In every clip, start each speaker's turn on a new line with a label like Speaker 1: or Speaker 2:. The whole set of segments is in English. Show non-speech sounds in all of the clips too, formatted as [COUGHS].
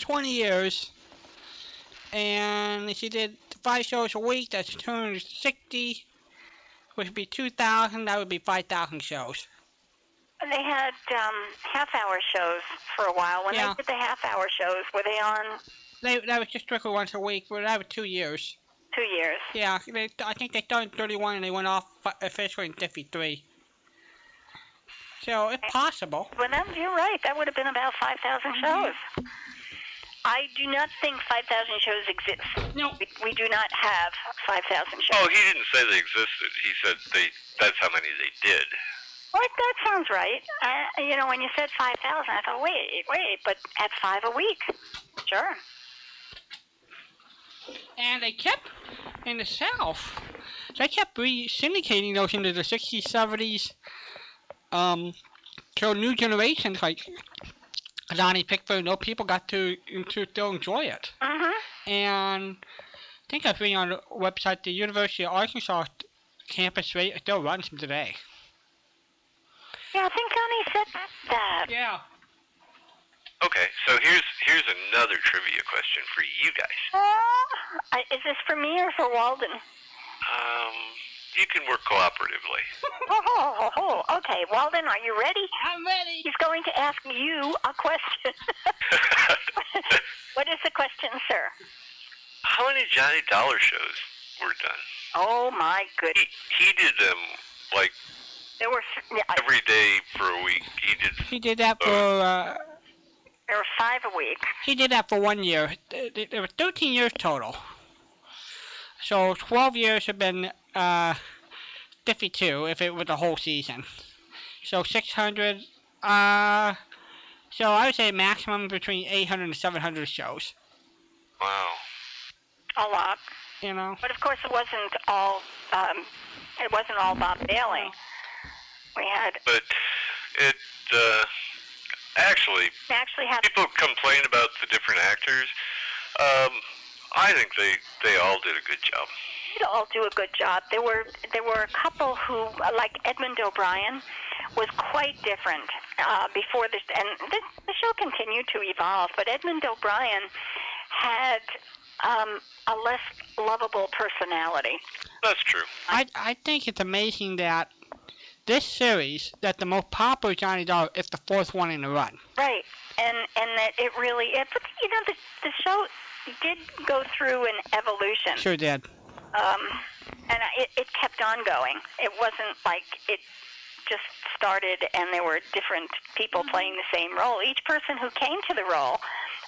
Speaker 1: 20 years, and she did five shows a week. That's 260, which would be 2,000. That would be 5,000 shows.
Speaker 2: They had um, half-hour shows for a while. When
Speaker 1: Yeah.
Speaker 2: they did the half-hour shows, were they on
Speaker 1: They, that was just strictly once a week, but that was two years.
Speaker 2: two years?
Speaker 1: Yeah, they, I think they started in 31 and they went off fi- officially in 53. So it's possible.
Speaker 2: Well, that, you're right. That would have been about 5,000
Speaker 1: Mm-hmm.
Speaker 2: shows. I do not think 5,000 shows exist.
Speaker 1: No.
Speaker 2: We, we do not have 5,000
Speaker 3: Oh,
Speaker 2: shows.
Speaker 3: he didn't say they existed. He said they. That's how many they did.
Speaker 2: Well, that sounds right. Uh, you know, when you said 5,000, I thought, wait, wait, but at five a week. Sure.
Speaker 1: And they kept in the South. They kept re syndicating those into the 60s, 70s. Um, so new generations like Donnie Pickford and those people got to, to still enjoy it.
Speaker 2: Mm-hmm.
Speaker 1: And I think I've been on the website, the University of Arkansas campus radio still runs them today.
Speaker 2: Yeah, I think Connie said that.
Speaker 1: Yeah.
Speaker 3: Okay, so here's here's another trivia question for you guys.
Speaker 2: Uh, I- is this for me or for Walden?
Speaker 3: Um, you can work cooperatively. [LAUGHS]
Speaker 2: Oh, oh, oh, oh, [LAUGHS] okay. Walden, are you ready?
Speaker 1: I'm ready.
Speaker 2: He's going to ask you a question. what is the question, sir?
Speaker 3: how many Johnny Dollar shows were done?
Speaker 2: Oh my
Speaker 3: He
Speaker 2: goodness!
Speaker 3: he did them like
Speaker 2: There were yeah, I-
Speaker 3: every day for a week. He did.
Speaker 1: He did that for uh,
Speaker 2: there were five a week.
Speaker 1: he did that for one year. Th- th- There were 13 years total. So 12 years have been uh, 52 if it was the whole season. So 600. Uh, so I would say maximum between 800 and 700 shows.
Speaker 3: Wow.
Speaker 2: A lot,
Speaker 1: You know.
Speaker 2: but of course it wasn't all. Um, it wasn't all Bob Bailey. We had
Speaker 3: But it uh, actually
Speaker 2: we actually had
Speaker 3: people complain about the different actors. Um, I think they they all did a good job.
Speaker 2: did all do a good job. There were there were a couple who, like Edmund O'Brien, was quite different uh, before this, and the, the show continued to evolve. But Edmund O'Brien had um, a less lovable personality.
Speaker 3: That's true.
Speaker 1: I, I think it's amazing that this series, that the most popular Johnny Dollar is the fourth one in a run.
Speaker 2: Right, and and that it really, it, but you know, the the show did go through an evolution,
Speaker 1: Sure did.
Speaker 2: um, and I- it it kept on going. It wasn't like it just started and there were different people playing the same role. Each person who came to the role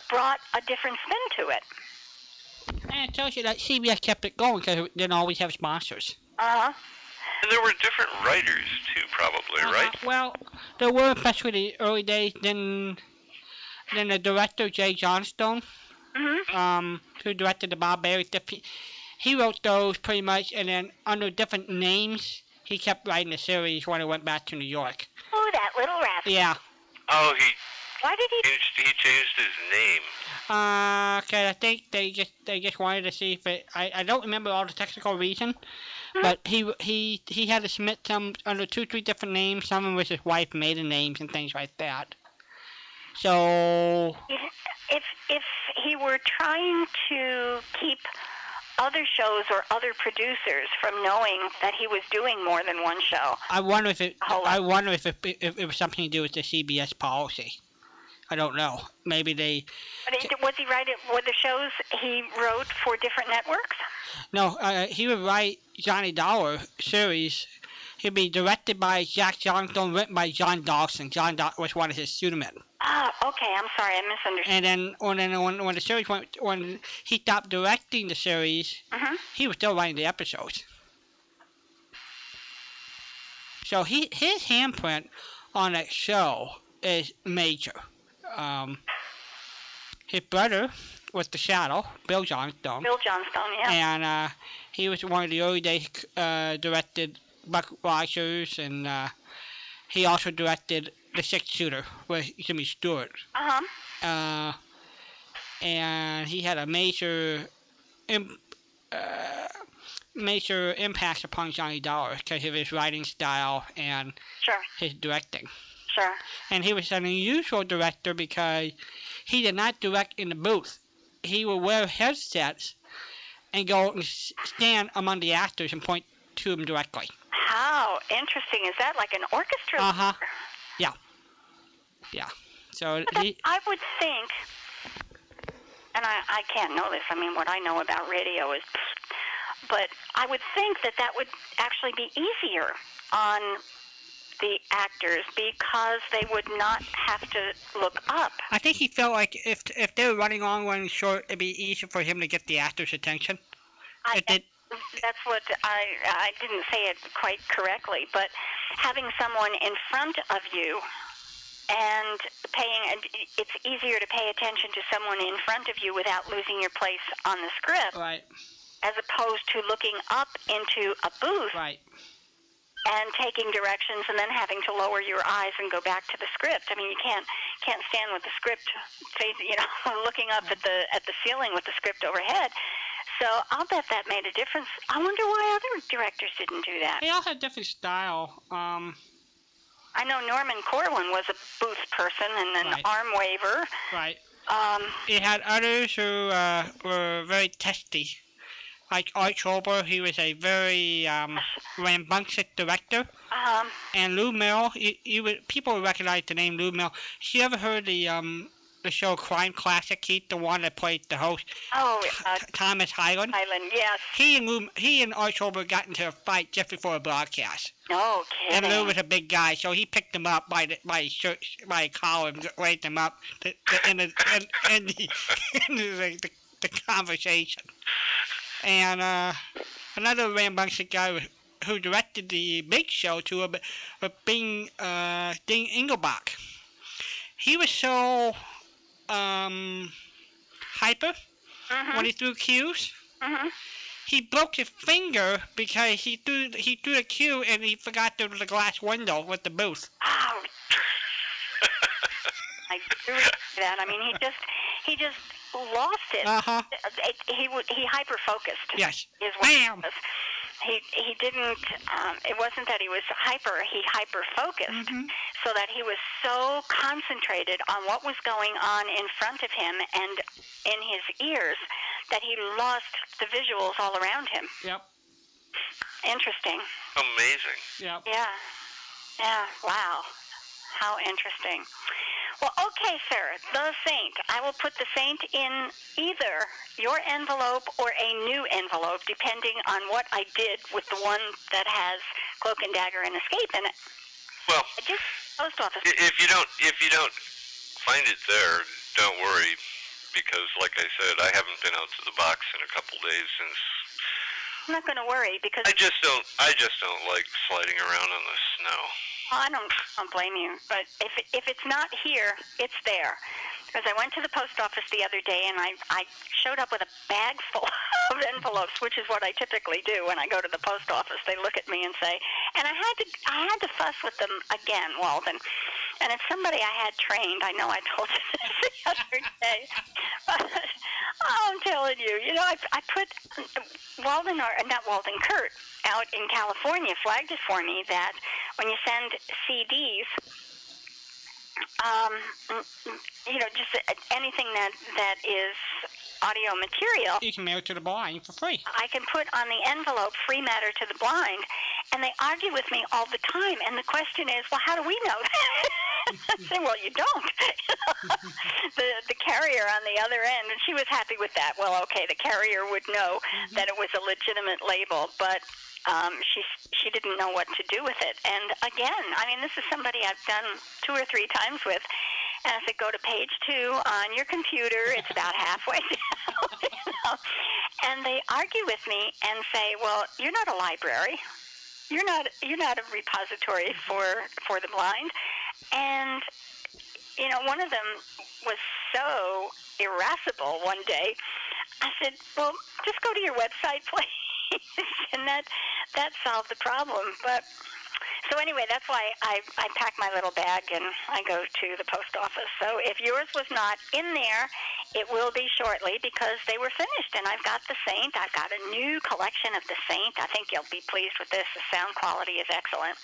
Speaker 2: brought a different spin to it.
Speaker 1: And it tells you that CBS kept it going because it didn't always have sponsors.
Speaker 2: Uh huh.
Speaker 3: And there were different writers too, probably, right?
Speaker 1: Uh, well, there were, especially the early days, then, then the director, Jay Johnstone,
Speaker 2: Mhm.
Speaker 1: um, who directed the Bob Barry, stuff, he- he wrote those pretty much, and then under different names, he kept writing the series when it went back to New York.
Speaker 2: Oh, that little rascal.
Speaker 1: Yeah.
Speaker 3: Oh, he
Speaker 2: Why did he?
Speaker 3: changed, he changed his [LAUGHS] name.
Speaker 1: Uh, 'cause I think they just they just wanted to see if it. I, I don't remember all the technical reason, but he he he had to submit some under two three different names. Some of them was his wife maiden names and things like that. So
Speaker 2: If if he were trying to keep other shows or other producers from knowing that he was doing more than one show,
Speaker 1: I wonder if it
Speaker 2: Hold on.
Speaker 1: I wonder if it, if it was something to do with the CBS policy. I don't know. Maybe they
Speaker 2: but it, was he right? at- Were the shows he wrote for different networks?
Speaker 1: No, uh, he would write Johnny Dollar series. He'd be directed by Jack Johnstone, written by John Dawson. John Dawson was one of his pseudonyms.
Speaker 2: Ah, okay. I'm sorry, I misunderstood.
Speaker 1: And then when then when, when the series went when he stopped directing the series,
Speaker 2: Mhm.
Speaker 1: he was still writing the episodes. So he his handprint on that show is major. Um, his brother was the Shadow, Bill Johnstone,
Speaker 2: Bill Johnstone, yeah.
Speaker 1: and uh, he was one of the early days uh, directed Buck Rogers, and uh, he also directed The Six Shooter with Jimmy Stewart
Speaker 2: Uh huh.
Speaker 1: uh, and he had a major, im- uh, major impact upon Johnny Dollar because of his writing style and
Speaker 2: Sure,
Speaker 1: his directing.
Speaker 2: Sure.
Speaker 1: and he was an unusual director because he did not direct in the booth. He would wear headsets and go and s- stand among the actors and point to them directly.
Speaker 2: How interesting is that? Like an orchestra.
Speaker 1: Uh-huh.
Speaker 2: leader?
Speaker 1: So
Speaker 2: But
Speaker 1: he,
Speaker 2: I would think, and I, I can't know this. I mean, what I know about radio is, but I would think that that would actually be easier on the actors because they would not have to look up.
Speaker 1: I think he felt like if if they were running long, running short, it'd be easier for him to get the actors' attention.
Speaker 2: I,
Speaker 1: It did.
Speaker 2: that's what I I didn't say it quite correctly, but having someone in front of you and paying it's easier to pay attention to someone in front of you without losing your place on the script
Speaker 1: Right,
Speaker 2: as opposed to looking up into a booth
Speaker 1: right.
Speaker 2: and taking directions and then having to lower your eyes and go back to the script. I mean, you can't can't stand with the script, face- you know, [LAUGHS] looking up at the at the ceiling with the script overhead. So I'll bet that made a difference. I wonder why other directors didn't do that.
Speaker 1: They all had different style. Um,
Speaker 2: I know Norman Corwin was a booth person and an
Speaker 1: Right.
Speaker 2: arm waver.
Speaker 1: right.
Speaker 2: Um,
Speaker 1: He had others who uh, were very testy. Like Art Schober, he was a very um, rambunctious director.
Speaker 2: um,
Speaker 1: And Lou Merrill, you, you would, people would recognize the name Lou Merrill. You ever heard the um the show Crime Classic? He's the one that played the host,
Speaker 2: oh, uh,
Speaker 1: Thomas Highland.
Speaker 2: Island, yes,
Speaker 1: He and Lou, he and Art Schober got into a fight just before a broadcast.
Speaker 2: no
Speaker 1: And
Speaker 2: kidding.
Speaker 1: Lou was a big guy, so he picked him up by the, by his shirt, by his collar and raised him up to, to, in the in, in the, [LAUGHS] in the, the, the conversation. And uh, another rambunctious guy was- who directed the Big Show to him was Bing uh, Ding Engelbach. He was so um, hyper
Speaker 2: Mhm,
Speaker 1: when he threw cues
Speaker 2: mhm.
Speaker 1: he broke his finger because he threw he threw the cue and he forgot there was a glass window with the booth.
Speaker 2: Oh, I do remember that. I mean, he just he just lost it.
Speaker 1: Uh huh.
Speaker 2: it he wa- he hyper focused.
Speaker 1: Yes.
Speaker 2: Is what it
Speaker 1: Bam.
Speaker 2: was. He he didn't. Um, it wasn't that he was hyper. He hyper focused,
Speaker 1: Mhm.
Speaker 2: so that he was so concentrated on what was going on in front of him and in his ears that he lost the visuals all around him.
Speaker 1: Yep.
Speaker 2: Interesting.
Speaker 3: Amazing.
Speaker 1: Yep.
Speaker 2: Yeah. Yeah. Wow. How interesting. Well, okay, sir. The saint. I will put the saint in either your envelope or a new envelope, depending on what I did with the one that has cloak and dagger and escape in it.
Speaker 3: Well,
Speaker 2: I just post office.
Speaker 3: i- if you don't if you don't find it there, don't worry because like I said, I haven't been out to the box in a couple days since
Speaker 2: I'm not going to worry because
Speaker 3: I just don't I just don't like sliding around on the snow.
Speaker 2: I don't, I don't blame you, but if it, if it's not here, it's there. Because I went to the post office the other day and I I showed up with a bag [LAUGHS] full of envelopes, which is what I typically do when I go to the post office. They look at me and say, and I had to I had to fuss with them again, Walden. And it's somebody I had trained. I know I told you [LAUGHS] this the other day, [LAUGHS] but oh, I'm telling you, you know, I I put Walden or not Walden Kurt out in California flagged it for me that when you send CDs, um, you know, just anything that that is audio material,
Speaker 1: You can mail it to the blind for [LAUGHS] free.
Speaker 2: I can put on the envelope free matter to the blind, and they argue with me all the time. And the question is, well, how do we know that? [LAUGHS] I say, well, you don't. [LAUGHS] the the carrier on the other end, and she was happy with that. Well, okay, the carrier would know that it was a legitimate label, but um, she she didn't know what to do with it. And again, I mean, this is somebody I've done two or three times with. And I said, go to page two on your computer. It's about halfway [LAUGHS] down. you know? And they argue with me and say, well, you're not a library. You're not you're not a repository for for the blind. And you know, one of them was so irascible one day. I said, "Well, just go to your website, [LAUGHS] please," and that that solved the problem. But so anyway, that's why I I pack my little bag and I go to the post office. So if yours was not in there, it will be shortly because they were finished, and I've got the Saint. I've got a new collection of the Saint. I think you'll be pleased with this. The sound quality is excellent.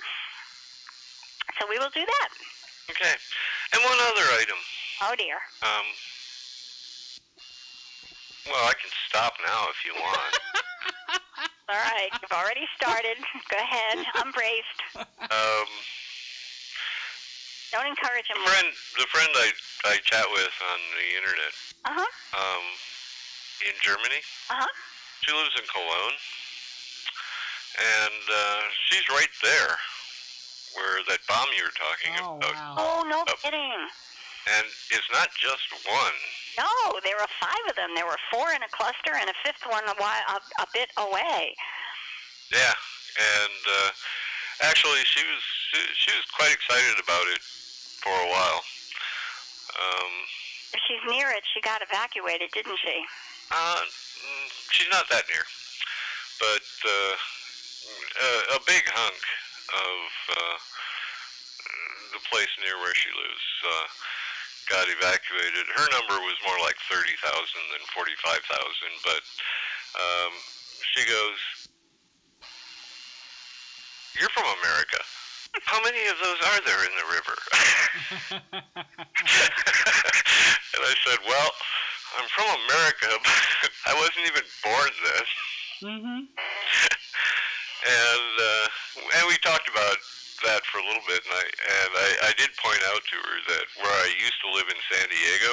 Speaker 2: So we will do that.
Speaker 4: Okay. And one other item.
Speaker 2: Oh dear.
Speaker 4: Um, well, I can stop now if you want.
Speaker 2: All right, you've already started. [LAUGHS] Go ahead. I'm braced.
Speaker 1: Oh,
Speaker 4: um,
Speaker 2: Don't encourage him.
Speaker 4: the friend, the friend I, I chat with on the internet,
Speaker 2: Uh huh.
Speaker 4: um, in Germany,
Speaker 2: Uh huh.
Speaker 4: she lives in Cologne, and uh, she's right there where that bomb you were talking
Speaker 1: Oh [LAUGHS]
Speaker 4: about.
Speaker 1: wow.
Speaker 2: Oh no
Speaker 4: Up.
Speaker 2: kidding.
Speaker 4: And it's not just one.
Speaker 2: No, there were five of them. There were four in a cluster and a fifth one a, while, a, a bit away.
Speaker 4: Yeah, and uh, actually, she was she, she was quite excited about it for a while. Um,
Speaker 2: If she's near it, she got evacuated, didn't she?
Speaker 4: uh, mm, she's not that near, but uh, a, a big hunk of uh, the place near where she lives uh, got evacuated. Her number was more like thirty thousand than forty-five thousand, but um, she goes, "You're from America. How many of those are there in the river?" [LAUGHS] and I said, Well, I'm from America, [LAUGHS] but I wasn't even born then.
Speaker 1: mhm.
Speaker 4: And uh, and we talked about that for a little bit, and I and I, I did point out to her that where I used to live in San Diego,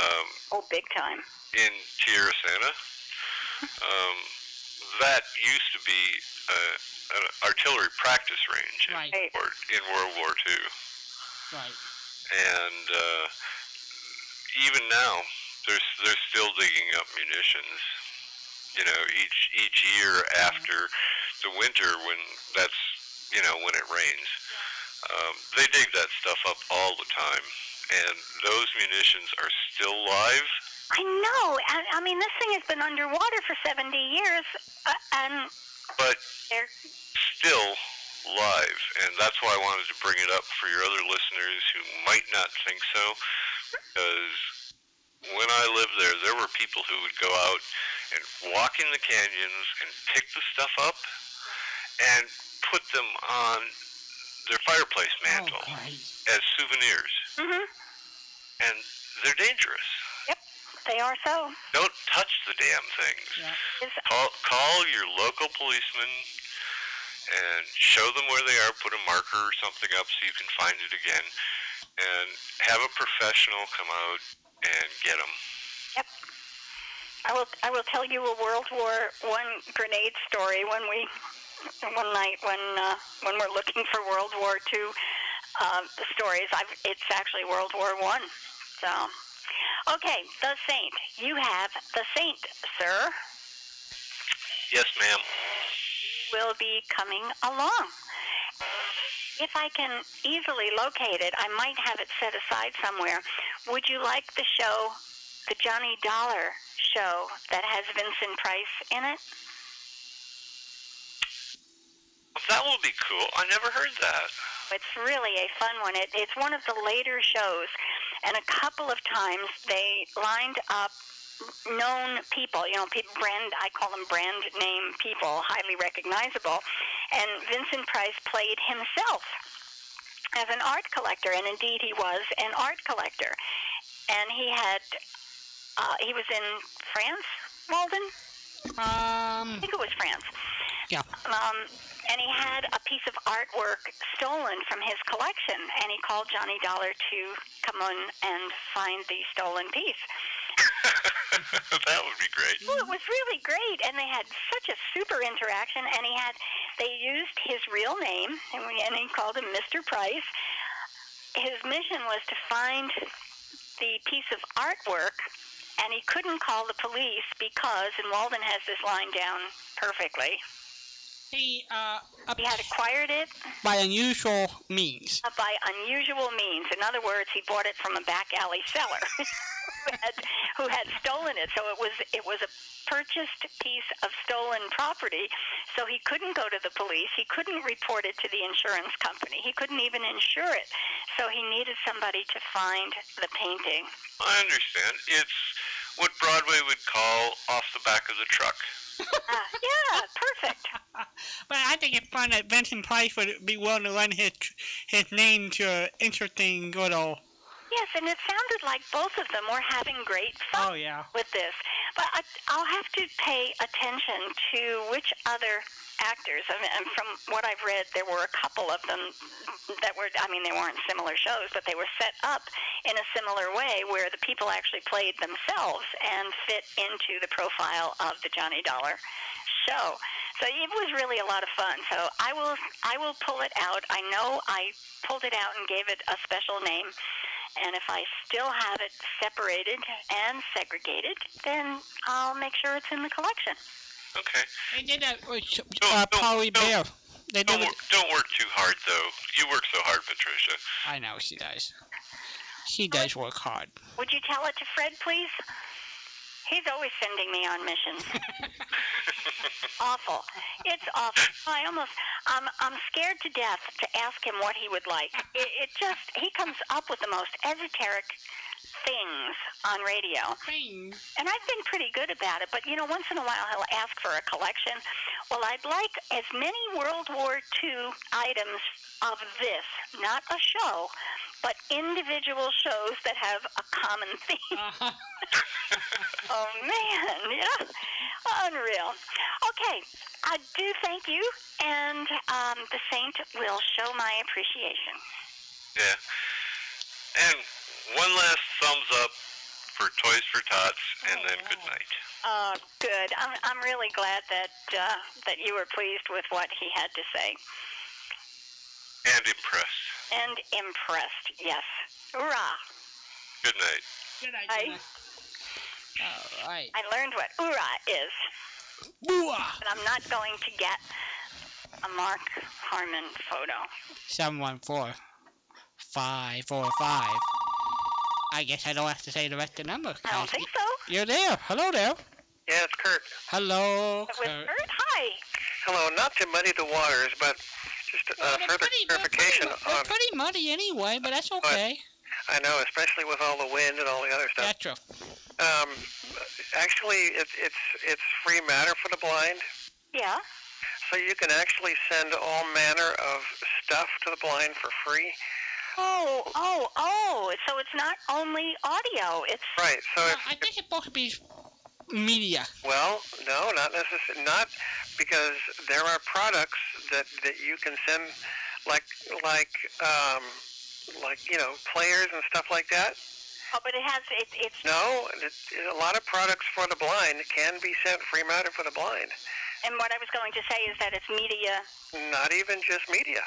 Speaker 4: um,
Speaker 2: Oh, big time.
Speaker 4: in Tierra Santa, um, that used to be uh, an artillery practice range in,
Speaker 1: Right.
Speaker 4: World- in World War II.
Speaker 1: Right.
Speaker 4: and uh, even now they're they're still digging up munitions. You know, each each year after the winter when that's you know when it rains, um, they dig that stuff up all the time, and those munitions are still live.
Speaker 2: I know. I, I mean, this thing has been underwater for 70 years, uh, and
Speaker 4: But
Speaker 2: There.
Speaker 4: still live, and that's why I wanted to bring it up for your other listeners who might not think so, because when I lived there, there were people who would go out and walk in the canyons and pick the stuff up and put them on their fireplace mantle
Speaker 1: Oh, great.
Speaker 4: as souvenirs,
Speaker 2: mhm,
Speaker 4: and they're dangerous.
Speaker 2: they are so.
Speaker 4: Don't touch the damn things.
Speaker 1: Yeah.
Speaker 2: It's,
Speaker 4: call, call your local policeman and show them where they are. Put a marker or something up so you can find it again, and have a professional come out and get them.
Speaker 2: I will. I will tell you a World War One grenade story when we, one night when uh, when we're looking for World War Two uh, stories. I've, it's actually World War One. So, okay, the Saint. You have the Saint, sir.
Speaker 4: Yes, ma'am.
Speaker 2: will be coming along. If I can easily locate it, I might have it set aside somewhere. Would you like the show, the Johnny Dollar show that has Vincent Price in it?
Speaker 4: That will be cool. I never heard that. [LAUGHS]
Speaker 2: It's really a fun one. It, it's one of the later shows, and a couple of times they lined up known people, you know, people brand I call them brand name people, highly recognizable, and Vincent Price played himself as an art collector, and indeed he was an art collector, and he had uh, he was in France, Walden. I
Speaker 1: Um.
Speaker 2: think it was France.
Speaker 1: Yeah.
Speaker 2: Um, and he had a piece of artwork stolen from his collection, and he called Johnny Dollar to come on and find the stolen piece.
Speaker 4: that would be great.
Speaker 2: Well, it was really great, and they had such a super interaction. And he had, they used his real name, and, we, and he called him Mr. Price. His mission was to find the piece of artwork, and he couldn't call the police because, and Walden has this line down perfectly.
Speaker 1: He uh
Speaker 2: He had acquired it
Speaker 1: by unusual means.
Speaker 2: uh, by unusual means. In other words, he bought it from a back alley seller [LAUGHS] who, had, who had stolen it. So it was it was a purchased piece of stolen property. So he couldn't go to the police. He couldn't report it to the insurance company. He couldn't even insure it. So he needed somebody to find the painting.
Speaker 4: I understand. It's what Broadway would call off the back of the truck.
Speaker 2: Ah, yeah, Uh, perfect.
Speaker 1: Uh, But I think it's fun that Vincent Price would be willing to lend his his name to an interesting little.
Speaker 2: Yes, and it sounded like both of them were having great fun
Speaker 1: Oh yeah.
Speaker 2: [LAUGHS] with this. But I, I'll have to pay attention to which other actors. I mean, and from what I've read, there were a couple of them that were. I mean, they weren't similar shows, but they were set up in a similar way, where the people actually played themselves and fit into the profile of the Johnny Dollar show. So it was really a lot of fun. So I will I will pull it out. I know I pulled it out and gave it a special name. And if I still have it separated and segregated, then I'll make sure it's in the collection.
Speaker 3: Okay.
Speaker 1: They did that with
Speaker 3: No,
Speaker 1: uh,
Speaker 3: no,
Speaker 1: Polly
Speaker 3: no.
Speaker 1: Bear. They did.
Speaker 3: Don't
Speaker 1: With,
Speaker 3: work, don't work too hard though. You work so hard,
Speaker 4: [LAUGHS]
Speaker 3: Patricia.
Speaker 1: I know she does. She does work hard.
Speaker 2: Would you tell it to Fred, please? He's always sending me on missions. Awful. It's awful. I almost, I'm, I'm scared to death to ask him what he would like. It, it just, he comes up with the most esoteric things on radio.
Speaker 1: Thing.
Speaker 2: And I've been pretty good about it, but you know, once in a while he'll ask for a collection. Well, I'd like as many World War II items of this, not a show, but individual shows that have a common [LAUGHS] theme.
Speaker 1: Uh-huh.
Speaker 3: [LAUGHS]
Speaker 2: Oh man, [LAUGHS] yeah, unreal. Okay, I do thank you, and um, the saint will show my appreciation.
Speaker 3: Yeah. And one last thumbs up for Toys for Tots, and
Speaker 1: Oh,
Speaker 3: then
Speaker 1: wow.
Speaker 3: good night.
Speaker 2: Oh, good. I'm I'm really glad that uh, that you were pleased with what he had to say.
Speaker 3: And impressed.
Speaker 2: And impressed, yes. Hoorah.
Speaker 3: Good night.
Speaker 1: Good
Speaker 2: Hi.
Speaker 1: idea. All right.
Speaker 2: I learned what hoorah is,
Speaker 1: Booah!
Speaker 2: but I'm not going to get a Mark Harmon photo.
Speaker 1: Seven one four five four five. I guess I don't have to say the rest of the number.
Speaker 2: I don't think so.
Speaker 1: You're there. Hello there.
Speaker 5: Yeah, it's Kurt.
Speaker 1: Hello.
Speaker 2: With
Speaker 1: Kurt.
Speaker 2: Kurt, hi.
Speaker 5: Hello, not to muddy the waters, but just
Speaker 1: Well,
Speaker 5: uh,
Speaker 1: they're
Speaker 5: further
Speaker 1: pretty- they're
Speaker 5: clarification
Speaker 1: Pretty, mu-
Speaker 5: on,
Speaker 1: they're pretty muddy anyway, but that's okay.
Speaker 5: I know, especially with all the wind and all the other stuff.
Speaker 1: That's true.
Speaker 5: Um, actually, it, it's it's free matter for the blind,
Speaker 2: Yeah.
Speaker 5: so you can actually send all manner of stuff to the blind for free.
Speaker 2: Oh, oh, oh. So it's not only audio. It's
Speaker 5: Right. So
Speaker 1: No,
Speaker 5: if,
Speaker 1: I think it's supposed to be media.
Speaker 5: well, no, not necessarily not because there are products that that you can send like like um, like you know players and stuff like that.
Speaker 2: oh, but it has it, it's
Speaker 5: No, it, a lot of products for the blind can be sent free mounted for the blind.
Speaker 2: and what I was going to say is that it's media.
Speaker 5: Not even just media.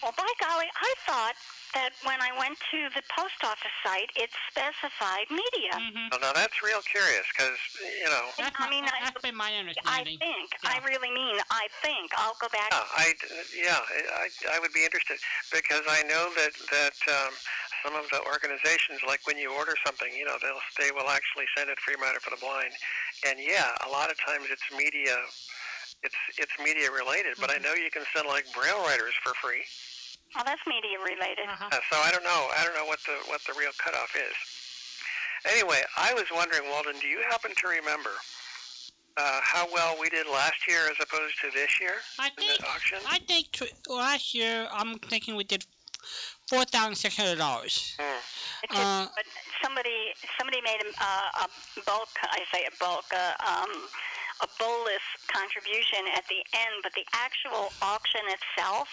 Speaker 2: Well, by golly, I thought that when I went to the post office site, it specified media.
Speaker 1: Mm-hmm.
Speaker 5: Well, now that's real curious because you know,
Speaker 1: That's,
Speaker 2: I
Speaker 1: my-
Speaker 2: mean, I-
Speaker 1: that's been my
Speaker 2: I
Speaker 1: understanding.
Speaker 2: think.
Speaker 1: Yeah.
Speaker 2: I really mean. I think. I'll go back.
Speaker 5: yeah, I yeah, I I would be interested because I know that that um, some of the organizations, like when you order something, you know, they'll they will actually send it free mounted for the blind, and yeah, a lot of times it's media. It's it's media related, but I
Speaker 1: Mm-hmm.
Speaker 5: know you can send like braille writers for free.
Speaker 2: Well, that's media related.
Speaker 1: Uh-huh.
Speaker 5: Uh, so I don't know. I don't know what the what the real cutoff is. Anyway, I was wondering, Walden, do you happen to remember uh, how well we did last year as opposed to this year
Speaker 1: I
Speaker 5: in
Speaker 1: think
Speaker 5: the auction?
Speaker 1: I think tw- last year I'm thinking we did four thousand six hundred dollars.
Speaker 5: Hmm,
Speaker 2: It's just-
Speaker 1: Uh,
Speaker 2: but somebody somebody made a, uh, a bulk. I say a bulk. A, um, a bolus contribution at the end, but the actual auction itself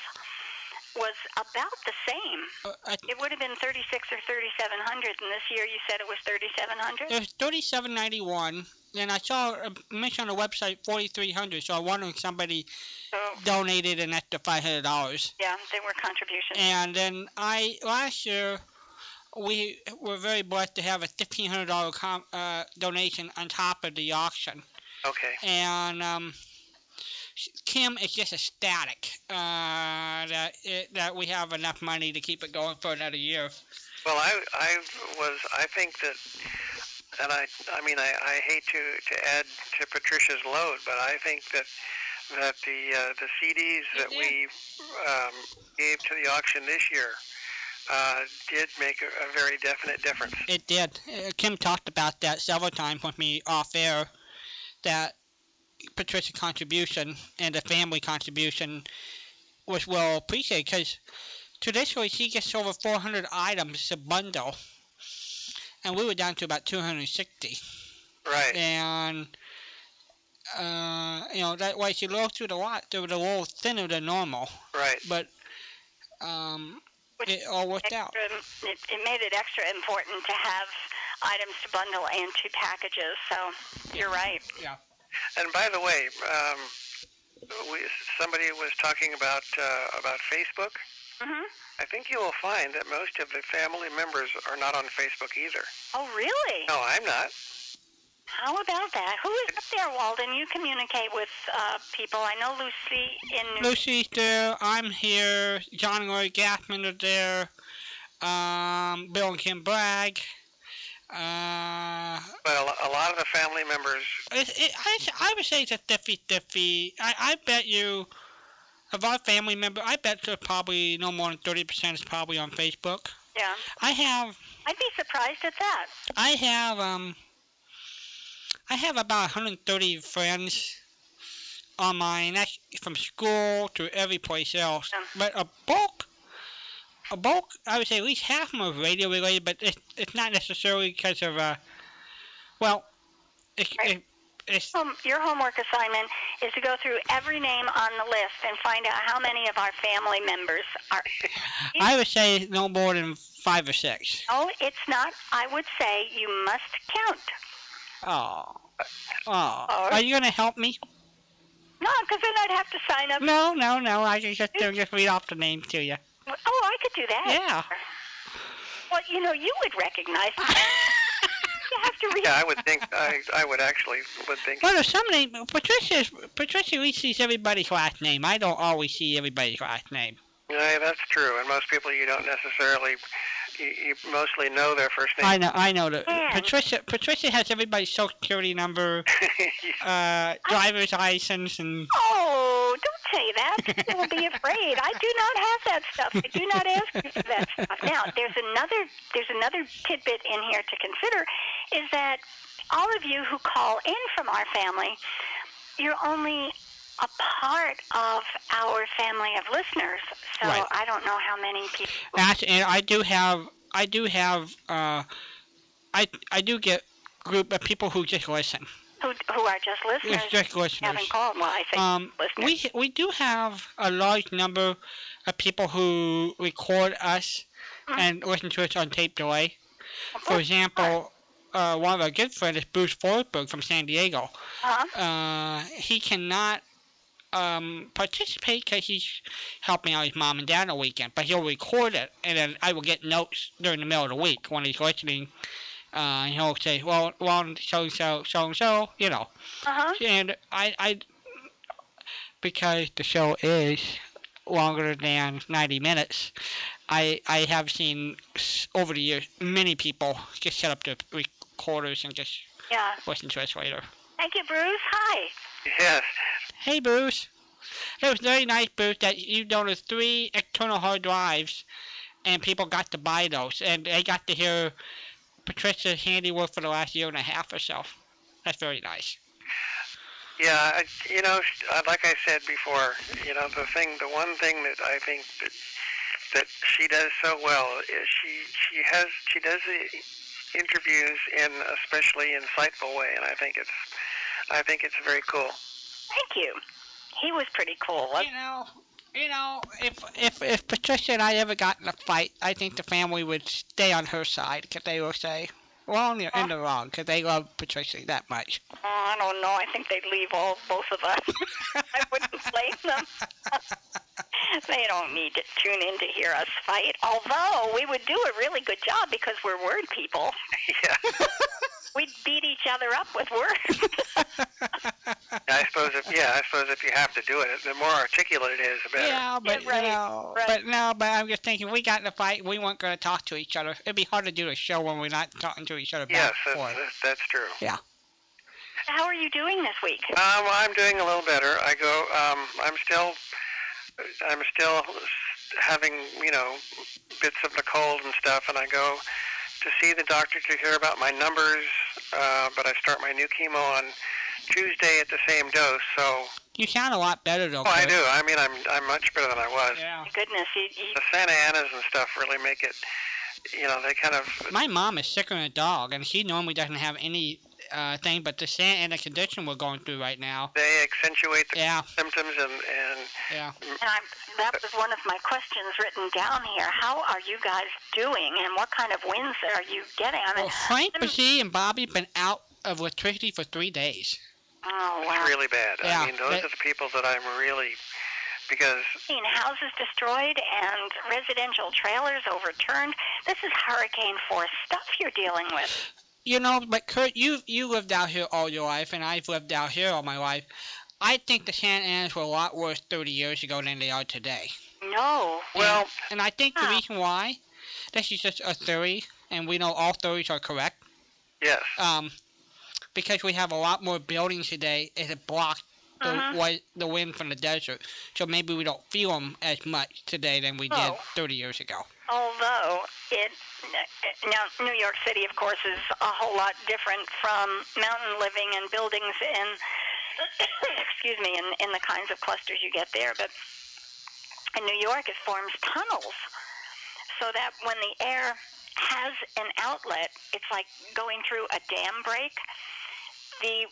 Speaker 2: was about the same.
Speaker 1: I,
Speaker 2: It would have been 36 or 3700, and this year you said it was 3700.
Speaker 1: it was thirty-seven ninety-one, and I saw a mention on the website forty-three hundred. So I wonder if somebody
Speaker 2: So
Speaker 1: donated an extra five hundred dollars.
Speaker 2: yeah, there were contributions.
Speaker 1: And then I last year we were very blessed to have a fifteen hundred dollar com- uh, donation on top of the auction.
Speaker 5: Okay.
Speaker 1: and um, Kim is just ecstatic uh, that it, that we have enough money to keep it going for another year.
Speaker 5: Well, I I was I think that, and I I mean I, I hate to to add to Patricia's load, but I think that that the uh, the CDs that we um, gave to the auction this year uh, did make a, a very definite difference.
Speaker 1: It did. Uh, Kim talked about that several times with me off air. That Patricia contribution and the family contribution was well appreciated because traditionally she gets over 400 items to bundle, and we were down to about 260.
Speaker 5: Right.
Speaker 1: And uh, you know that way she looked through the lot, they were a little thinner than normal,
Speaker 5: Right.
Speaker 1: but um,
Speaker 2: Which
Speaker 1: it all worked out.
Speaker 2: Extra, it, it made it extra important to have items to bundle and two packages. So you're right.
Speaker 5: And by the way, um, we, somebody was talking about uh, about Facebook.
Speaker 2: hmm
Speaker 5: I think you will find that most of the family members are not on Facebook either.
Speaker 2: Oh, really?
Speaker 5: No, I'm not.
Speaker 2: How about that? Who is up there, Walden? You communicate with uh, people. I know Lucy in New
Speaker 1: Lucy's there. I'm here. John and Lori Gaffman are there. Um, Bill and Kim Bragg. Uh,
Speaker 5: But a, lo- a lot of the family members,
Speaker 1: it, it, I, I would say it's a 50 50. I, I bet you, of our family member, I bet there's probably no more than 30% is probably on Facebook.
Speaker 2: Yeah.
Speaker 1: I have,
Speaker 2: I'd be surprised at that.
Speaker 1: I have, um, I have about 130 friends on mine. That's from school to every place else.
Speaker 2: Um,
Speaker 1: But a bulk, a bulk, I would say at least half of them are radio related, but it's, it's not necessarily because of, uh, well, it's,
Speaker 2: Right. Oh,
Speaker 1: it's,
Speaker 2: Home, Um, your homework assignment is to go through every name on the list and find out how many of our family members
Speaker 1: [LAUGHS]
Speaker 2: are.
Speaker 1: I would say no more than five or six.
Speaker 2: No, it's not. I would say you must count.
Speaker 1: Oh. Oh.
Speaker 2: Oh.
Speaker 1: Are you going to help me?
Speaker 2: No, because then I'd have to sign up.
Speaker 1: No, no, no. I can just, uh, just read off the names to you.
Speaker 2: Oh, I could do that.
Speaker 1: Yeah.
Speaker 2: Well, you know, you would recognize.
Speaker 1: [LAUGHS]
Speaker 2: you have to read.
Speaker 5: yeah, I would think, I, I would actually would think.
Speaker 1: Well, there's some name. Patricia, is- Patricia at least sees everybody's last name. I don't always see everybody's last name.
Speaker 5: Yeah, that's true. And most people, you don't necessarily, you, you mostly know their first
Speaker 1: I
Speaker 5: name.
Speaker 1: know, I know that
Speaker 2: Yeah.
Speaker 1: Patricia, Patricia has everybody's social security number, uh, driver's license, and
Speaker 2: Oh, don't say that. People will be
Speaker 1: [LAUGHS]
Speaker 2: afraid. I do not have that stuff. I do not ask you for that stuff. Now, there's another there's another tidbit in here to consider is that all of you who call in from our family, you're only a part of our family of listeners. So
Speaker 1: Right.
Speaker 2: I don't know how many people.
Speaker 1: that's, and I do have, I do have, uh, I, I do get group of people who just listen.
Speaker 2: who, who are just listeners
Speaker 1: It's just
Speaker 2: haven't
Speaker 1: listeners.
Speaker 2: called. Well, I say
Speaker 1: Um,
Speaker 2: listeners.
Speaker 1: we we do have a large number of people who record us
Speaker 2: Mhm.
Speaker 1: and listen to us on tape delay. For
Speaker 2: Oh,
Speaker 1: example, uh, one of our good friends is Bruce Forsberg from San Diego.
Speaker 2: huh?
Speaker 1: Uh, he cannot um, participate because he's helping out his mom and dad on the weekend, but he'll record it, and then I will get notes during the middle of the week when he's listening. Uh, and he'll say, well, well, so and so, so and so, you know.
Speaker 2: Uh-huh.
Speaker 1: And I, I, because the show is longer than 90 minutes, I, I have seen s- over the years many people just set up their recorders and just
Speaker 2: Yeah.
Speaker 1: listen to us later.
Speaker 2: Thank you, Bruce. Hi.
Speaker 5: [LAUGHS] yes.
Speaker 1: Hey, Bruce. It was very nice, Bruce, that you donated three external hard drives, and people got to buy those, and they got to hear Patricia's handiwork for the last year and a half or so. That's very nice.
Speaker 5: Yeah, I, you know, sh- uh, like I said before, you know, the thing, the one thing that I think that that she does so well is she she has she does the interviews in a especially insightful way, and I think it's I think it's very cool. [LAUGHS]
Speaker 2: Thank you. He was pretty cool. wasn't
Speaker 1: You know, you know, if if if Patricia and I ever got in a fight, I think the family would stay on her side because they will say, "Well, you're in the wrong," because they love Patricia that much.
Speaker 2: Oh, I don't know. I think they'd leave all both of us. [LAUGHS] I wouldn't blame them. they don't need to tune in to hear us fight. Although we would do a really good job because we're word people.
Speaker 5: yeah,
Speaker 2: We'd beat each other up with words. [LAUGHS]
Speaker 5: I suppose if yeah, I suppose if you have to do it, the more articulate it is, the
Speaker 1: [LAUGHS]
Speaker 5: better.
Speaker 1: yeah, but
Speaker 2: right,
Speaker 1: you know,
Speaker 2: right.
Speaker 1: but no, but I'm just thinking, if we got in a fight, we weren't going to talk to each other. It'd be hard to do a show when we're not talking to each other
Speaker 5: Yes,
Speaker 1: back and
Speaker 5: that's,
Speaker 1: forth.
Speaker 5: that's, that's true.
Speaker 2: How are you doing this week?
Speaker 5: Um, I'm doing a little better. I go. Um, I'm still. I'm still having you know bits of the cold and stuff, and I go to see the doctor to hear about my numbers. Uh, but I start my new chemo on Tuesday at the same dose. So
Speaker 1: You sound a lot better though.
Speaker 5: oh, I
Speaker 1: Kurt.
Speaker 5: do. I mean, I'm I'm much better than I was.
Speaker 1: Yeah.
Speaker 2: Goodness, you, you,
Speaker 5: The Santa Anas and stuff really make it. You know, they kind of
Speaker 1: My mom is sicker than a dog, and she normally doesn't have any uh, thing but the sand and the condition we're going through right now.
Speaker 5: they accentuate the
Speaker 1: Yeah,
Speaker 5: symptoms and and
Speaker 1: yeah.
Speaker 2: and I, that was one of my questions written down here. How are you guys doing, and what kind of winds are you getting? I mean,
Speaker 1: Well, Frank,
Speaker 2: them-
Speaker 1: Basie, and Bobby have been out of electricity for three days.
Speaker 2: [LAUGHS] oh wow,
Speaker 5: it's really bad.
Speaker 1: Ah, Yeah,
Speaker 5: I mean, those
Speaker 1: that-
Speaker 5: are the people that I'm really because
Speaker 2: seen houses destroyed and residential trailers overturned. This is hurricane force stuff you're dealing with.
Speaker 1: You know, but Kurt, you you lived out here all your life, and I've lived out here all my life. I think the Santa Anas were a lot worse 30 years ago than they are today.
Speaker 2: No,
Speaker 5: well.
Speaker 1: And I think the
Speaker 2: Wow.
Speaker 1: reason why, this is just a theory, and we know all theories are correct.
Speaker 5: Yes.
Speaker 1: um, because we have a lot more buildings today, it blocks the,
Speaker 2: Mhm.
Speaker 1: wi- the wind from the desert. So maybe we don't feel them as much today than we did
Speaker 2: Oh.
Speaker 1: 30 years ago.
Speaker 2: although it now New York City, of course, is a whole lot different from mountain living and buildings and [COUGHS] excuse me, and, and the kinds of clusters you get there. But in New York, it forms tunnels, so that when the air has an outlet, it's like going through a dam break. The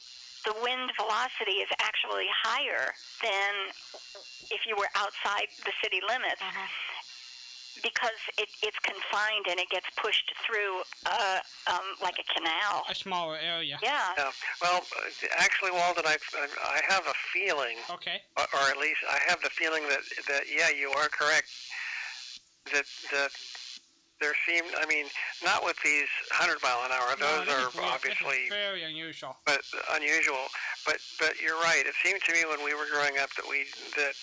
Speaker 2: the wind velocity is actually higher than if you were outside the city limits because it, it's confined and it gets pushed through uh, um, like a canal.
Speaker 1: A smaller area.
Speaker 2: Yeah.
Speaker 5: Yeah. Well, uh, actually, Walden, I I have a feeling,
Speaker 1: Okay.
Speaker 5: or or at least I have the feeling that that yeah, you are correct. That that there seem, I mean, not with these hundred mile an hour.
Speaker 1: No,
Speaker 5: Those
Speaker 1: this
Speaker 5: are
Speaker 1: is weird. This is
Speaker 5: obviously
Speaker 1: very unusual.
Speaker 5: but unusual. But but you're right. It seemed to me when we were growing up that we that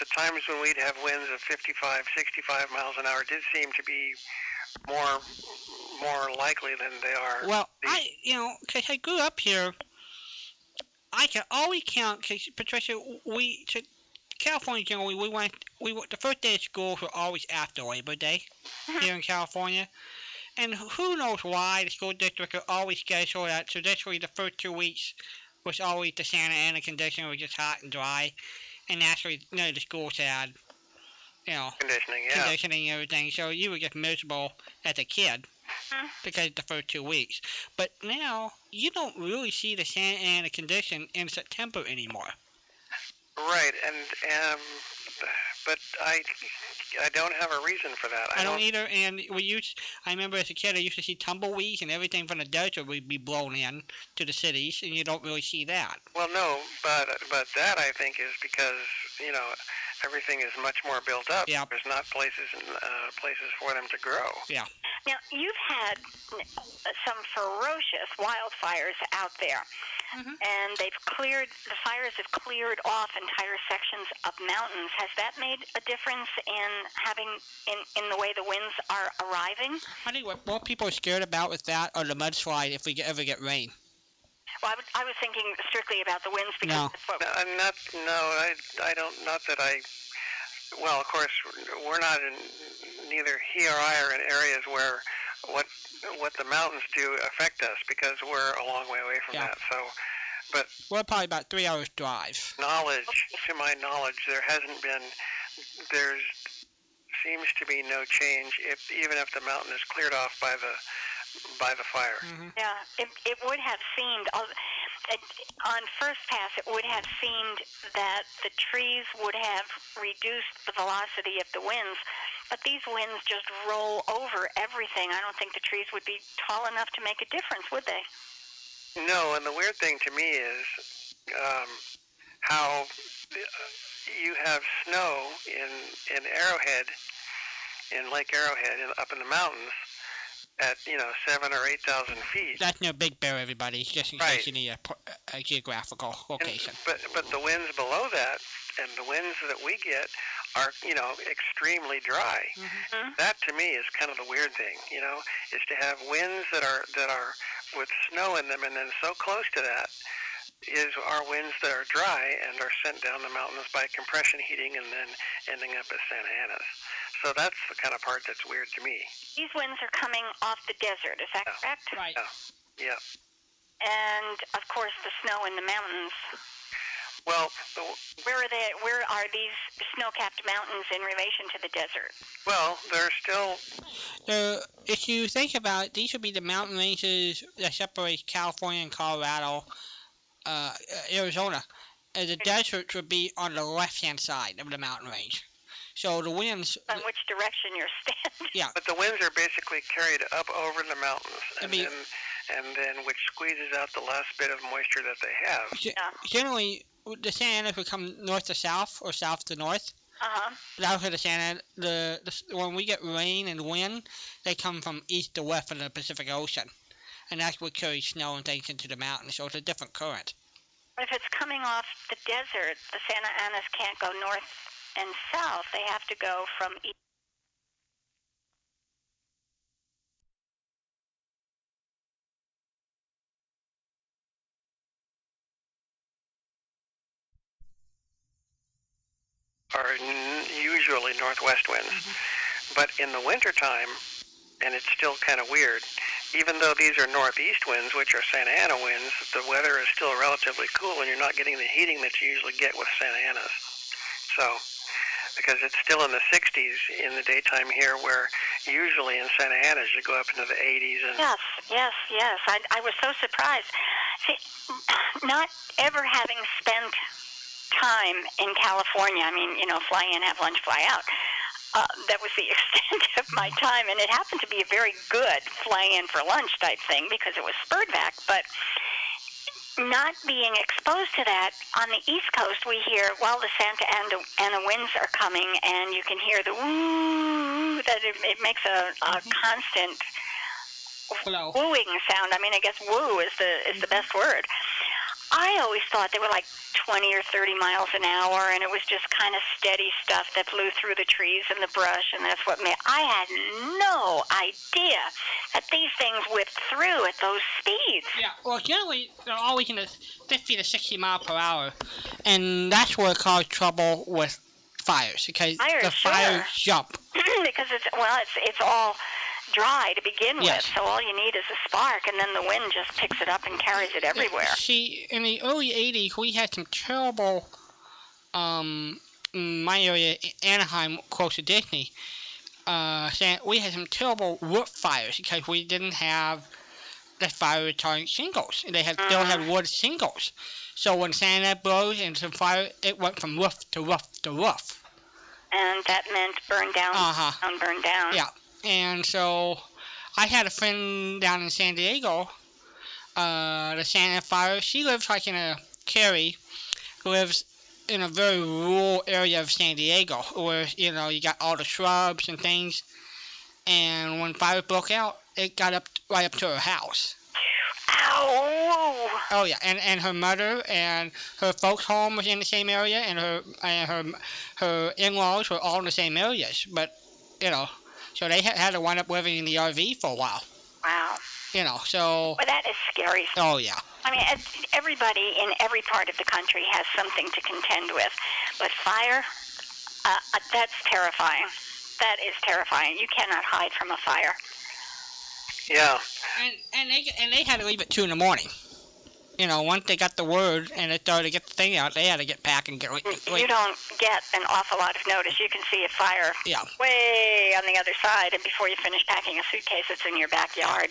Speaker 5: the times when we'd have winds of 55, 65 miles an hour did seem to be more more likely than they are.
Speaker 1: Well,
Speaker 5: the-
Speaker 1: I, you know, 'cause I grew up here, I can always count, because Patricia, we, to California generally, we went, we went, the first day of school were always after Labor Day here in California. And who knows why the school district would always schedule that. Traditionally, the first two weeks was always the Santa Ana condition, it was just hot and dry. And naturally, you know, the school had, you know,
Speaker 5: conditioning, yeah.
Speaker 1: conditioning and everything. So you were just miserable as a kid
Speaker 2: Mhm.
Speaker 1: because of the first two weeks. But now you don't really see the Santa Ana condition in September anymore.
Speaker 5: Right, and um, but I, I don't have a reason for that.
Speaker 1: I don't either. And we used, I remember as a kid, I used to see tumbleweeds and everything from the desert would be blown in to the cities, and you don't really see that.
Speaker 5: Well, no, but but that I think is because you know everything is much more built up.
Speaker 1: Yeah.
Speaker 5: There's not places uh, places for them to grow.
Speaker 2: Now, you've had n- some ferocious wildfires out there,
Speaker 1: Mhm.
Speaker 2: and they've cleared, the fires have cleared off entire sections of mountains. Has that made a difference in having, in, in the way the winds are arriving?
Speaker 1: I think what more people are scared about with that are the mudslide if we get, ever get rain.
Speaker 2: Well, I, would, I was thinking strictly about the winds because
Speaker 1: No.
Speaker 2: that's what
Speaker 5: No, I'm not. No, I I don't. Not that I. Well, of course, we're not in. Neither he or I are in areas where what what the mountains do affect us because we're a long way away from
Speaker 1: Yeah.
Speaker 5: that. So
Speaker 1: We're probably about three hours drive.
Speaker 5: knowledge, to my knowledge, there hasn't been, there's seems to be no change, if, even if the mountain is cleared off by the by the fire.
Speaker 1: Mhm.
Speaker 2: Yeah, it, it would have seemed al- it, on first pass, it would have seemed that the trees would have reduced the velocity of the winds, but these winds just roll over everything. I don't think the trees would be tall enough to make a difference, would they?
Speaker 5: No, and the weird thing to me is um, how uh, you have snow in in Arrowhead, in Lake Arrowhead, in, up in the mountains, at you know seven or eight thousand feet.
Speaker 1: That's no big bear, everybody, just in
Speaker 5: Right.
Speaker 1: case you need a, po- a geographical
Speaker 5: And-
Speaker 1: location.
Speaker 5: But but the winds below that and the winds that we get are you know extremely dry.
Speaker 2: Mhm.
Speaker 5: That to me is kind of the weird thing, you know, is to have winds that are that are with snow in them, and then so close to that is our winds that are dry and are sent down the mountains by compression heating, and then ending up at Santa Ana's. So that's the kind of part that's weird to me.
Speaker 2: These winds are coming off the desert. Is that
Speaker 5: Yeah.
Speaker 2: correct?
Speaker 1: Right.
Speaker 5: Yeah.
Speaker 2: and of course the snow in the mountains.
Speaker 5: Well, the,
Speaker 2: Where are they? Where are these snow-capped mountains in relation to the desert?
Speaker 5: well, they're still
Speaker 1: So if you think about it, these would be the mountain ranges that separate California and Colorado, uh, Arizona. And the deserts would be on the left-hand side of the mountain range. So the winds,
Speaker 2: On which direction you're standing? [LAUGHS]
Speaker 5: But the winds are basically carried up over the mountains,
Speaker 1: I
Speaker 5: and
Speaker 1: mean-
Speaker 5: then, and then which squeezes out the last bit of moisture that they have.
Speaker 1: generally, the Santa Anas would come north to south or south to north.
Speaker 2: Uh-huh.
Speaker 1: That's where the Santa, the, the s- when we get rain and wind, they come from east to west of the Pacific Ocean, and that's what carries snow and things into the mountains. So it's a different current.
Speaker 2: But if it's coming off the desert, the Santa Anas can't go north and south. They have to go from east.
Speaker 5: are n- usually northwest winds.
Speaker 1: Mm-hmm.
Speaker 5: But in the wintertime, and it's still kind of weird, even though these are northeast winds, which are Santa Ana winds, the weather is still relatively cool and you're not getting the heating that you usually get with Santa Anas. So, because it's still in the 60s in the daytime here, where usually in Santa Anas you go up into the 80s and
Speaker 2: Yes, yes, yes. I, I was so surprised. See, [CLEARS THROAT] not ever having spent time in California, I mean, you know, fly in, have lunch, fly out. Uh, that was the [LAUGHS] extent of my time, and it happened to be a very good fly in for lunch type thing because it was spurred back. But not being exposed to that on the East Coast, we hear, well, the Santa Ana, Ana winds are coming, and you can hear the woo, that it, it makes a, a constant
Speaker 1: Hello.
Speaker 2: wooing sound. I mean, I guess woo is the is the best word. I always thought they were like 20 or 30 miles an hour, and it was just kind of steady stuff that blew through the trees and the brush, and that's what made. I had no idea that these things whipped through at those speeds. [CLEARS THROAT]
Speaker 1: Yeah, well, generally they're always in the 50 to 60 mile per hour, and that's where it caused trouble with fires because
Speaker 2: Fires,
Speaker 1: the fires jump.
Speaker 2: because it's well, it's it's all dry to begin
Speaker 1: Yes.
Speaker 2: with, so all you need is a spark, and then the wind just picks it up and carries it everywhere.
Speaker 1: See, in the early 80s, we had some terrible, um, in my area, Anaheim, close to Disney, uh, sa- we had some terrible wood fires because we didn't have the fire retardant shingles. They had still
Speaker 2: Uh-huh.
Speaker 1: had wood shingles. So when Santa blows and some fire, it went from roof to roof to roof.
Speaker 2: And that meant burn down,
Speaker 1: Uh huh.
Speaker 2: down, burn down.
Speaker 1: Yeah. And so I had a friend down in San Diego, uh, the Santa Fire. She lives like in a carry, lives in a very rural area of San Diego where, you know, you got all the shrubs and things. And when fire broke out, it got up right up to her house.
Speaker 2: Ow!
Speaker 1: Oh yeah, and, and her mother and her folks' home was in the same area, and her and her her in-laws were all in the same areas. But you know, so they had, had to wind up living in the RV for a while.
Speaker 2: Wow.
Speaker 1: You know, so
Speaker 2: Well, that is scary.
Speaker 1: oh yeah,
Speaker 2: I mean, it's- everybody in every part of the country has something to contend with, but fire, uh, uh, that's terrifying. That is terrifying. You cannot hide from a fire.
Speaker 5: yeah,
Speaker 1: and and they and they had to leave at two in the morning. You know, once they got the word and they started to get the thing out, they had to get back and get re-
Speaker 2: You
Speaker 1: re-
Speaker 2: don't get an awful lot of notice. You can see a fire
Speaker 1: yeah.
Speaker 2: way on the other side, and before you finish packing a suitcase, it's in your backyard.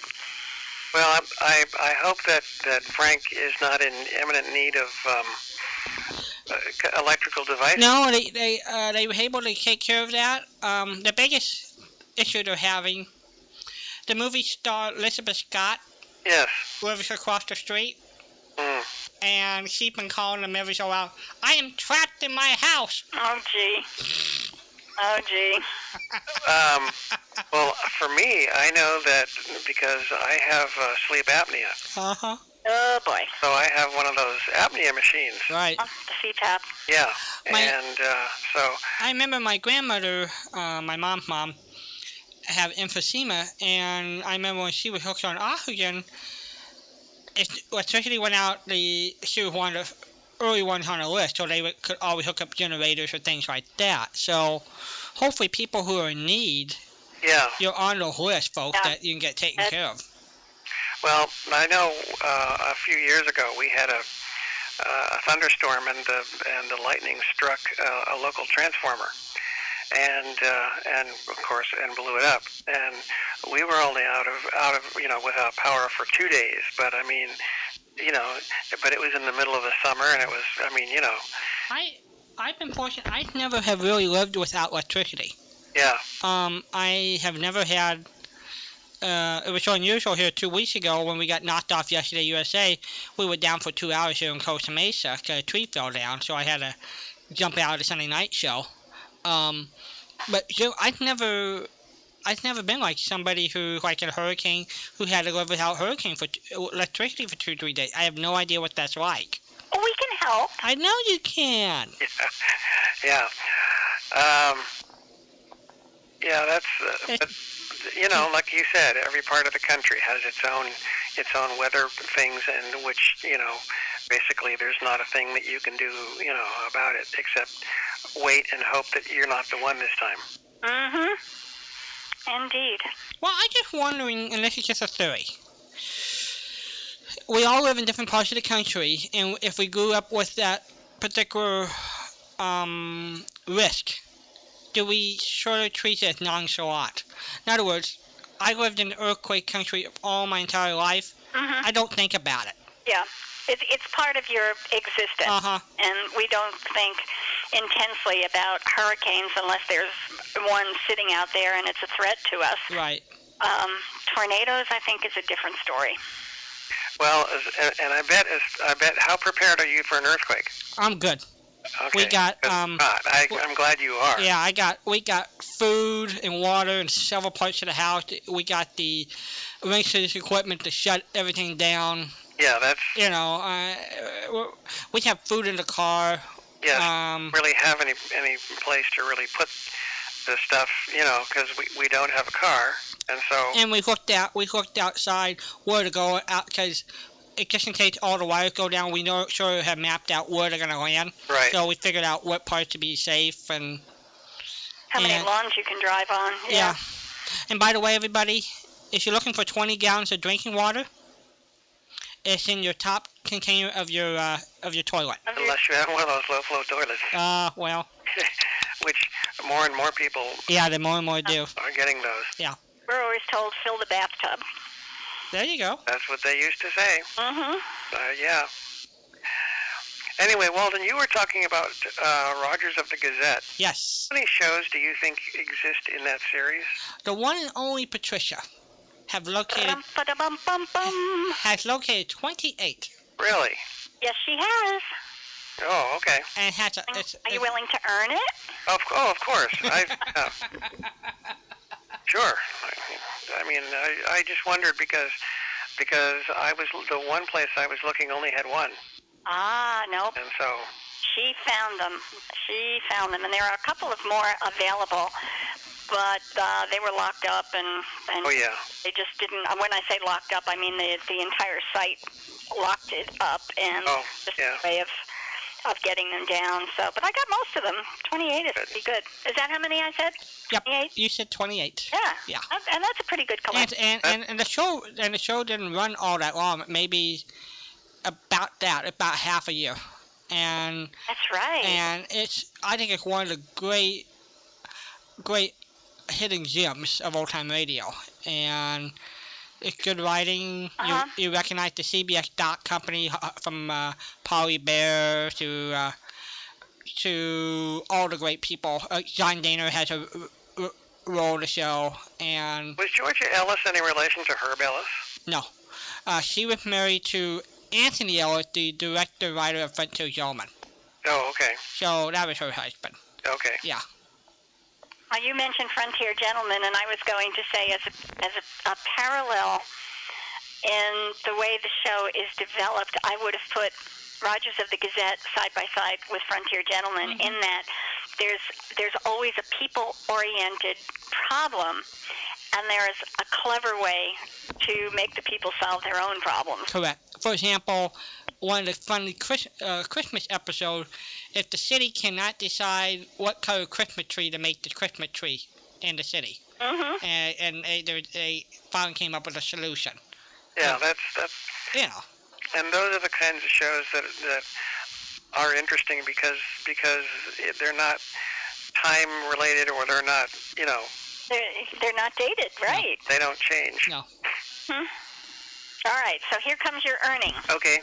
Speaker 5: Well, I, I, I hope that, that Frank is not in imminent need of um, uh, c- electrical devices.
Speaker 1: No, they they uh, they were able to take care of that. Um, the biggest issue they're having, the movie star Elizabeth Scott
Speaker 5: Yes.
Speaker 1: lives across the street,
Speaker 5: Mm.
Speaker 1: and she's been calling them every so while. I am trapped in my
Speaker 2: [LAUGHS]
Speaker 1: house.
Speaker 2: Oh, gee. Oh, gee.
Speaker 5: Um, well, for me, I know that because I have uh, sleep apnea,
Speaker 1: Uh huh.
Speaker 2: Oh, boy.
Speaker 5: so I have one of those apnea machines.
Speaker 1: Right.
Speaker 2: Oh, the CPAP.
Speaker 5: Yeah.
Speaker 1: My-
Speaker 5: and uh, so,
Speaker 1: I remember my grandmother, uh, my mom's mom, had emphysema, and I remember when she was hooked on oxygen, it, electricity went out. The she was one of the early ones on the list, so they would, could always hook up generators or things like that. So hopefully, people who are in need,
Speaker 5: yeah.
Speaker 1: you're on the list, folks,
Speaker 2: Yeah.
Speaker 1: that you can get taken
Speaker 2: That's-
Speaker 1: care of.
Speaker 5: Well, I know uh, a few years ago we had a, uh, a thunderstorm and the, and the lightning struck uh, a local transformer. And uh, and of course and blew it up and we were only out of out of you know without power for two days but I mean you know but it was in the middle of the summer and it was I mean you know
Speaker 1: I I've been fortunate. I never have really lived without electricity.
Speaker 5: yeah
Speaker 1: Um, I have never had. Uh, it was so unusual here two weeks ago when we got knocked off yesterday USA. We were down for two hours here in Costa Mesa 'cause a tree fell down, so I had to jump out of the Sunday night show. Um, but you know, I've never, I've never been like somebody who like in a hurricane who had to live without hurricane for t- electricity for two three days. I have no idea what that's like.
Speaker 2: Oh, We can help.
Speaker 1: I know you can.
Speaker 5: [LAUGHS] yeah. Um, yeah, that's, uh, but, you know, like you said, every part of the country has its own its own weather things, and which you know, basically, there's not a thing that you can do, you know, about it except wait and hope that you're not the one this time.
Speaker 2: Mm-hmm. Indeed.
Speaker 1: Well, I'm just wondering, and this is just a theory. We all live in different parts of the country, and if we grew up with that particular um, risk, do we sort of treat it as nonchalant? In other words, I lived in earthquake country all my entire life.
Speaker 2: Mm-hmm.
Speaker 1: I don't think about it.
Speaker 2: yeah. It's it's part of your existence,
Speaker 1: Uh huh.
Speaker 2: and we don't think intensely about hurricanes unless there's one sitting out there and it's a threat to us.
Speaker 1: Right.
Speaker 2: Um, tornadoes, I think, is a different story.
Speaker 5: Well, as- and, and I bet, as, I bet, how prepared are you for an earthquake?
Speaker 1: I'm good.
Speaker 5: Okay.
Speaker 1: got,
Speaker 5: 'Cause
Speaker 1: um,
Speaker 5: not. I,
Speaker 1: w-
Speaker 5: I'm glad you are.
Speaker 1: Yeah, I got we got food and water in several parts of the house. We got the emergency equipment to shut everything down.
Speaker 5: Yeah, that's
Speaker 1: you know, uh, we- we have food in the car.
Speaker 5: yes.
Speaker 1: Um,
Speaker 5: really have any any place to really put the stuff, you know, because we, we don't have a car, and so
Speaker 1: and we looked out. We looked outside where to go out because. Just in case all the wires go down, we know sure have mapped out where they're gonna land.
Speaker 5: right,
Speaker 1: So we figured out what parts to be safe and
Speaker 2: How many
Speaker 1: Yeah.
Speaker 2: lawns you can drive on?
Speaker 1: yeah. And by the way, everybody, if you're looking for 20 gallons of drinking water, it's in your top container of your uh, of your toilet.
Speaker 2: Of your-
Speaker 5: unless you have one of those low flow toilets, [LAUGHS]
Speaker 1: Uh, well,
Speaker 5: which more and more people
Speaker 1: yeah, the more and more do.
Speaker 5: are getting those.
Speaker 2: We're always told fill the bathtub.
Speaker 1: There you go.
Speaker 5: That's what they used to say.
Speaker 2: Mm-hmm.
Speaker 5: Uh, yeah. Anyway, Walden, you were talking about uh, Rogers of the Gazette.
Speaker 1: Yes.
Speaker 5: How many shows do you think exist in that series?
Speaker 1: The one and only Patricia have located
Speaker 2: Bum, ba-da-bum, bum, bum.
Speaker 1: has located 28
Speaker 5: Really?
Speaker 2: Yes, she has.
Speaker 5: Oh, okay.
Speaker 1: and has a. It's,
Speaker 2: Are you willing to earn it?
Speaker 5: Of, oh, of course. I, uh, Sure. I mean, I, I just wondered because because I was the one place I was looking only had one,
Speaker 2: Ah, no.
Speaker 5: and so
Speaker 2: She found them. She found them, and there are a couple of more available, but uh, they were locked up, and and
Speaker 5: oh yeah,
Speaker 2: they just didn't. uh, When I say locked up, I mean the the entire site locked it up, and
Speaker 5: oh
Speaker 2: just
Speaker 5: yeah.
Speaker 2: a way of of getting them down. So, but I got most of them. 28 is pretty good. Is that how many I said?
Speaker 1: Yep.
Speaker 2: 28.
Speaker 1: You said 28.
Speaker 2: Yeah.
Speaker 1: Yeah.
Speaker 2: That's- And that's a pretty good
Speaker 1: And,
Speaker 2: collection.
Speaker 1: and, and, and the show and the show didn't run all that long. Maybe about that, about half a year. And
Speaker 2: That's right.
Speaker 1: and it's I think it's one of the great great hidden gems of old time radio. And it's good writing.
Speaker 2: Uh-huh.
Speaker 1: You, you recognize the CBS Dot Company uh, from uh, Polly Bear to uh, to all the great people. Uh, John Daner has a r- r- role in the show, and
Speaker 5: Was Georgia Ellis any relation to Herb Ellis?
Speaker 1: uh, she was married to Anthony Ellis, the director writer of Frontier Yeoman.
Speaker 5: Oh, okay,
Speaker 1: So that was her husband.
Speaker 5: okay.
Speaker 2: Now, you mentioned Frontier Gentlemen, and I was going to say as a, as a, a parallel in the way the show is developed, I would have put Rogers of the Gazette side by side with Frontier Gentlemen in that there's there's always a people-oriented problem, and there is a clever way to make the people solve their own problems.
Speaker 1: Correct. For example, one of the funny Chris, uh, Christmas episodes, if the city cannot decide what color Christmas tree to make the Christmas tree in the city,
Speaker 2: Mm-hmm.
Speaker 1: and, and they, they, they finally came up with a solution.
Speaker 5: yeah, that's that's
Speaker 1: Yeah.
Speaker 5: and those are the kinds of shows that that are interesting because because it- they're not time related or they're not you know
Speaker 2: They're, they're not dated, right?
Speaker 5: they don't change.
Speaker 1: No.
Speaker 2: Hmm? All right, so here comes your earning.
Speaker 5: Okay.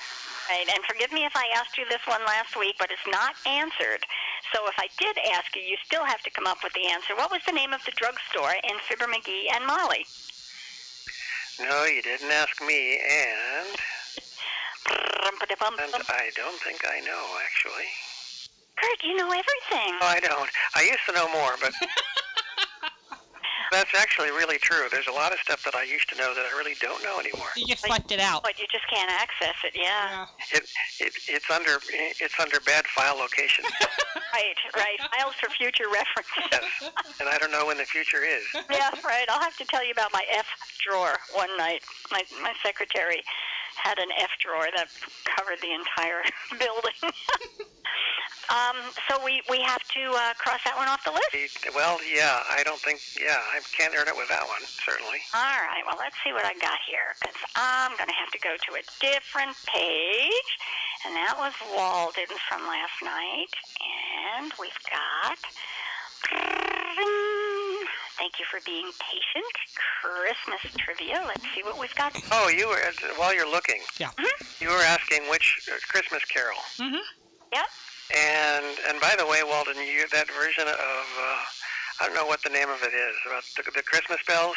Speaker 2: Right, and forgive me if I asked you this one last week, but it's not answered. So if I did ask you, you still have to come up with the answer. What was the name of the drugstore in Fibber McGee and Molly?
Speaker 5: No, you didn't ask me, and and
Speaker 2: Kurt,
Speaker 5: I don't think I know actually.
Speaker 2: you know everything.
Speaker 5: Oh, I don't. I used to know more, but that's actually really true. There's a lot of stuff that I used to know that I really don't know anymore.
Speaker 1: [LAUGHS] you just left it out.
Speaker 2: But you just can't access it, yeah.
Speaker 1: Yeah.
Speaker 5: It, it it's under it's under bad file
Speaker 1: [LAUGHS]
Speaker 5: location,
Speaker 2: [LAUGHS] Right, right. Files for future reference.
Speaker 5: Yes. and I don't know when the future is.
Speaker 2: [LAUGHS] yeah, right. I'll have to tell you about my F drawer one night. My my secretary had an F drawer that covered the entire [LAUGHS] building. um, so we we have to uh, cross that one off the list.
Speaker 5: Well, yeah, I don't think yeah I can't earn it with that one certainly.
Speaker 2: All right. Well, let's see what I got here because I'm gonna have to go to a different page, and that was Walden from last night, and we've got. Thank you for being patient. Christmas trivia. Let's see what we've got
Speaker 5: Oh, you were while you're looking. Mm-hmm.
Speaker 1: Yeah.
Speaker 2: Mhm.
Speaker 5: You were asking which uh, Christmas Carol,
Speaker 1: hmm
Speaker 5: and and by the way, Walden, you that version of uh, I don't know what the name of it is about the, the Christmas bells.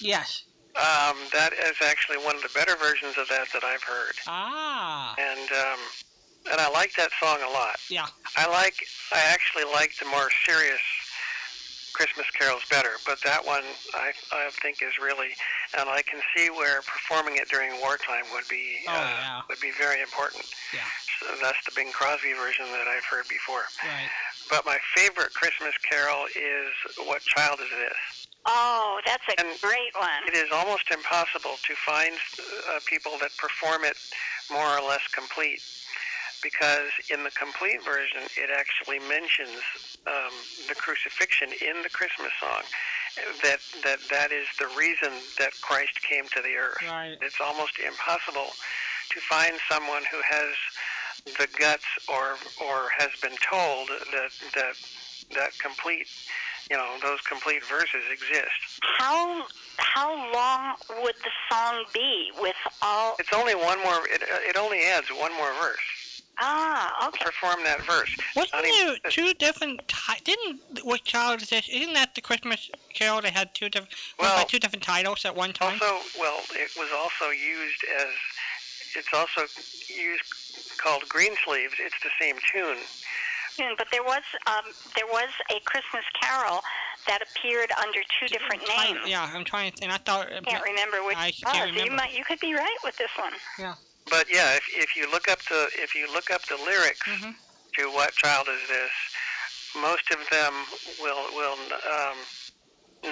Speaker 1: Yes.
Speaker 5: Um, that is actually one of the better versions of that that I've heard,
Speaker 1: Ah.
Speaker 5: and um, and I like that song a lot.
Speaker 1: Yeah.
Speaker 5: I like I actually like the more serious Christmas carols better, but that one I I think is really, and I can see where performing it during wartime would be
Speaker 1: Oh,
Speaker 5: uh,
Speaker 1: yeah.
Speaker 5: would be very important.
Speaker 1: Yeah.
Speaker 5: So that's the Bing Crosby version that I've heard before.
Speaker 1: Right.
Speaker 5: But my favorite Christmas carol is What Child Is This?
Speaker 2: Oh, that's a
Speaker 5: And-
Speaker 2: great one.
Speaker 5: It is almost impossible to find uh, people that perform it more or less complete because in the complete version it actually mentions um, the crucifixion in the Christmas song that that that is the reason that Christ came to the earth.
Speaker 1: Right.
Speaker 5: It's almost impossible to find someone who has the guts or or has been told that that that complete you know those complete verses exist.
Speaker 2: How how long would the song be with all?
Speaker 5: It's only one more. It, uh, it only adds one more verse.
Speaker 2: Ah, okay.
Speaker 5: Perform that verse.
Speaker 1: Wasn't
Speaker 5: Not even-
Speaker 1: there two different ti- Didn't what child is this? Isn't that the Christmas Carol? They had two different, one by
Speaker 5: Well-
Speaker 1: two different titles at one time.
Speaker 5: Also, well, it was also used as. It's also used called Green Sleeves. It's the same tune.
Speaker 2: But there was um, there was a Christmas Carol that appeared under two different
Speaker 1: Trying-
Speaker 2: names.
Speaker 1: Yeah, I'm trying. And I thought.
Speaker 2: Can't remember which.
Speaker 1: I
Speaker 2: it
Speaker 1: can't
Speaker 2: was. You
Speaker 1: remember.
Speaker 2: might you could be right with this one.
Speaker 5: But yeah, if, if you look up the if you look up the lyrics
Speaker 1: Mhm.
Speaker 5: to what child is this, most of them will will um,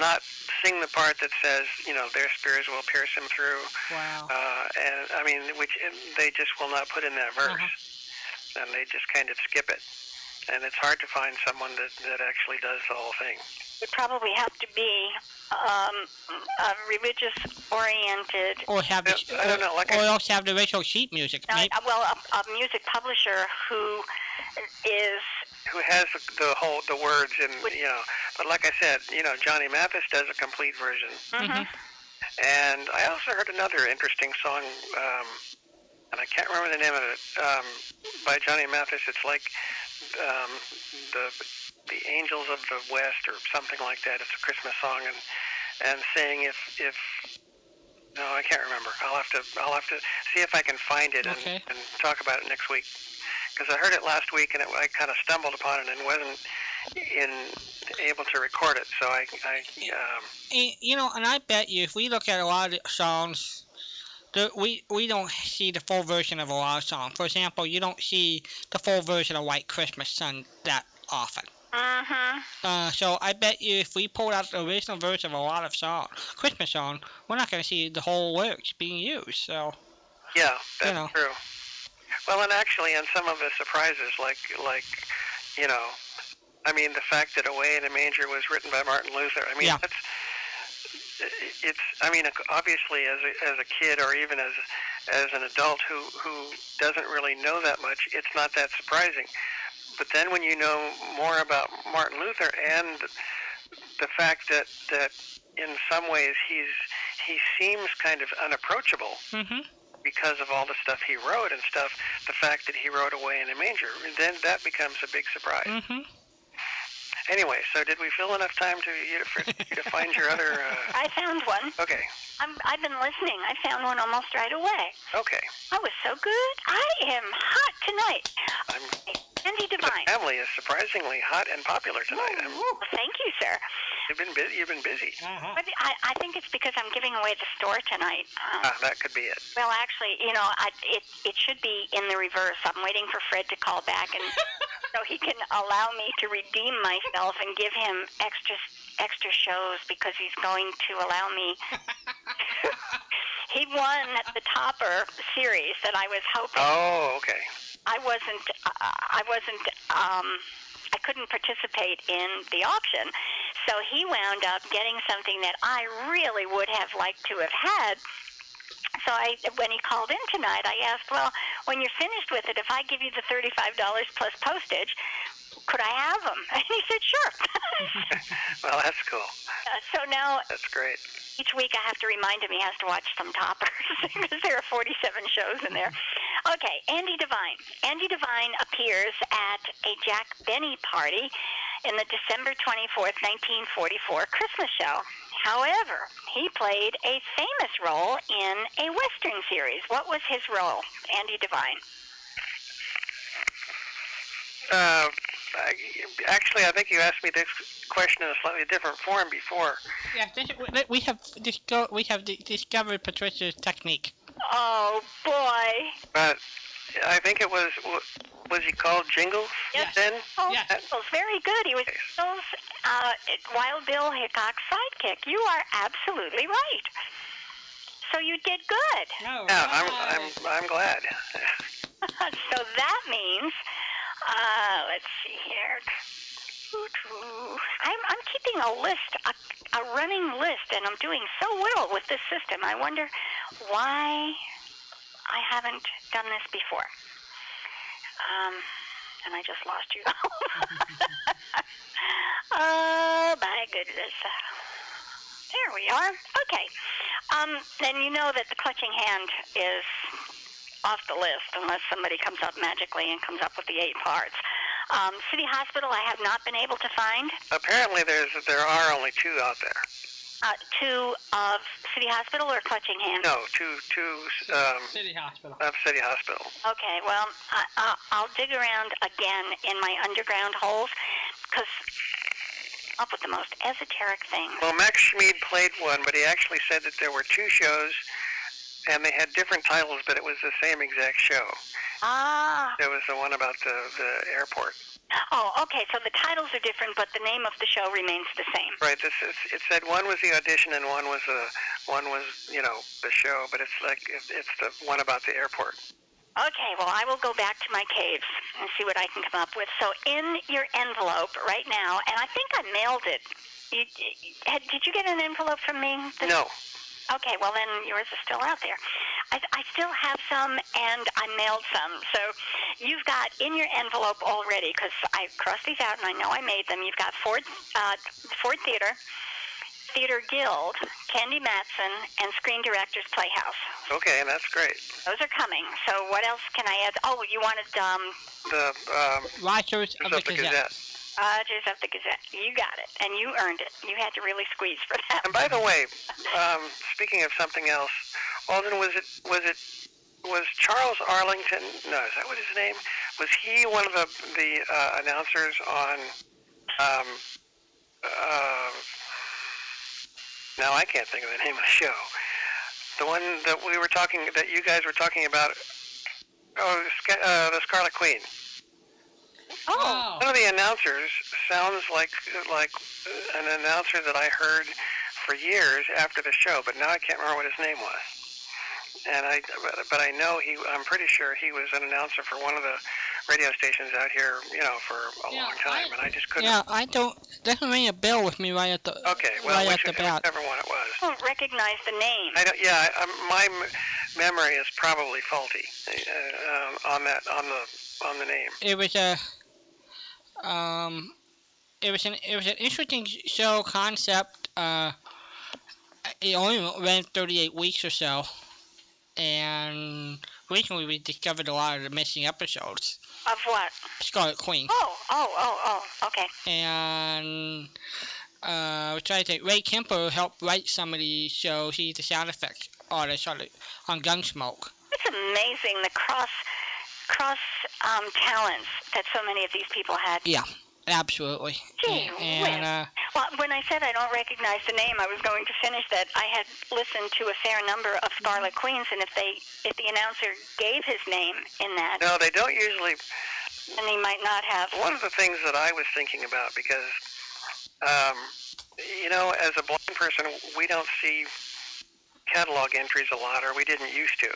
Speaker 5: not sing the part that says you know their spears will pierce him through.
Speaker 1: Wow.
Speaker 5: Uh, and I mean, which and they just will not put in that verse, and they just kind of skip it. And it's hard to find someone that, that actually does the whole thing.
Speaker 2: It probably have to be um, a religious oriented.
Speaker 1: Or have.
Speaker 5: Yeah,
Speaker 1: the-
Speaker 5: I don't know, like
Speaker 1: or
Speaker 5: I-
Speaker 1: else have the racial sheet music.
Speaker 2: Uh,
Speaker 1: maybe.
Speaker 2: well, a, a music publisher who is
Speaker 5: Who has the, the whole the words and you know? But like I said, you know, Johnny Mathis does a complete version.
Speaker 1: Mhm.
Speaker 2: mm-hmm,
Speaker 5: And I also heard another interesting song, um, and I can't remember the name of it, um, by Johnny Mathis. It's like um, the the Angels of the West or something like that. It's a Christmas song, and and saying if if no, I can't remember. I'll have to I'll have to see if I can find it and,
Speaker 1: Okay.
Speaker 5: and talk about it next week. Because I heard it last week and it, I kind of stumbled upon it and wasn't in able to record it. So I, I um,
Speaker 1: And, you know, and I bet you if we look at a lot of songs, the, we we don't see the full version of a lot of songs. For example, you don't see the full version of White Christmas Sun that often.
Speaker 2: Mm-hmm.
Speaker 1: Uh, so I bet you if we pulled out the original version of a lot of song, Christmas song, we're not going to see the whole lyrics being used. So
Speaker 5: Yeah, that's
Speaker 1: know.
Speaker 5: true. Well, and actually, on some of the surprises, like like, you know, I mean, the fact that "Away in a Manger" was written by Martin Luther. I mean,
Speaker 1: Yeah.
Speaker 5: that's it's I mean obviously as a, as a kid or even as as an adult who who doesn't really know that much it's not that surprising but then when you know more about Martin Luther and the fact that that in some ways he's he seems kind of unapproachable
Speaker 1: hmm
Speaker 5: because of all the stuff he wrote and stuff the fact that he wrote away in a manger then that becomes a big surprise
Speaker 1: hmm
Speaker 5: anyway so did we fill enough time to you to, for, you to find your other uh,
Speaker 2: I found one.
Speaker 5: okay
Speaker 2: I'm, I've been listening. I found one almost right away.
Speaker 5: okay
Speaker 2: That was so good. I am hot tonight.
Speaker 5: I'm
Speaker 2: Andy
Speaker 5: the
Speaker 2: Devine.
Speaker 5: family is surprisingly hot and popular tonight I'm,
Speaker 2: Well, Thank you, sir.
Speaker 5: you've been busy you've been busy
Speaker 1: Uh-huh.
Speaker 2: But I, I think it's because I'm giving away the store tonight. Um,
Speaker 5: ah, that could be it
Speaker 2: well, actually, you know, I, it it should be in the reverse. I'm waiting for Fred to call back,
Speaker 1: [LAUGHS]
Speaker 2: and so he can allow me to redeem myself and give him extra extra shows because he's going to allow me. He won the Topper series that I was hoping.
Speaker 5: oh okay [LAUGHS]
Speaker 2: I wasn't. Uh, I wasn't. Um, I couldn't participate in the auction, so he wound up getting something that I really would have liked to have had. So I, when he called in tonight, I asked, "Well, when you're finished with it, if I give you the thirty-five dollars plus postage, could I have them?" [LAUGHS] And he said, "Sure."
Speaker 5: well that's cool
Speaker 2: Uh, so now
Speaker 5: that's great
Speaker 2: each week I have to remind him he has to watch some toppers [LAUGHS] because there are 47 shows in there. Okay, Andy Devine. Andy Devine appears at a Jack Benny party in the December 24th, 1944 Christmas show. However, he played a famous role in a Western series. What was his role, Andy Devine?
Speaker 5: Uh, I, actually, I think you asked me this question in a slightly different form before.
Speaker 1: [LAUGHS] Yeah, this, we- we have disco- we have di- discovered Patricia's technique.
Speaker 2: Oh, boy.
Speaker 5: But I think it was wa- was he called Jingles
Speaker 1: Yes.
Speaker 5: then?
Speaker 2: Oh,
Speaker 1: Yeah.
Speaker 2: Beatles, very good. He was Beatles, uh, Wild Bill Hickok's sidekick. You are absolutely right. So you did good.
Speaker 1: No.
Speaker 5: Yeah, I'm I'm I'm glad.
Speaker 2: [LAUGHS] so that means, uh, let's see here. I'm, I'm keeping a list, a, a running list, and I'm doing so well with this system. I wonder why I haven't done this before. Um, and I just lost you. [LAUGHS] oh, my goodness. There we are. Okay. Um, then you know that the clutching hand is off the list unless somebody comes up magically and comes up with the eight parts. Um, City Hospital, I have not been able to find
Speaker 5: Apparently, there's there are only two out there.
Speaker 2: uh, two of City Hospital or Clutching Hand.
Speaker 5: No, two two um,
Speaker 1: City hospital.
Speaker 5: of City Hospital.
Speaker 2: Okay, well, I, I, I'll dig around again in my underground holes because up with the most esoteric things.
Speaker 5: Well, Max Schmid played one, but he actually said that there were two shows, and they had different titles, but it was the same exact show.
Speaker 2: Ah,
Speaker 5: It was the one about the the airport.
Speaker 2: oh, okay, so the titles are different, but the name of the show remains the same.
Speaker 5: Right. This is, it said one was the audition and one was the one was you know the show, but it's like it, it's the one about the airport.
Speaker 2: Okay, well, I will go back to my caves and see what I can come up with. So, in your envelope right now, and I think I mailed it. You, had, did you get an envelope from me? This-
Speaker 5: No.
Speaker 2: Okay, well, then yours is still out there. I, I still have some, and I mailed some. So, you've got in your envelope already, because I crossed these out and I know I made them. You've got Ford, uh, Ford Theater, Theater Guild, Candy Matson, and Screen Directors Playhouse.
Speaker 5: Okay, and that's great.
Speaker 2: Those are coming. So what else can I add? Oh, you wanted um,
Speaker 5: The um,
Speaker 1: Writers of
Speaker 5: it's
Speaker 1: the
Speaker 5: up the
Speaker 1: Gazette.
Speaker 5: Gazette.
Speaker 2: Rogers of the uh, Gazette. You got it, and you earned it. You had to really squeeze for that.
Speaker 5: And by the way,
Speaker 2: [LAUGHS]
Speaker 5: um, speaking of something else, Alden was it was it was Charles Arlington? No, is that what his name? Was he one of the the uh, announcers on? Um, uh, now I can't think of the name of the show. The one that we were talking that you guys were talking about. Oh, Sca- uh, the Scarlet Queen.
Speaker 1: Oh.
Speaker 5: One of the announcers sounds like like an announcer that I heard for years after the show, but now I can't remember what his name was. And I, but I know he. I'm pretty sure he was an announcer for one of the radio stations out here, you know, for a
Speaker 1: Yeah,
Speaker 5: long time,
Speaker 1: I-
Speaker 5: and I just couldn't.
Speaker 1: Yeah, I don't. Doesn't ring a bell with me right at the
Speaker 5: Okay, well,
Speaker 1: right at
Speaker 5: which,
Speaker 1: the bat.
Speaker 5: whichever one it was.
Speaker 2: I don't recognize the name.
Speaker 5: I don't, yeah, I, um, my m- memory is probably faulty uh, um, on that on the on the name.
Speaker 1: It was a um, it was an it was an interesting show concept. Uh, it only ran 38 weeks or so, and recently we discovered a lot of the missing episodes.
Speaker 2: Of what?
Speaker 1: Scarlet Queen
Speaker 2: Oh, oh, oh, oh. Okay.
Speaker 1: and. Uh, we tried to think. Ray Kemper helped write some of these shows. He's the sound effects artist on, the- on Gunsmoke.
Speaker 2: It's amazing the cross cross um, talents that so many of these people had.
Speaker 1: Absolutely.
Speaker 2: Gee
Speaker 1: and
Speaker 2: whiz.
Speaker 1: uh,
Speaker 2: Well, when I said I don't recognize the name, I was going to finish that I had listened to a fair number of
Speaker 1: Mm-hmm.
Speaker 2: Scarlet Queens, and if they if the announcer gave his name in that,
Speaker 5: No, they don't usually.
Speaker 2: then he might not have.
Speaker 5: Uh, One of the things that I was thinking about because, um, you know, as a blind person, we don't see catalog entries a lot, or we didn't used to.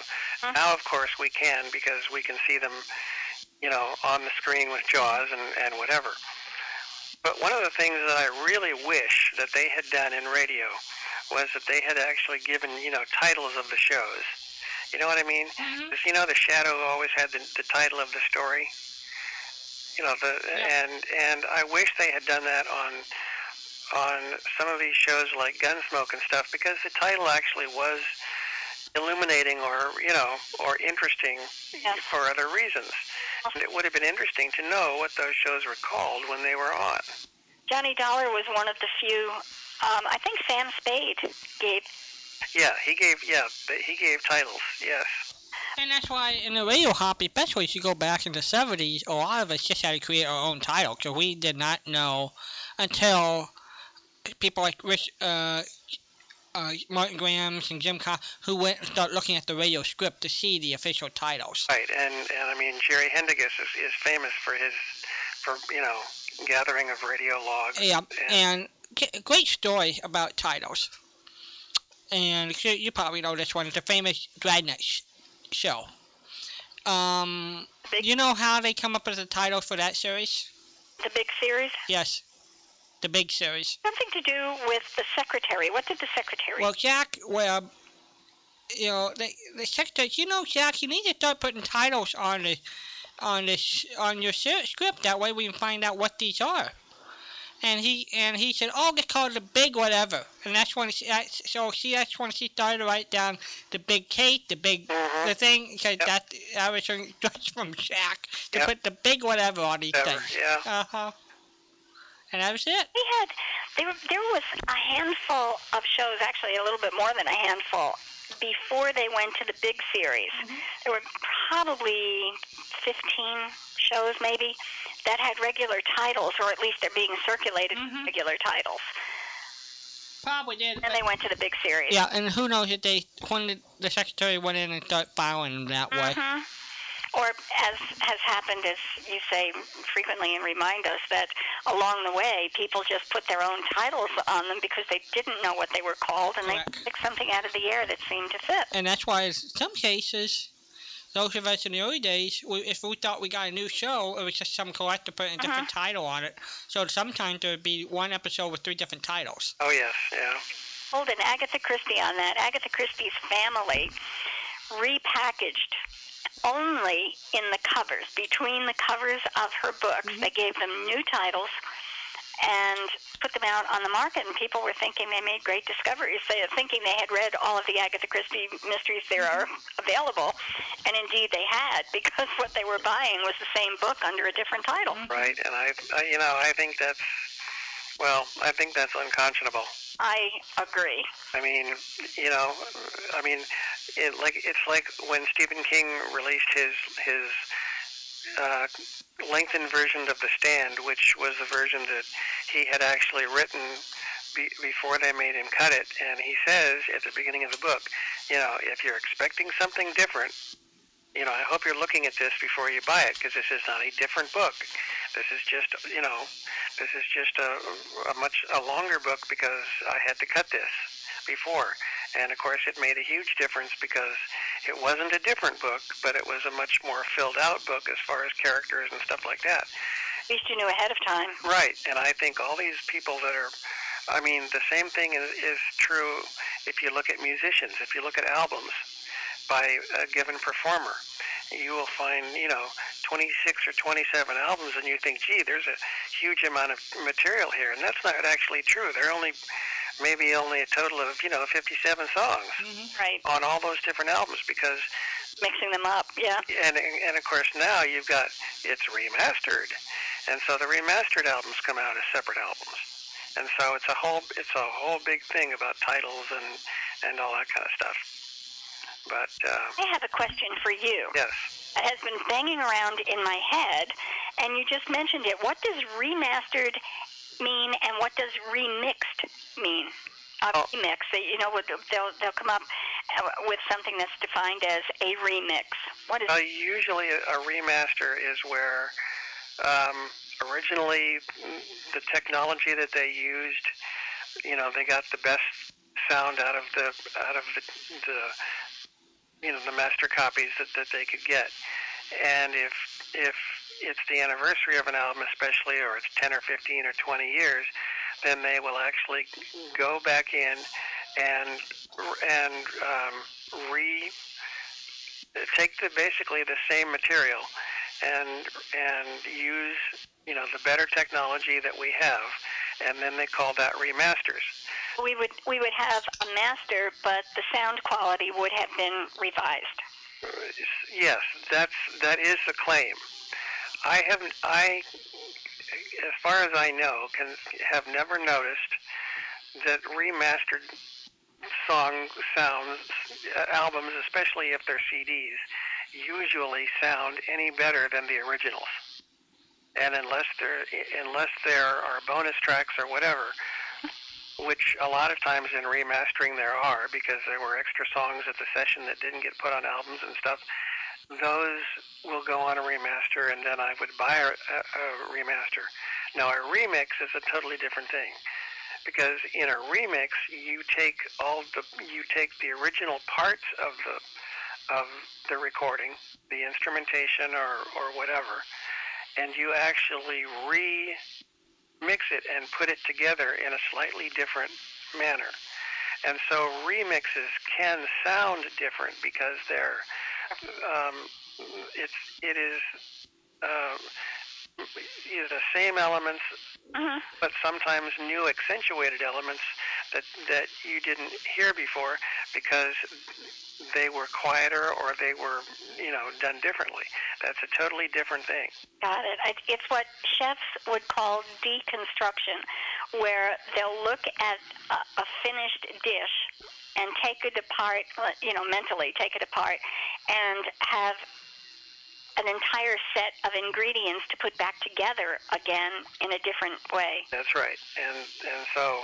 Speaker 2: Mhm.
Speaker 5: Now, of course, we can because we can see them, you know, on the screen with JAWS and, and whatever. But one of the things that I really wish that they had done in radio was that they had actually given, you know, titles of the shows. You know what I mean? Because, you know, The Shadow always had the, the title of the story. You know, the
Speaker 1: Yeah.
Speaker 5: and and I wish they had done that on on some of these shows like Gunsmoke and stuff because the title actually was illuminating or you know or interesting
Speaker 2: Yeah.
Speaker 5: for other reasons. And it would have been interesting to know what those shows were called when they were on.
Speaker 2: Johnny Dollar was one of the few. Um, I think Sam Spade gave.
Speaker 5: Yeah, he gave yeah th- he gave titles. Yes.
Speaker 1: and that's why in the radio hop, especially if you go back in the 70s, a lot of us just had to create our own title because we did not know until people like Rich, uh, uh, Martin Grams and Jim Con who went and started looking at the radio script to see the official titles.
Speaker 5: Right. And and I mean Jerry Hendigas is, is famous for his for you know gathering of radio logs.
Speaker 1: Yeah,
Speaker 5: and-
Speaker 1: and g- great story about titles. And you- you probably know this one. It's a famous Dragnet sh- show. Um,
Speaker 2: Big-
Speaker 1: you know how they come up with the title for that series?
Speaker 2: The big series,
Speaker 1: Yes, the big series.
Speaker 2: something to do with the secretary. What did the secretary?
Speaker 1: Well, Jack Webb, you know the the secretary. You know, Jack, you need to start putting titles on the on this on your ser- script. That way we can find out what these are. And he and he said, "Oh, get called the big whatever." And that's when she, that's, so she that's when she started to write down the big cake, the big
Speaker 5: Mhm.
Speaker 1: the thing. Cause
Speaker 5: Yep.
Speaker 1: that that was her just from [LAUGHS] Jack to
Speaker 5: Yep.
Speaker 1: put the big whatever on these
Speaker 5: Ever,
Speaker 1: things.
Speaker 5: yeah.
Speaker 1: Uh huh. And that was it.
Speaker 2: We had there there was a handful of shows, actually a little bit more than a handful, before they went to the big series.
Speaker 1: Mm-hmm.
Speaker 2: There were probably 15 shows maybe that had regular titles, or at least they're being circulated with
Speaker 1: Mhm.
Speaker 2: regular titles.
Speaker 1: Probably did.
Speaker 2: Then they went to the big series.
Speaker 1: Yeah, and who knows if they when the- the secretary went in and started filing them that way.
Speaker 2: Mhm. Or as has happened, as you say frequently and remind us, that along the way people just put their own titles on them because they didn't know what they were called, and
Speaker 1: Correct.
Speaker 2: they picked something out of the air that seemed to fit.
Speaker 1: And that's why, in some cases, those of us in the early days, we, if we thought we got a new show, it was just some collector putting a different title on it. So sometimes there would be one episode with three different titles.
Speaker 5: Oh yes, yeah.
Speaker 2: Holden, Agatha Christie on that. Agatha Christie's family repackaged only in the covers, between the covers of her books. They gave them new titles and put them out on the market, and people were thinking they made great discoveries, they, thinking they had read all of the Agatha Christie mysteries there are available. And indeed they had, [LAUGHS] because what they were buying was the same book under a different title.
Speaker 5: Right, and I, I, you know, I think that's, well, I think that's unconscionable.
Speaker 2: I agree.
Speaker 5: I mean, you know, I mean, it like it's like when Stephen King released his his uh, lengthened version of The Stand, which was the version that he had actually written be, before they made him cut it, and he says at the beginning of the book, you know, if you're expecting something different. You know, I hope you're looking at this before you buy it because this is not a different book. This is just, you know, this is just a, a much a longer book because I had to cut this before. And of course, it made a huge difference because It wasn't a different book, but it was a much more filled out book as far as characters and stuff like that.
Speaker 2: At least you knew ahead of time.
Speaker 5: Right, and I think all these people that are, I mean, the same thing is, is true if you look at musicians, if you look at albums by a given performer. You will find, you know, 26 or 27 albums, and you think, gee, there's a huge amount of material here, and that's not actually true. There are only maybe only a total of, you know, 57 songs
Speaker 2: Right.
Speaker 5: on all those different albums because
Speaker 2: Mixing them up. Yeah.
Speaker 5: and and of course now you've got it's remastered, and so the remastered albums come out as separate albums, and so it's a whole it's a whole big thing about titles and and all that kind of stuff. But uh,
Speaker 2: I have a question for you.
Speaker 5: yes,
Speaker 2: It has been banging around in my head, and you just mentioned it. What does remastered mean, and what does remixed mean? A
Speaker 5: Oh.
Speaker 2: remix, they- you know, with- they'll they'll come up uh, with something that's defined as a remix. What is
Speaker 5: uh, usually a, a remaster is where um, originally the technology that they used, you know, they got the best sound out of the out of the, the you know the master copies that, that they could get. And if if it's the anniversary of an album, especially, or it's 10 or 15 or 20 years, then they will actually go back in and and um, re take the basically the same material and and use you know the better technology that we have, and then they call that remasters.
Speaker 2: we would we would have a master, but the sound quality would have been revised.
Speaker 5: yes, that's that is the claim. I have I, as far as I know, can have never noticed that remastered song sounds uh, albums, especially if they're CDs, usually sound any better than the originals. And unless there unless there are bonus tracks or whatever, which a lot of times in remastering there are because there were extra songs at the session that didn't get put on albums and stuff. Those will go on a remaster, and then I would buy a, a, a remaster. Now, a remix is a totally different thing because in a remix you take all the you take the original parts of the of the recording, the instrumentation or or whatever, and you actually re mix it and put it together in a slightly different manner. And so remixes can sound different because they're um, it's it is uh, you know, the same elements,
Speaker 2: Mhm.
Speaker 5: but sometimes new accentuated elements that that you didn't hear before because they were quieter or they were you know done differently. That's a totally different thing.
Speaker 2: Got it. I, it's what chefs would call deconstruction, where they'll look at a, a finished dish and take it apart, uh, you know, mentally take it apart, and have an entire set of ingredients to put back together again in a different way.
Speaker 5: That's right. And and so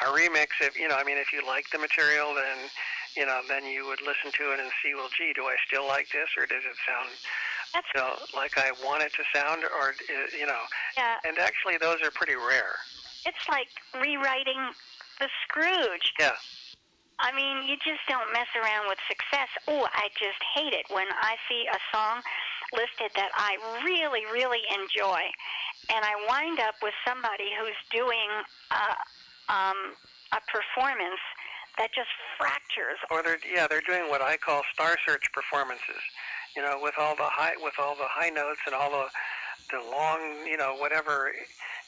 Speaker 5: a remix if you know, I mean if you like the material then you know, then you would listen to it and see, well gee, do I still like this or does it sound
Speaker 2: That's
Speaker 5: you know, like I want it to sound or uh, you know
Speaker 2: yeah.
Speaker 5: and actually those are pretty rare.
Speaker 2: It's like rewriting the Scrooge.
Speaker 5: Yeah.
Speaker 2: I mean, you just don't mess around with success. Oh, I just hate it when I see a song listed that I really, really enjoy, and I wind up with somebody who's doing uh, um, a performance that just fractures.
Speaker 5: Or they're yeah, they're doing what I call star search performances. You know, with all the high with all the high notes and all the the long, you know, whatever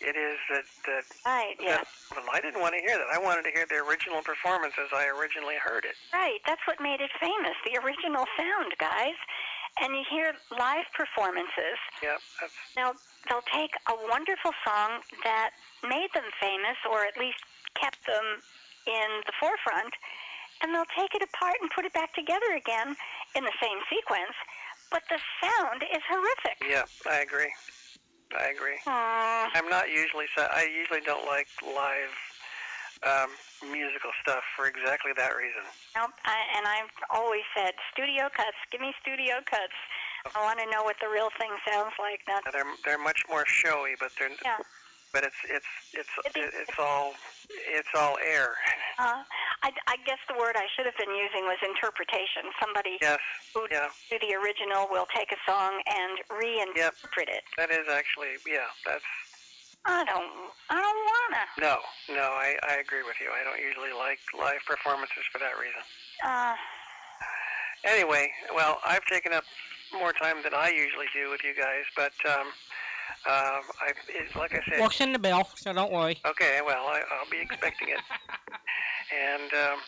Speaker 5: it is that that
Speaker 2: Right. Yeah.
Speaker 5: Well, I didn't want to hear that. I wanted to hear the original performance as I originally heard it.
Speaker 2: Right. That's what made it famous. The original sound, guys. And you hear live performances
Speaker 5: Yep, that's
Speaker 2: Now, they'll take a wonderful song that made them famous, or at least kept them in the forefront, and they'll take it apart and put it back together again in the same sequence, but the sound is horrific.
Speaker 5: Yeah, I agree. I agree.
Speaker 2: Hmm.
Speaker 5: I'm not usually. si- I usually don't like live um, musical stuff for exactly that reason.
Speaker 2: Nope. I, and I've always said, studio cuts, give me studio cuts. I want to know what the real thing sounds like, not
Speaker 5: They're they're much more showy, but they're
Speaker 2: Yeah.
Speaker 5: but it's it's it's it's all it's all air.
Speaker 2: Uh, I, I guess the word I should have been using was interpretation. Somebody
Speaker 5: Yes.
Speaker 2: who
Speaker 5: Yeah.
Speaker 2: do the original will take a song and reinterpret it.
Speaker 5: That is actually, yeah. That's
Speaker 2: I don't, I don't wanna.
Speaker 5: no, no. I, I agree with you. I don't usually like live performances for that reason.
Speaker 2: Uh,
Speaker 5: Anyway, well, I've taken up more time than I usually do with you guys, but um, um, I, it, like I said,
Speaker 1: Works in the bill, so don't worry.
Speaker 5: okay, well, I, I'll be expecting it. and um,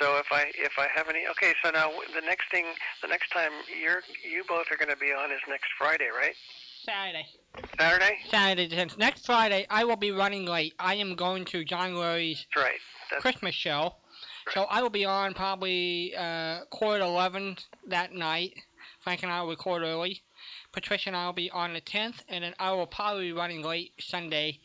Speaker 5: so if I if I have any, okay, so now the next thing, the next time you're you both are going to be on is next Friday, right?
Speaker 1: Saturday.
Speaker 5: [LAUGHS] Saturday?
Speaker 1: Saturday, since next Friday I will be running late. I am going to John Lurie's
Speaker 5: That's right. That's
Speaker 1: Christmas show. So I will be on probably uh, quarter to 11 that night. Frank and I will record early. Patricia and I will be on the 10th, and then I will probably be running late Sunday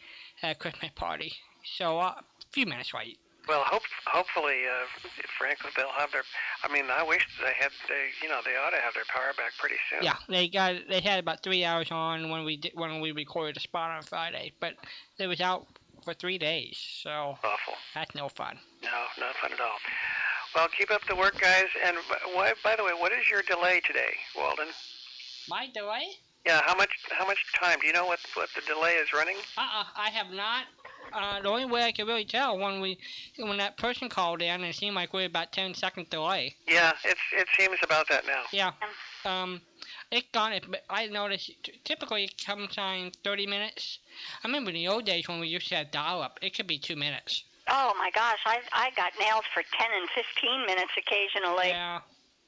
Speaker 1: at Christmas party. So uh, a few minutes late.
Speaker 5: Well, hope, hopefully, uh, frankly, they'll have their. I mean, I wish they had. They, you know, they ought to have their power back pretty soon.
Speaker 1: Yeah, they got they had about three hours on when we did, when we recorded the spot on Friday, but it was out for three days, so
Speaker 5: Awful.
Speaker 1: that's no fun.
Speaker 5: No, not fun at all. Well, keep up the work, guys. And b- why, by the way, what is your delay today, Walden?
Speaker 1: My delay?
Speaker 5: Yeah, how much how much time? Do you know what what the delay is running?
Speaker 1: Uh-uh, I have not. Uh, the only way I could really tell when we when that person called in, it seemed like we were about 10 seconds delay.
Speaker 5: Yeah, it's it seems about that now.
Speaker 1: Yeah. Um, it gone. It, but I noticed t- typically it comes on 30 minutes. I remember in the old days when we used to have dial-up, it could be two minutes.
Speaker 2: oh my gosh, I I got nailed for 10 and 15 minutes occasionally.
Speaker 1: yeah.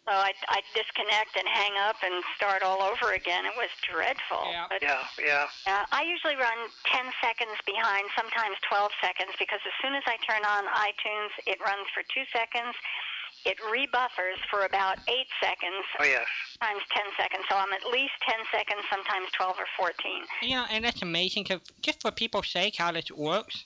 Speaker 2: So I I disconnect and hang up and start all over again. It was dreadful.
Speaker 1: Yeah.
Speaker 2: But
Speaker 5: Yeah, yeah.
Speaker 2: Uh, I usually run 10 seconds behind, sometimes 12 seconds, because as soon as I turn on iTunes, it runs for two seconds. It rebuffers for about eight seconds,
Speaker 5: Oh yes.
Speaker 2: sometimes 10 seconds. So I'm at least 10 seconds, sometimes 12 or 14.
Speaker 1: You know, and that's amazing. 'cause just for people's sake, how this works.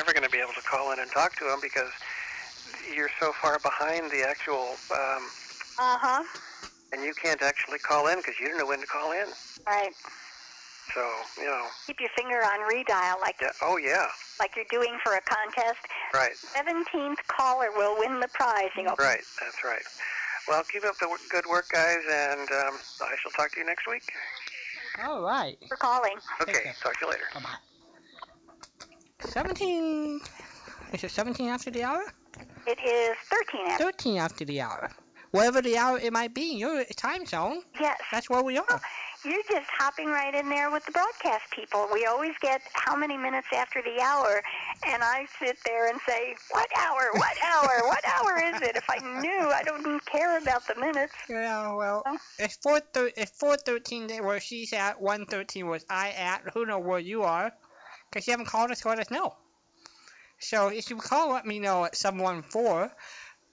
Speaker 5: Never going to be able to call in and talk to him because you're so far behind the actual, um,
Speaker 2: Uh huh.
Speaker 5: and you can't actually call in because you don't know when to call in.
Speaker 2: Right.
Speaker 5: So you know.
Speaker 2: Keep your finger on redial like
Speaker 5: Yeah. Oh yeah.
Speaker 2: like you're doing for a contest.
Speaker 5: Right.
Speaker 2: 17th caller will win the prize. You know,
Speaker 5: Right. That's right. Well, keep up the w- good work, guys, and um, I shall talk to you next week.
Speaker 1: All right.
Speaker 2: for calling.
Speaker 1: Take
Speaker 5: Okay.
Speaker 1: care.
Speaker 5: Talk to you later.
Speaker 1: Bye-bye. 17... Is it 17 after the hour?
Speaker 2: It is 13 after.
Speaker 1: 13 after the hour. Whatever the hour it might be in your time zone,
Speaker 2: Yes.
Speaker 1: that's where we are.
Speaker 2: You're just hopping right in there with the broadcast people. We always get how many minutes after the hour, and I sit there and say, What hour? What hour? What hour is it? If I knew, I don't care about the minutes.
Speaker 1: Yeah, well,
Speaker 2: Oh.
Speaker 1: it's four thir- it's four thirteen there where she's at, one thirteen where I at. Who know where you are? 'Cause you haven't called us, let us know. So if you call, let me know at seven one four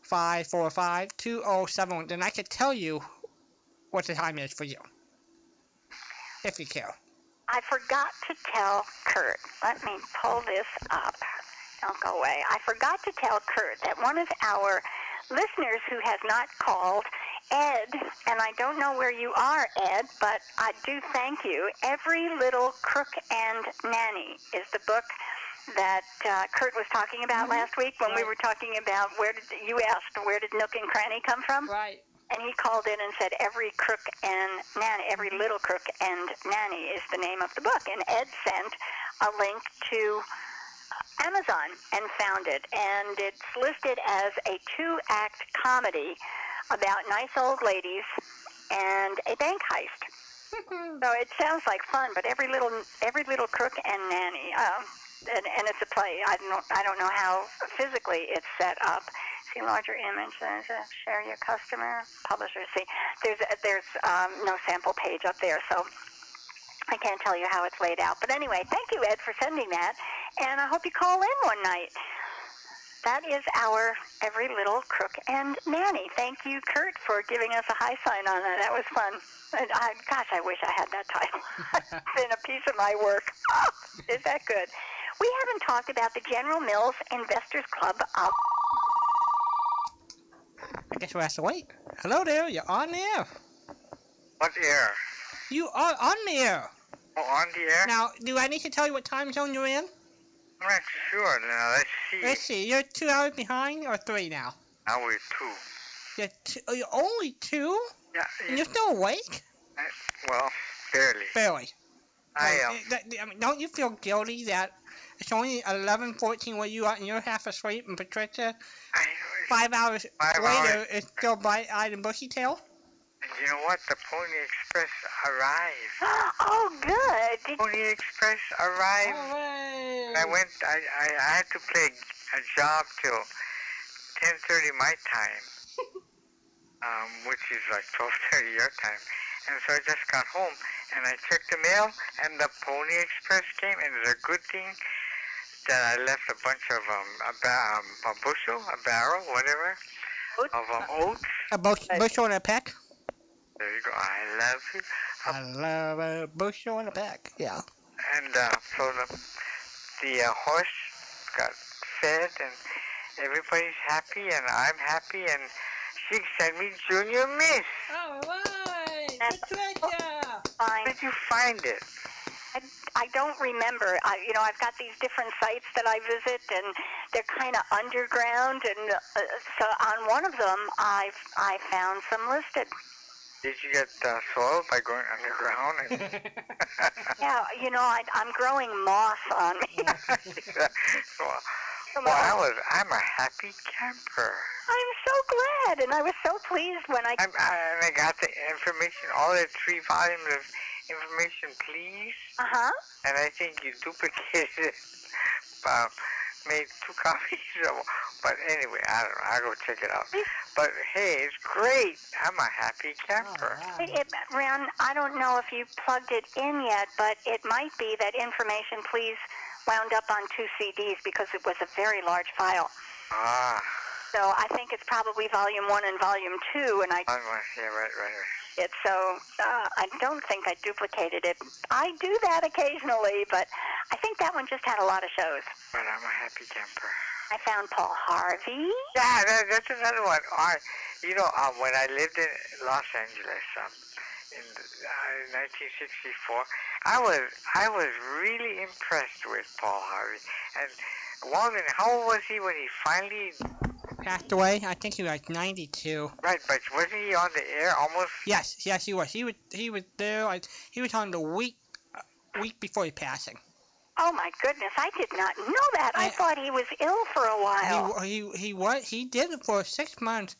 Speaker 1: five four five two zero seven one. Then I could tell you what the time is for you, if you care.
Speaker 2: I forgot to tell Kurt. Let me pull this up. Don't go away. I forgot to tell Kurt that one of our listeners who has not called, Ed, and I don't know where you are, Ed, but I do thank you. Every Little Crook and Nanny is the book that uh, Kurt was talking about last week when we
Speaker 1: Right.
Speaker 2: were talking about where did you asked where did Nook and Cranny come from?
Speaker 1: Right.
Speaker 2: And he called in and said, Every crook and nanny, every little crook and nanny is the name of the book. And Ed sent a link to Amazon and found it. And it's listed as a two act comedy about nice old ladies and a bank heist. So it sounds like fun, but every little every little crook and nanny, um, and, and it's a play. I don't I don't know how physically it's set up. See larger image. there's a Share your customer. Publisher. See, there's there's um, no sample page up there, so I can't tell you how it's laid out. But anyway, thank you Ed for sending that, and I hope you call in one night. That is our every little crook and nanny. Thank you, Kurt, for giving us a high sign on that. That was fun. And I, gosh, I wish I had that title. it's been a piece of my work. [LAUGHS] is that good? We haven't talked about the General Mills Investors Club of
Speaker 1: I guess we'll have to wait. Hello there, you're on the air.
Speaker 6: What air?
Speaker 1: You are on the air.
Speaker 6: Oh, on the air?
Speaker 1: Now, do I need to tell you what time zone you're in?
Speaker 6: I'm not sure now. Let's see.
Speaker 1: Let's see, you're two hours behind or three now?
Speaker 6: Now we're two.
Speaker 1: You're, t- oh, you're only two?
Speaker 5: [LAUGHS]
Speaker 6: Yeah,
Speaker 1: And
Speaker 6: yeah,
Speaker 1: you're still awake?
Speaker 6: well, barely.
Speaker 1: Barely.
Speaker 6: I
Speaker 1: Like,
Speaker 6: am.
Speaker 1: it- that- I mean, don't you feel guilty that it's only 11:14 where you are and you're half asleep, and Patricia
Speaker 6: I,
Speaker 1: five hours
Speaker 6: Five
Speaker 1: later is still bright-eyed and bushy-tailed?
Speaker 6: you know what? The Pony Express arrived.
Speaker 2: Oh, good. Did,
Speaker 6: Pony Express arrived. I went. I, I, I had to play a job till 10:30 my [LAUGHS] time, um, which is like 12:30 your time. And so I just got home and I checked the mail and the Pony Express came. And it's a good thing that I left a bunch of um a, ba- um, a bushel, a barrel, whatever,
Speaker 2: Oats?
Speaker 6: of um, oats.
Speaker 1: A bush, bushel and a peck.
Speaker 6: There you go. I love you.
Speaker 1: I love a bushel and a peck. Yeah.
Speaker 6: And uh, so the, the uh, horse got fed, and everybody's happy, and I'm happy, and she sent me Junior Miss.
Speaker 1: All right,
Speaker 2: That's-
Speaker 1: Patricia.
Speaker 6: Where
Speaker 2: fine.
Speaker 6: did you find it?
Speaker 2: I don't remember. I, you know, I've got these different sites that I visit, and they're kind of underground. And uh, so on one of them, I've I found some listed.
Speaker 6: Did you get uh, soiled by going underground? And [LAUGHS]
Speaker 2: Yeah, you know, I, I'm growing moss on [LAUGHS] me.
Speaker 6: well, well, I was. I'm a happy camper.
Speaker 2: I'm so glad, and I was so pleased when I.
Speaker 6: I'm, I, and I got the information, all the three volumes of information, please.
Speaker 2: Uh huh.
Speaker 6: and I think you [LAUGHS] duplicated, um, made two [LAUGHS] copies. Of, but anyway, I don't know. I'll go check it out. But hey, it's great. I'm a happy camper.
Speaker 1: Oh,
Speaker 2: It, it, Ren, I don't know if you plugged it in yet, but it might be that information, please, wound up on two CDs because it was a very large file.
Speaker 6: Ah,
Speaker 2: So I think it's probably volume one and volume two, and I
Speaker 6: I'm, yeah, right, right, right.
Speaker 2: it. So uh, I don't think I duplicated it. I do that occasionally, but I think that one just had a lot of shows.
Speaker 6: But I'm a happy camper.
Speaker 2: I found Paul Harvey.
Speaker 6: Yeah, that, that's another one. I, you know, um, when I lived in Los Angeles um, in uh, 1964, I was I was really impressed with Paul Harvey. And Walden, how old was he when he finally
Speaker 1: Passed away. I think he was like 92.
Speaker 6: Right, but wasn't he on the air almost?
Speaker 1: Yes, yes, he was. He was. He was there. Like, he was on the week, uh, week before his passing.
Speaker 2: Oh my goodness, I did not know that. I
Speaker 1: I-
Speaker 2: thought he was ill for a while.
Speaker 1: He, he he was he did it for six months.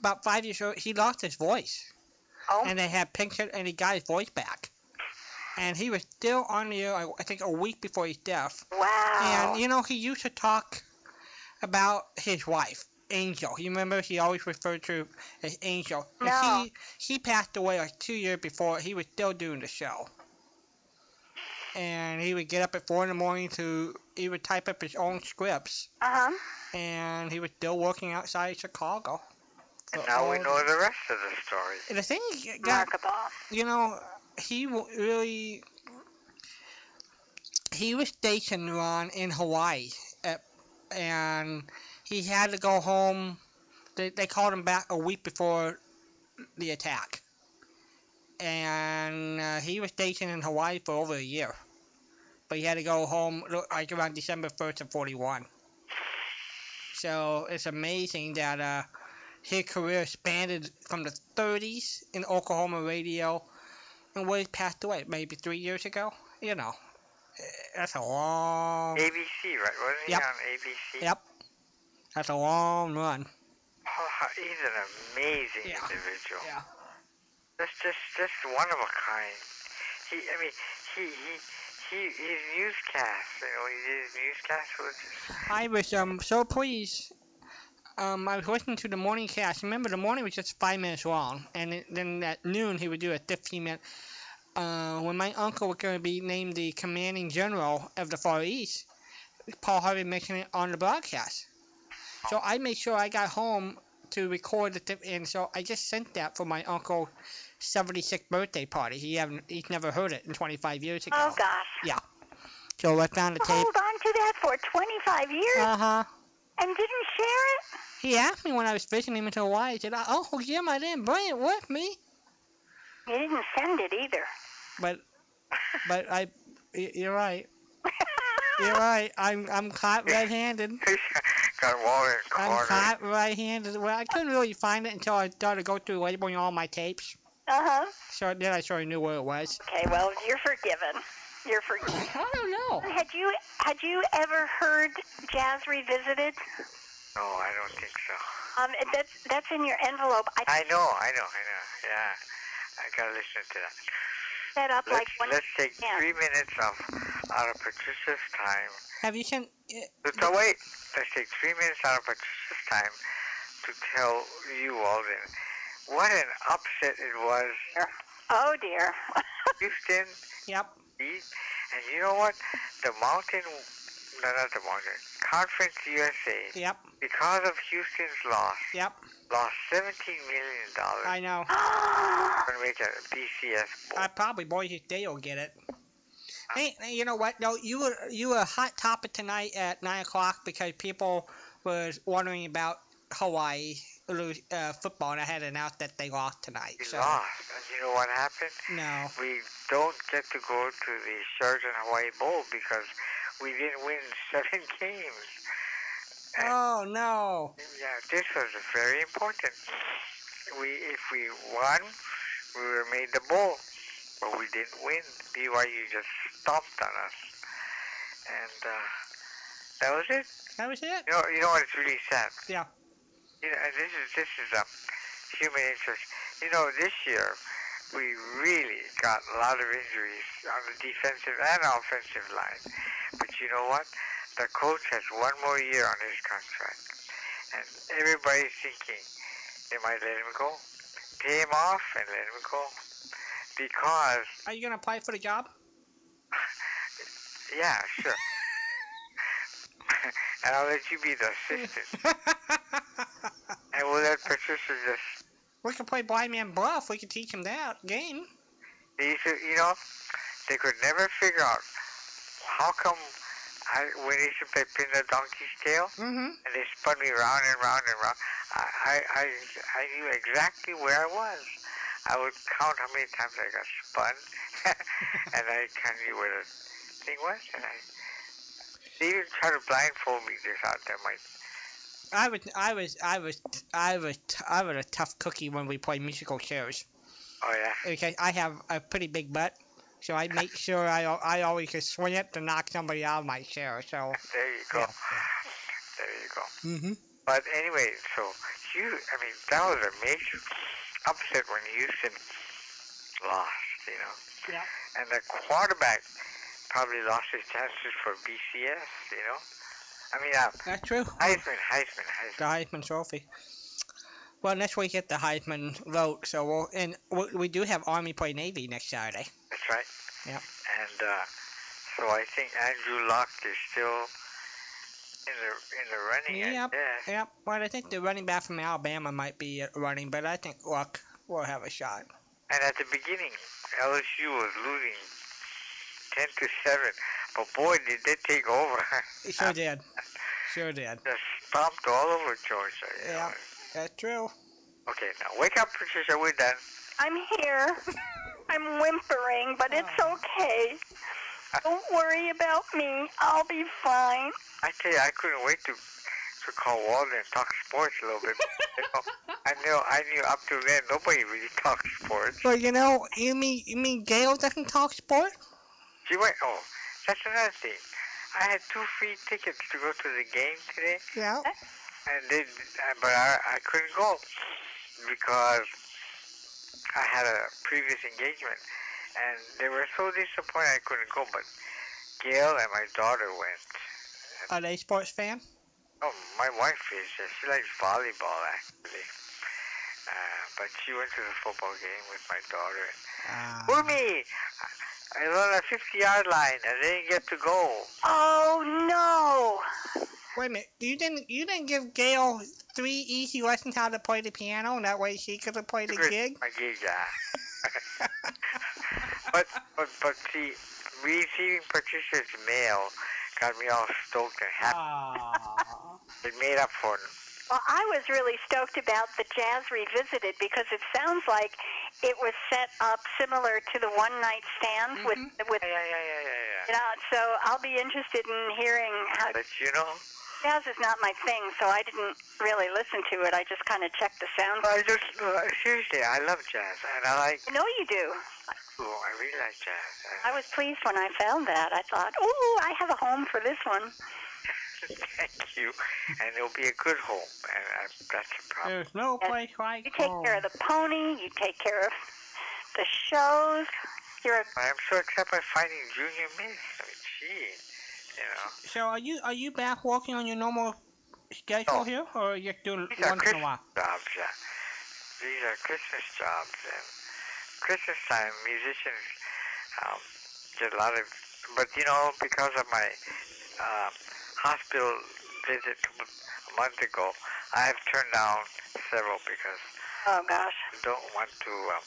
Speaker 1: About five years old, he lost his voice,
Speaker 2: oh,
Speaker 1: and they had pictures, and he got his voice back. And he was still on the air, I I think, a week before his death.
Speaker 2: wow.
Speaker 1: And you know, he used to talk about his wife, Angel. You remember he always referred to her as Angel. And
Speaker 2: No.
Speaker 1: He he passed away like two years before. He was still doing the show. And he would get up at four in the morning to he would type up his own scripts,
Speaker 2: uh-huh.
Speaker 1: and he was still working outside Chicago.
Speaker 6: And
Speaker 1: For
Speaker 6: now we
Speaker 1: all
Speaker 6: know the rest of the story.
Speaker 1: the- The thing is, God,
Speaker 2: Remarkable.
Speaker 1: you know, he w- really he was stationed Ron in Hawaii, at, and he had to go home. They, they called him back a week before the attack, and uh, he was stationed in Hawaii for over a year. But he had to go home like around December first of forty-one. So it's amazing that uh, his career expanded from the 30s in Oklahoma radio and where he passed away maybe three years ago. You know, eh, that's a long,
Speaker 6: ABC, right?
Speaker 1: Yep.
Speaker 6: Wasn't he on ABC?
Speaker 1: Yep. that's a long run.
Speaker 6: [LAUGHS] Oh, he's an amazing
Speaker 1: Yeah.
Speaker 6: individual.
Speaker 1: Yeah.
Speaker 6: That's just just one of a kind. He, I mean, he he he his newscast. You know, he did his newscast was just
Speaker 1: I was um so pleased. Um, I was listening to the morning cast. Remember, the morning was just five minutes long, and it, then at noon he would do a 15 minute. Uh, when my uncle was going to be named the commanding general of the Far East, Paul Harvey mentioned it on the broadcast. So I made sure I got home to record the tip, and so I just sent that for my uncle's 76th birthday party. He haven't, he's never heard it in 25 years ago.
Speaker 2: Oh gosh.
Speaker 1: So I found the tape.
Speaker 2: Hold on to that for 25 years.
Speaker 1: Uh huh.
Speaker 2: and didn't share it?
Speaker 1: He asked me when I was visiting him in Hawaii. He said, "Oh, Jim, I didn't bring it with me."
Speaker 2: You didn't send it either. [LAUGHS]
Speaker 1: But, but I, y- you're right. You're right. I'm I'm caught red-handed.
Speaker 6: Got Walter
Speaker 1: I'm
Speaker 6: cornered.
Speaker 1: caught right-handed. Well, I couldn't really find it until I started to go through labeling all my tapes.
Speaker 2: Uh huh.
Speaker 1: So then I sort of knew where it was.
Speaker 2: Okay, well, you're forgiven. You're forgiven.
Speaker 1: I don't know.
Speaker 2: Had you had you ever heard Jazz Revisited?
Speaker 6: No, oh, I don't think so.
Speaker 2: Um, that's that's in your envelope. I
Speaker 6: I know, I know, I know. Yeah, I gotta listen to that.
Speaker 2: set up
Speaker 6: Let's
Speaker 2: like one.
Speaker 6: let's take
Speaker 2: yeah.
Speaker 6: three minutes of our producer's time.
Speaker 1: Have you sent?
Speaker 6: So, so wait, let's take three minutes out of our producer's time to tell you, Walden, what an upset it was.
Speaker 2: Oh dear. [LAUGHS]
Speaker 6: Houston
Speaker 1: Yep.
Speaker 6: beat, and you know what? The mountain, no, not the mountain, Conference USA,
Speaker 1: Yep.
Speaker 6: because of Houston's loss,
Speaker 1: Yep.
Speaker 6: lost seventeen million
Speaker 1: I
Speaker 6: dollars
Speaker 1: know.
Speaker 6: to make a BCS bowl.
Speaker 1: I probably Boise State will get it. Hey, hey, you know what? No, you were you were a hot topic tonight at nine o'clock because people was wondering about Hawaii lose, uh, football, and I had announced that they lost tonight.
Speaker 6: we
Speaker 1: So
Speaker 6: lost, and you know what happened?
Speaker 1: no,
Speaker 6: we don't get to go to the Sheraton Hawaii Bowl because we didn't win [LAUGHS] seven games. And,
Speaker 1: oh no,
Speaker 6: Yeah, this was very important. We, if we won, we were made the bowl, but we didn't win. BYU just stomped on us, and uh, that was it.
Speaker 1: that was it.
Speaker 6: You know, you know what? It's really sad.
Speaker 1: Yeah.
Speaker 6: You know, and this is this is a human interest. You know, this year we really got a lot of injuries on the defensive and offensive line. But you know what? The coach has one more year on his contract, and everybody's thinking they might let him go, pay him off, and let him go. Because [LAUGHS]
Speaker 1: Are you gonna apply for the job?
Speaker 6: yeah, sure. [LAUGHS] and I'll let you be the assistant, and we'll let Patricia just
Speaker 1: [LAUGHS] we could play blind man bluff. We could teach him that game.
Speaker 6: They used to, you know, they could never figure out how come I, when they used to play pin the donkey's tail,
Speaker 1: Mm-hmm.
Speaker 6: and they spun me round and round and round, I, I, I, I knew exactly where I was. I would count how many times I got spun, [LAUGHS] and I kind of knew where the thing was, and I. They even tried to blindfold me this out there, Mike.
Speaker 1: I was I was I was I was I was a tough cookie when we played musical chairs.
Speaker 6: Oh, yeah.
Speaker 1: because I have a pretty big butt, so I make sure I, al- I always can swing it to knock somebody out of my chair. So.
Speaker 6: There you go.
Speaker 1: Yeah,
Speaker 6: There you go.
Speaker 1: hmm
Speaker 6: But anyway, so you, I mean, that was a major upset when Houston lost, you know.
Speaker 1: Yeah.
Speaker 6: And the quarterback probably lost his chances for BCS, you know. I mean, uh,
Speaker 1: That's true.
Speaker 6: Heisman, Heisman, Heisman.
Speaker 1: The Heisman Trophy. Well, next week at the Heisman vote, so we'll and we- we do have Army play Navy next Saturday.
Speaker 6: That's right.
Speaker 1: Yeah.
Speaker 6: And uh, so I think Andrew Luck is still in the in the running.
Speaker 1: Yep.
Speaker 6: I guess.
Speaker 1: Yep. Well, I think the running back from Alabama might be uh, running, but I think Luck will have a shot.
Speaker 6: And at the beginning, LSU was losing ten to seven, but boy, did they take over. [LAUGHS]
Speaker 1: It sure did. Sure did.
Speaker 6: just stomped all over Georgia. You
Speaker 1: Yeah. That's true.
Speaker 6: Know? Okay, now wake up, Patricia. We're done.
Speaker 2: I'm here. [LAUGHS] I'm whimpering, but it's okay. Don't worry about me. I'll be fine.
Speaker 6: I tell you, I couldn't wait to to call Walden and talk sports a little bit. you know, I knew, I knew up to then nobody really talked sports.
Speaker 1: Well, you know, you mean you mean Gail doesn't talk sport?
Speaker 6: She went. Oh, that's another thing. I had two free tickets to go to the game today,
Speaker 1: Yeah.
Speaker 6: and they, uh, but I, I couldn't go because I had a previous engagement, and they were so disappointed I couldn't go. But Gail and my daughter went.
Speaker 1: Are they sports fan?
Speaker 6: Oh, my wife is. uh, She likes volleyball, actually. Uh, but she went to the football game with my daughter.
Speaker 1: Uh,
Speaker 6: Umi! I was on a 50 yard line and didn't get to go.
Speaker 2: Oh
Speaker 1: Wait a minute. You didn't you didn't give Gail three easy lessons how to play the piano, and that way she could have played the
Speaker 2: [LAUGHS]
Speaker 6: Good.
Speaker 1: gig.
Speaker 6: My gig, [LAUGHS] yeah. but, but, but see, receiving Patricia's mail got me all stoked and happy.
Speaker 1: Aw.
Speaker 6: It made up for it.
Speaker 2: Well, I was really stoked about the Jazz Revisited because it sounds like it was set up similar to the One Night Stand with with
Speaker 6: Yeah, yeah, yeah, yeah, yeah,
Speaker 2: it out. So I'll be interested in hearing how
Speaker 6: yeah. But you know,
Speaker 2: jazz is not my thing, so I didn't really listen to it. I just kind of checked the sound.
Speaker 6: I just uh, seriously, I love jazz, and I like
Speaker 2: I know you do.
Speaker 6: ooh, I really like jazz.
Speaker 2: I was pleased when I found that. I thought, ooh, I have a home for this one.
Speaker 6: Thank you, and it'll be a good home, and uh, that's the problem.
Speaker 1: There's no place like
Speaker 2: um, You take care of the pony. You take care of the shows. You're a
Speaker 6: I'm so excited by finding Junior Miss. I mean, gee, you know,
Speaker 1: So are you are you back working on your normal schedule
Speaker 6: No.
Speaker 1: here, or are you just doing it
Speaker 6: these are
Speaker 1: once in a
Speaker 6: Christmas
Speaker 1: while?
Speaker 6: jobs. Yeah. These are Christmas jobs, and Christmas time musicians um, get a lot of. But you know, because of my um, hospital visit a month ago, I have turned down several because
Speaker 2: oh gosh.
Speaker 6: don't want to um,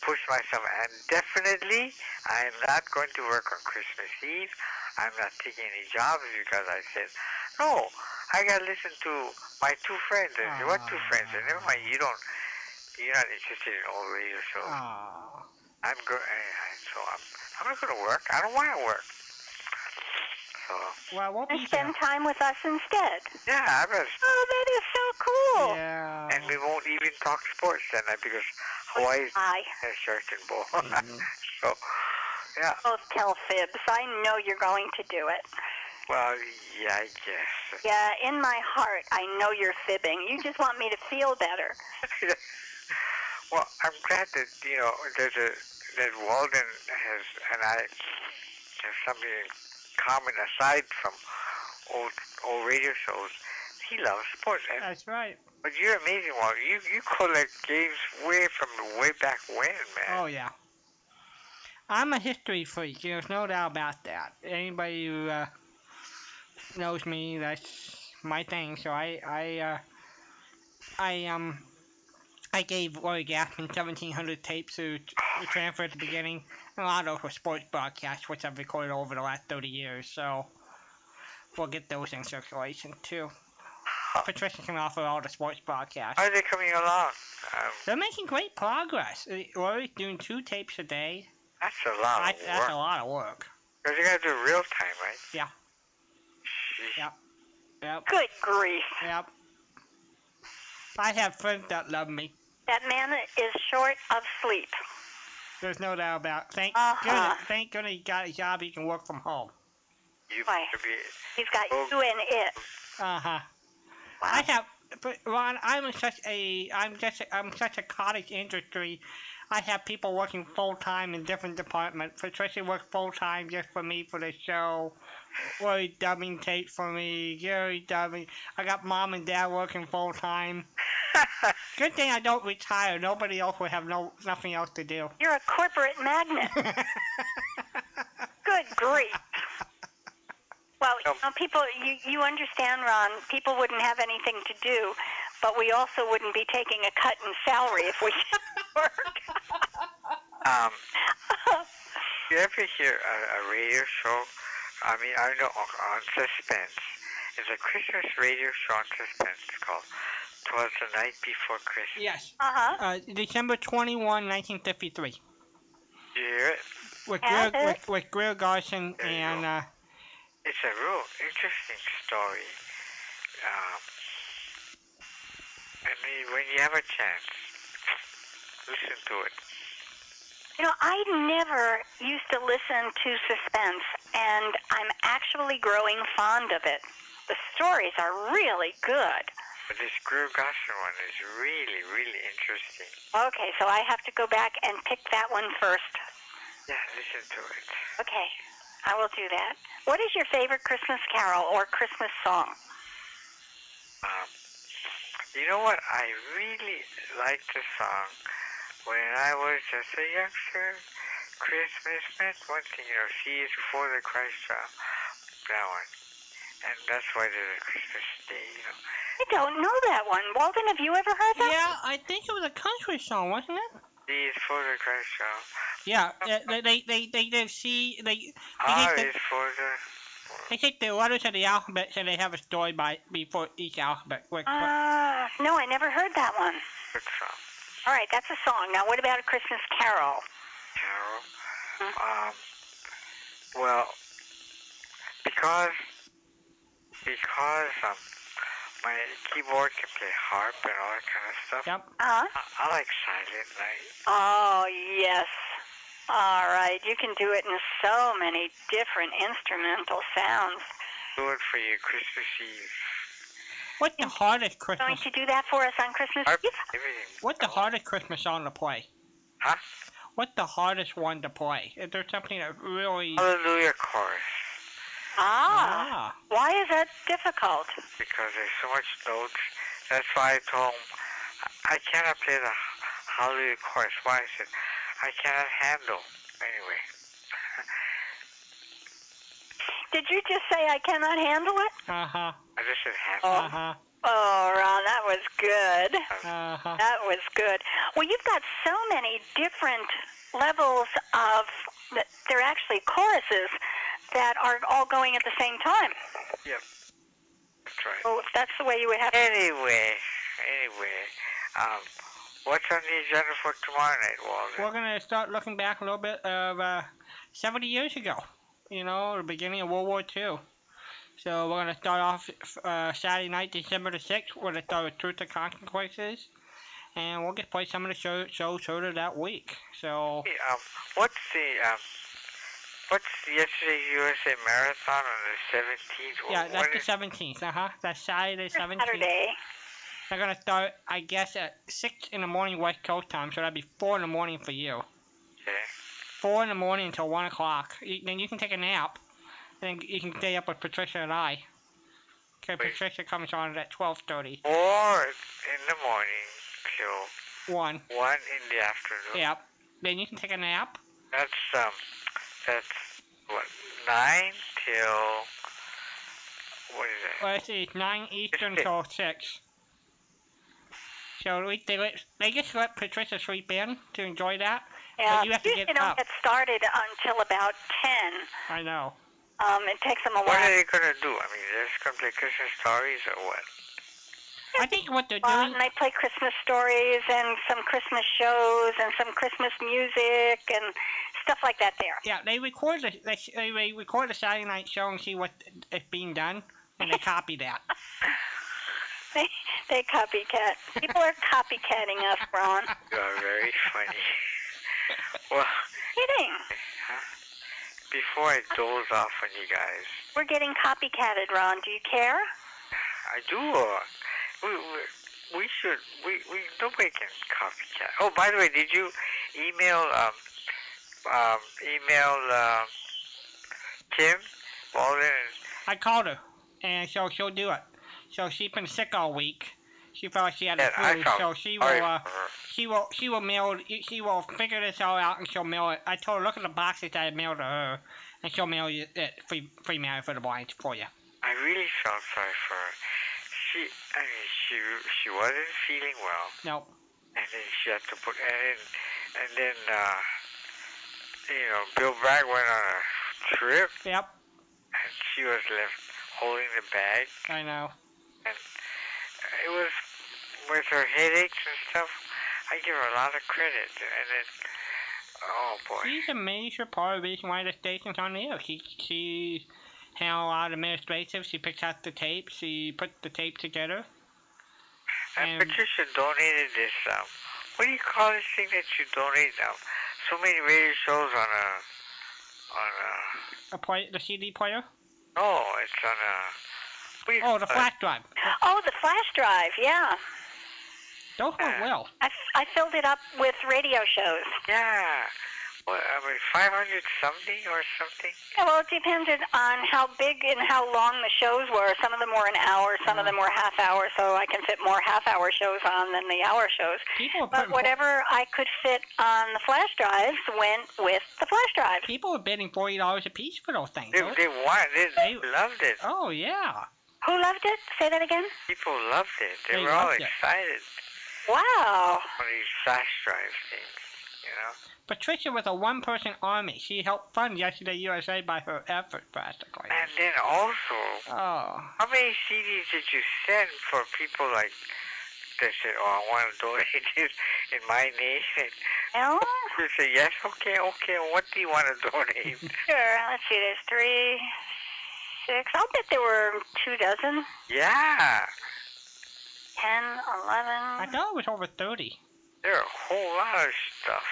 Speaker 6: push myself. And definitely, I'm not going to work on Christmas Eve. I'm not taking any jobs because I said, no, I got to listen to my two friends. And I said, what two friends? And never mind, you don't, you're not interested in old radio shows.
Speaker 1: Ah. Aw.
Speaker 6: I'm go- I, I- so I'm, I'm not going to work. I don't want to work. So,
Speaker 1: Well, I won't
Speaker 2: And
Speaker 1: be there.
Speaker 2: spend time with us instead.
Speaker 6: yeah, I'd rather
Speaker 2: Oh, that is so cool.
Speaker 1: Yeah.
Speaker 6: And we won't even talk sports that night because Hawaii's
Speaker 2: I
Speaker 6: a shirt and ball.
Speaker 1: Mm-hmm.
Speaker 6: [LAUGHS] so, yeah.
Speaker 2: both tell fibs. I know you're going to do it.
Speaker 6: Well, yeah, I guess. [LAUGHS]
Speaker 2: Yeah, in my heart, I know you're fibbing. You just want me to feel better.
Speaker 6: well, I'm glad that you know there's a that Walden has and I have something in common aside from old old radio shows. He loves sports, and
Speaker 1: That's right.
Speaker 6: but you're amazing, Walden. You you collect games way from way back when, man.
Speaker 1: Oh yeah. I'm a history freak. There's no doubt about that. Anybody who uh, knows me, that's my thing. So I, I, uh, I um, I gave Roy Gassman 1,700 tapes who t- who transferred at the beginning. And a lot of those were sports broadcasts, which I've recorded over the last 30 years. So we'll get those in circulation too. Patricia can offer all the sports broadcasts.
Speaker 6: How are they coming along? Um,
Speaker 1: They're making great progress. Uh, Rory's doing two tapes a day.
Speaker 6: that's a lot
Speaker 1: I,
Speaker 6: of
Speaker 1: that's a
Speaker 6: work.
Speaker 1: lot of work.
Speaker 6: Because you gotta do real time, right?
Speaker 1: Yeah.
Speaker 6: Jeez.
Speaker 1: Yep,
Speaker 2: Good grief.
Speaker 1: yep. I have friends that love me.
Speaker 2: That man is short of sleep.
Speaker 1: There's no doubt about. Thank
Speaker 2: Uh-huh.
Speaker 1: goodness, thank goodness he got a job. He can work from home.
Speaker 6: You
Speaker 2: Why?
Speaker 6: better be
Speaker 2: He's got you and it.
Speaker 1: Uh huh. I
Speaker 6: [LAUGHS]
Speaker 1: have, but Ron, I'm in such a, I'm just, I'm such a cottage industry. I have people working full time in different departments. Patricia works full time just for me for the show. Roy dubbing tapes for me. Gary dubbing. I got mom and dad working full time. Good thing I don't retire. Nobody else would have no nothing else to do.
Speaker 2: You're a corporate magnet. Good grief. Well, you know, people, you, you understand, Ron, people wouldn't have anything to do, but we also wouldn't be taking a cut in salary if we didn't [LAUGHS] work.
Speaker 6: Um, you ever hear a, a radio show? I mean, I know on, on Suspense. It's a Christmas radio show on Suspense called "Twas the Night Before
Speaker 1: [LAUGHS]
Speaker 6: Christmas."
Speaker 1: Yes.
Speaker 2: uh-huh.
Speaker 1: Uh, December 21, 1953.
Speaker 6: You hear it?
Speaker 1: With
Speaker 2: Yeah,
Speaker 1: Greer,
Speaker 2: uh,
Speaker 1: with, with Greer Garson
Speaker 6: There you
Speaker 1: and
Speaker 6: go.
Speaker 1: uh,
Speaker 6: It's a real interesting story. Um, I mean, when you have a chance, listen to it.
Speaker 2: You know, I never used to listen to suspense, and I'm actually growing fond of it. The stories are really good.
Speaker 6: But this Greer Gosselin one is really, really interesting.
Speaker 2: Okay, so I have to go back and pick that one first.
Speaker 6: Yeah, listen to it.
Speaker 2: Okay, I will do that. What is your favorite Christmas carol or Christmas song?
Speaker 6: Um, you know what? I really like the song. When I was just a youngster, Christmas meant one thing, you know, she is before the Christ child. That one. And that's why there's a Christmas day, you know.
Speaker 2: I don't know that one. Walden, have you ever heard that?
Speaker 1: yeah, I think it was a country song, wasn't it?
Speaker 6: She is for the Christ child.
Speaker 1: Yeah, they they they they, they did see they.
Speaker 6: R
Speaker 1: think
Speaker 6: is Ah, for the
Speaker 1: They take the letters of the alphabet so they have a story by before each alphabet. Quick, quick.
Speaker 2: Ah, no, I never heard that one.
Speaker 6: Good song.
Speaker 2: All right, that's a song. Now, what about a Christmas carol?
Speaker 6: Carol.
Speaker 2: Hmm.
Speaker 6: Um, well, because because um, my keyboard can play harp and all that kind of stuff.
Speaker 1: Yep.
Speaker 2: Huh?
Speaker 6: I, I like silent night.
Speaker 2: Oh, yes. All right, you can do it in so many different instrumental sounds.
Speaker 6: Do it for you Christmas Eve.
Speaker 1: What's the hardest
Speaker 2: Going
Speaker 1: Christmas?
Speaker 2: to do that for us on Christmas
Speaker 6: Harp,
Speaker 2: Eve?
Speaker 6: everything.
Speaker 1: What's the hardest Christmas song to play?
Speaker 6: Huh?
Speaker 1: What's the hardest one to play? Is there something that really?
Speaker 6: Hallelujah chorus.
Speaker 1: Ah.
Speaker 2: Ah, why is that difficult?
Speaker 6: Because there's so much notes. That's why I told him I cannot play the Hallelujah chorus. Why I said I cannot handle. Anyway, [LAUGHS]
Speaker 2: Did you just say I cannot handle it?
Speaker 1: Uh huh.
Speaker 6: I just said handle.
Speaker 1: Uh huh.
Speaker 2: Oh, Ron, that was good.
Speaker 1: Uh huh.
Speaker 2: That was good. Well, you've got so many different levels of, they're actually choruses that are all going at the same time.
Speaker 6: That's right.
Speaker 2: So if that's the way you would have
Speaker 6: Anyway, anyway, um, what's on the agenda for tomorrow night,
Speaker 1: We're
Speaker 6: Walden?
Speaker 1: gonna start looking back a little bit of uh, 70 years ago. You know, the beginning of World War II. So we're gonna start off uh, Saturday night, December the 6th. We're gonna start with Truth and Consequences, and we'll get play some of the show, shows further that week. So
Speaker 6: Hey, um, what's the um, what's yesterday's USA Marathon on the seventeenth?
Speaker 1: yeah, that's the 17th. Uh huh. That's Saturday the 17th.
Speaker 2: Saturday.
Speaker 1: They're gonna start, I guess, at six in the morning West Coast time, so that'd be four in the morning for you. Four in the morning until one o'clock. You, then you can take a nap. Then you can stay up with Patricia and I. 'Cause
Speaker 6: Wait.
Speaker 1: Patricia comes on at 12:30.
Speaker 6: Or in the morning till
Speaker 1: One.
Speaker 6: one in the afternoon.
Speaker 1: Yep. Then you can take a nap.
Speaker 6: That's um, that's what nine till what is it?
Speaker 1: Well, let's see, it's nine Eastern
Speaker 6: Six.
Speaker 1: till six. So at least they let, they just let Patricia sleep in to enjoy that.
Speaker 2: Yeah,
Speaker 1: you have to
Speaker 2: usually
Speaker 1: get
Speaker 2: don't
Speaker 1: up.
Speaker 2: get started until about 10.
Speaker 1: I know.
Speaker 2: Um, it takes them a
Speaker 6: What are
Speaker 2: while.
Speaker 6: they gonna do? I mean, they're just gonna play Christmas stories or
Speaker 1: [LAUGHS]
Speaker 6: what?
Speaker 1: I think what they're
Speaker 2: Uh,
Speaker 1: doing.
Speaker 2: and they play Christmas stories and some Christmas shows and some Christmas music and stuff like that there.
Speaker 1: Yeah, they record the they, they re- record the Saturday night show and see what is being done, and they copy that.
Speaker 2: They, they copycat. People are copycatting us, Ron.
Speaker 6: [LAUGHS] You are very funny. [LAUGHS] well,
Speaker 2: Kidding.
Speaker 6: before I doze off on you guys,
Speaker 2: We're getting copycatted, Ron. Do you care?
Speaker 6: I do. Uh, we, we we should we we nobody can copycat. Oh, by the way, did you email um um email um Kim Walden? and-
Speaker 1: I called her, and so she'll do it. So she's been sick all week. She felt like she had the
Speaker 6: Yeah, I
Speaker 1: flu,
Speaker 6: felt
Speaker 1: so she
Speaker 6: sorry
Speaker 1: will uh,
Speaker 6: for her.
Speaker 1: she will she will mail she will figure this all out and she'll mail it. I told her look at the boxes that I mailed to her, and she'll mail you it free free mail for the blind for you.
Speaker 6: I really felt sorry for her. She I mean she she wasn't feeling well.
Speaker 1: Nope.
Speaker 6: and then she had to put and then and then uh, you know Bill Bragg went on a trip
Speaker 1: Yep.
Speaker 6: and she was left holding the bag.
Speaker 1: I know.
Speaker 6: It was with her headaches and stuff. I give her a lot of credit and then oh boy
Speaker 1: She's a major part of the reason why the station's on the air. She she handled a lot of administrative. She picked out the tape. She put the tape together.
Speaker 6: and
Speaker 1: um,
Speaker 6: Uh, Patricia donated this um what do you call this thing that you donate um so many radio shows on a on a
Speaker 1: A play, the CD player.
Speaker 6: no it's on a what do you
Speaker 1: Oh, the
Speaker 6: call it?
Speaker 1: flash drive.
Speaker 2: Oh, the flash drive. Yeah.
Speaker 1: Those
Speaker 6: uh,
Speaker 1: went well.
Speaker 2: I, I filled it up with radio shows.
Speaker 6: Yeah. What, I mean, 500 something or something?
Speaker 2: Yeah, well, it depended on how big and how long the shows were. Some of them were an hour, some of them were half hour, so I can fit more half hour shows on than the hour shows.
Speaker 1: People were
Speaker 2: But
Speaker 1: putting,
Speaker 2: whatever I could fit on the flash drives went with the flash drives.
Speaker 1: people were bidding forty dollars a piece for those things.
Speaker 6: They,
Speaker 1: Those-
Speaker 6: they want They,
Speaker 1: They-
Speaker 6: loved it.
Speaker 1: oh yeah.
Speaker 2: Who loved it? Say that again.
Speaker 6: People loved it. They,
Speaker 1: They
Speaker 6: were all
Speaker 1: loved it.
Speaker 6: excited
Speaker 2: Wow.
Speaker 6: on these flash drive things. you know.
Speaker 1: Patricia was a one person army. She helped fund Yesterday USA by her effort, practically.
Speaker 6: And then also,
Speaker 1: Oh.
Speaker 6: how many CDs did you send for people like that said, "Oh, I want to [LAUGHS] donate this in my name"? And
Speaker 2: Well,
Speaker 6: you say, "Yes, okay, okay. What do you want
Speaker 1: [LAUGHS]
Speaker 6: to [LAUGHS] donate?"
Speaker 2: sure. Let's see. There's three, six. I'll bet there were two dozen.
Speaker 6: yeah,
Speaker 2: Ten, eleven.
Speaker 1: I thought it was over 30.
Speaker 6: there are a whole lot of stuff.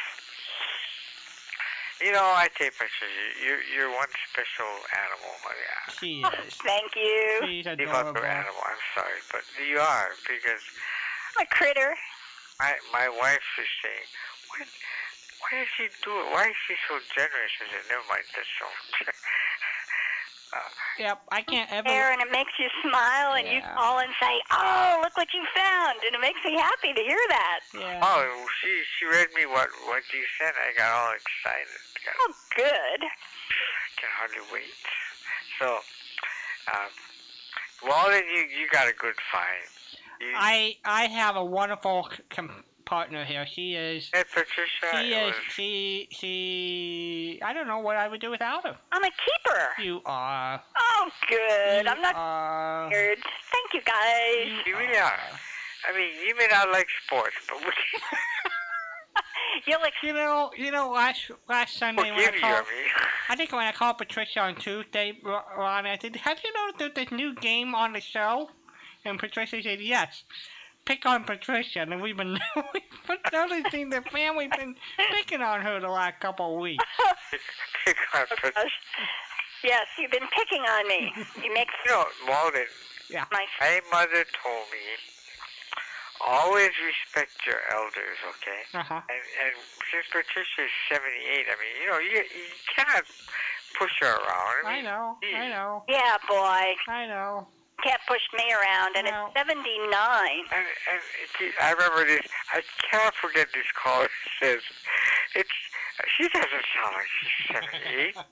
Speaker 6: You know, I take pictures. You, you're, you're one special animal, yeah. [LAUGHS]
Speaker 1: She is.
Speaker 2: Oh, Thank you.
Speaker 1: She's
Speaker 6: You love
Speaker 1: adorable.
Speaker 6: your animal. I'm sorry, but you are because
Speaker 2: I'm a critter.
Speaker 6: my my wife is saying, "What? Why does she do it? Why is she so generous?" I said, "Never mind. That's so." uh,
Speaker 1: Yep, I can't
Speaker 2: There,
Speaker 1: ever.
Speaker 2: and it makes you smile, and you
Speaker 1: Yeah.
Speaker 2: call and say, "Oh, look what you found!" And it makes me happy to hear that.
Speaker 1: Yeah.
Speaker 6: [LAUGHS] oh, she she read me what what you sent. I got all excited. Got,
Speaker 2: Oh, good.
Speaker 6: can hardly wait. So, uh, Walden, you you got a good find. You,
Speaker 1: I I have a wonderful c- com- partner here. She is.
Speaker 6: Hey, Patricia.
Speaker 1: She
Speaker 6: it
Speaker 1: is.
Speaker 6: was-
Speaker 1: She. She. I don't know what I would do without her.
Speaker 2: I'm a keeper.
Speaker 1: You are.
Speaker 2: Oh, good.
Speaker 1: you
Speaker 2: I'm not
Speaker 1: Are,
Speaker 2: scared. Thank you,
Speaker 1: Mm.
Speaker 2: guys.
Speaker 6: You really are. I mean, you may not like sports, but we
Speaker 2: [LAUGHS]
Speaker 6: [LAUGHS]
Speaker 2: You'll ex- [LAUGHS]
Speaker 1: You know, you know, last last Sunday
Speaker 6: will
Speaker 1: when I
Speaker 6: give you. I
Speaker 1: called,
Speaker 6: mean, [LAUGHS]
Speaker 1: I think when I called Patricia on Tuesday, Ro- Ron, I said, "Have you noticed there's this new game on the show?" And Patricia said, "Yes." Pick on Patricia, and we've been [LAUGHS] we've been noticing the family been picking on her the last couple of weeks.
Speaker 6: pick on
Speaker 2: Oh,
Speaker 6: Patricia.
Speaker 2: gosh. Yes, you've been picking on
Speaker 1: [LAUGHS]
Speaker 2: me. You make
Speaker 6: You know, Walden,
Speaker 2: my
Speaker 6: my mother told me always respect your elders, okay?
Speaker 1: Uh huh.
Speaker 6: And, and since Patricia's 78, I mean, you know, you, you cannot push her around.
Speaker 1: I
Speaker 6: mean,
Speaker 1: know. I
Speaker 6: geez.
Speaker 1: know.
Speaker 2: yeah, boy.
Speaker 1: I know.
Speaker 2: Cat pushed me around, and
Speaker 1: No.
Speaker 2: it's 79.
Speaker 6: And, and she, I remember this. I cannot forget this caller. She says, "It's she doesn't sound like she's
Speaker 1: [LAUGHS]
Speaker 6: 78. No,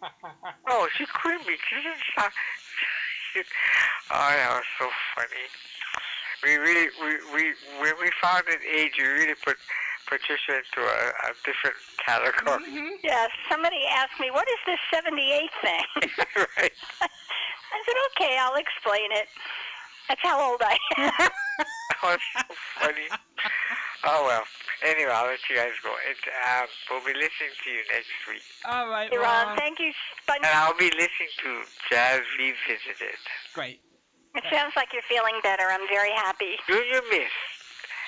Speaker 6: Oh, she couldn't be. She didn't sound. [LAUGHS] oh, that was so funny. We really, we, we, when we found an age, we really put Patricia into a, a different category. [LAUGHS]
Speaker 1: Mhm.
Speaker 2: Yes, somebody asked me, what is this 78 thing? [LAUGHS]
Speaker 6: [LAUGHS] right?
Speaker 2: I said, okay, I'll explain it. That's how old I am.
Speaker 1: [LAUGHS]
Speaker 6: That was so funny. Oh well. Anyway, I'll let you guys go. It, um, we'll be listening to you next week,
Speaker 1: All right,
Speaker 2: Hey, Ron,
Speaker 1: Ron.
Speaker 2: thank you. Sponge.
Speaker 6: and I'll be listening to Jazz Revisited.
Speaker 1: Great.
Speaker 2: It sounds like you're feeling better. I'm very happy.
Speaker 6: Junior Miss.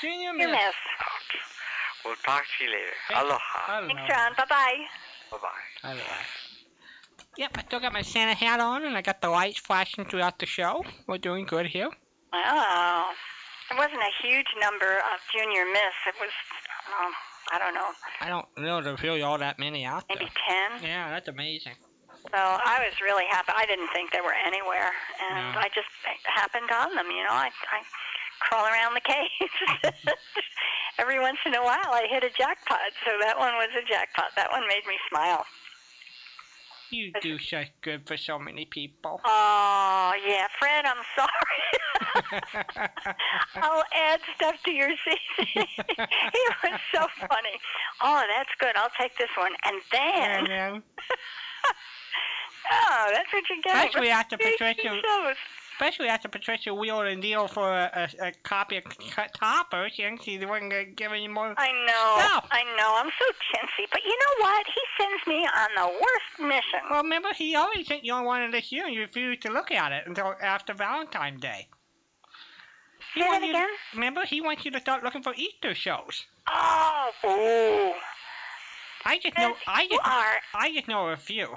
Speaker 1: Junior
Speaker 2: You
Speaker 1: Miss.
Speaker 2: miss.
Speaker 6: Out. We'll talk to you later.
Speaker 1: Thanks.
Speaker 6: Aloha.
Speaker 1: I don't
Speaker 2: Thanks,
Speaker 1: know.
Speaker 2: Ron. Bye-bye.
Speaker 6: Bye bye.
Speaker 1: I don't know. Yep, I still got my Santa hat on and I got the lights flashing throughout the show. We're doing good here.
Speaker 2: Wow. It wasn't a huge number of junior miss. It was, um, I don't know,
Speaker 1: I don't know there's really all that many out
Speaker 2: maybe
Speaker 1: there.
Speaker 2: 10.
Speaker 1: Yeah, that's amazing.
Speaker 2: So I was really happy. I didn't think they were anywhere, and
Speaker 1: No.
Speaker 2: I just happened on them. You know, I, I crawl around the caves. [LAUGHS] Every once in a while, I hit a jackpot. So that one was a jackpot. That one made me smile.
Speaker 1: You do such good for so many people.
Speaker 2: Oh yeah, Fred, I'm sorry. I'll add stuff to your CD. [LAUGHS] he was so funny. Oh, that's good. I'll take this one. And
Speaker 1: And
Speaker 2: then,
Speaker 1: then,
Speaker 2: oh, that's what you get.
Speaker 1: especially after Patricia,
Speaker 2: shows.
Speaker 1: especially after Patricia wheeled and deal for a, a, a copy of Cut Topper, she she wasn't gonna give any more.
Speaker 2: I know.
Speaker 1: Stop.
Speaker 2: I know. I'm so chintzy. But you know what? He sends me on the worst mission.
Speaker 1: Well, remember he always sent you on one of this year and you refused to look at it until after Valentine's Day. He
Speaker 2: Say that
Speaker 1: wanted you to-
Speaker 2: again?
Speaker 1: Remember, he wants you to start looking for Easter shows.
Speaker 2: Oh, ooh.
Speaker 1: I just know, I
Speaker 2: you
Speaker 1: just,
Speaker 2: are,
Speaker 1: I just know a few.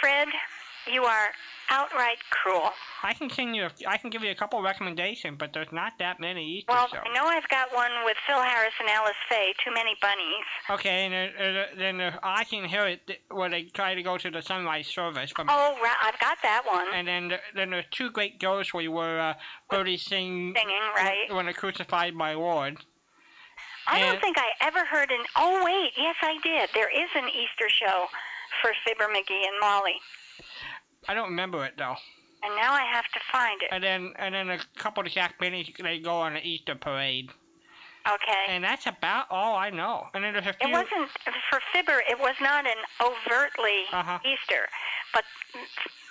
Speaker 2: Fred, you are outright cruel.
Speaker 1: I can send you, a, I can give you a couple recommendations, but there's not that many Easter
Speaker 2: Well,
Speaker 1: shows.
Speaker 2: I know I've got one with Phil Harris and Alice Faye, Too Many Bunnies.
Speaker 1: Okay, and there- there- there- then there's I can hear it th- where they try to go to the sunlight service from.
Speaker 2: Oh, right. I've got that one.
Speaker 1: And then there- then there's two great ghosts where you were uh, Birdie Singh
Speaker 2: Singing, right?
Speaker 1: when I crucified my Lord.
Speaker 2: I don't
Speaker 1: and-
Speaker 2: think I ever heard an. Oh, wait. Yes, I did. There is an Easter show for Fibber McGee and Molly.
Speaker 1: I don't remember it though.
Speaker 2: And now I have to find it.
Speaker 1: And then and then a couple of Jack Benny they go on an Easter parade.
Speaker 2: Okay.
Speaker 1: And that's about all I know. And then there's a few.
Speaker 2: It wasn't for Fibber. It was not an overtly
Speaker 1: Uh-huh.
Speaker 2: Easter, but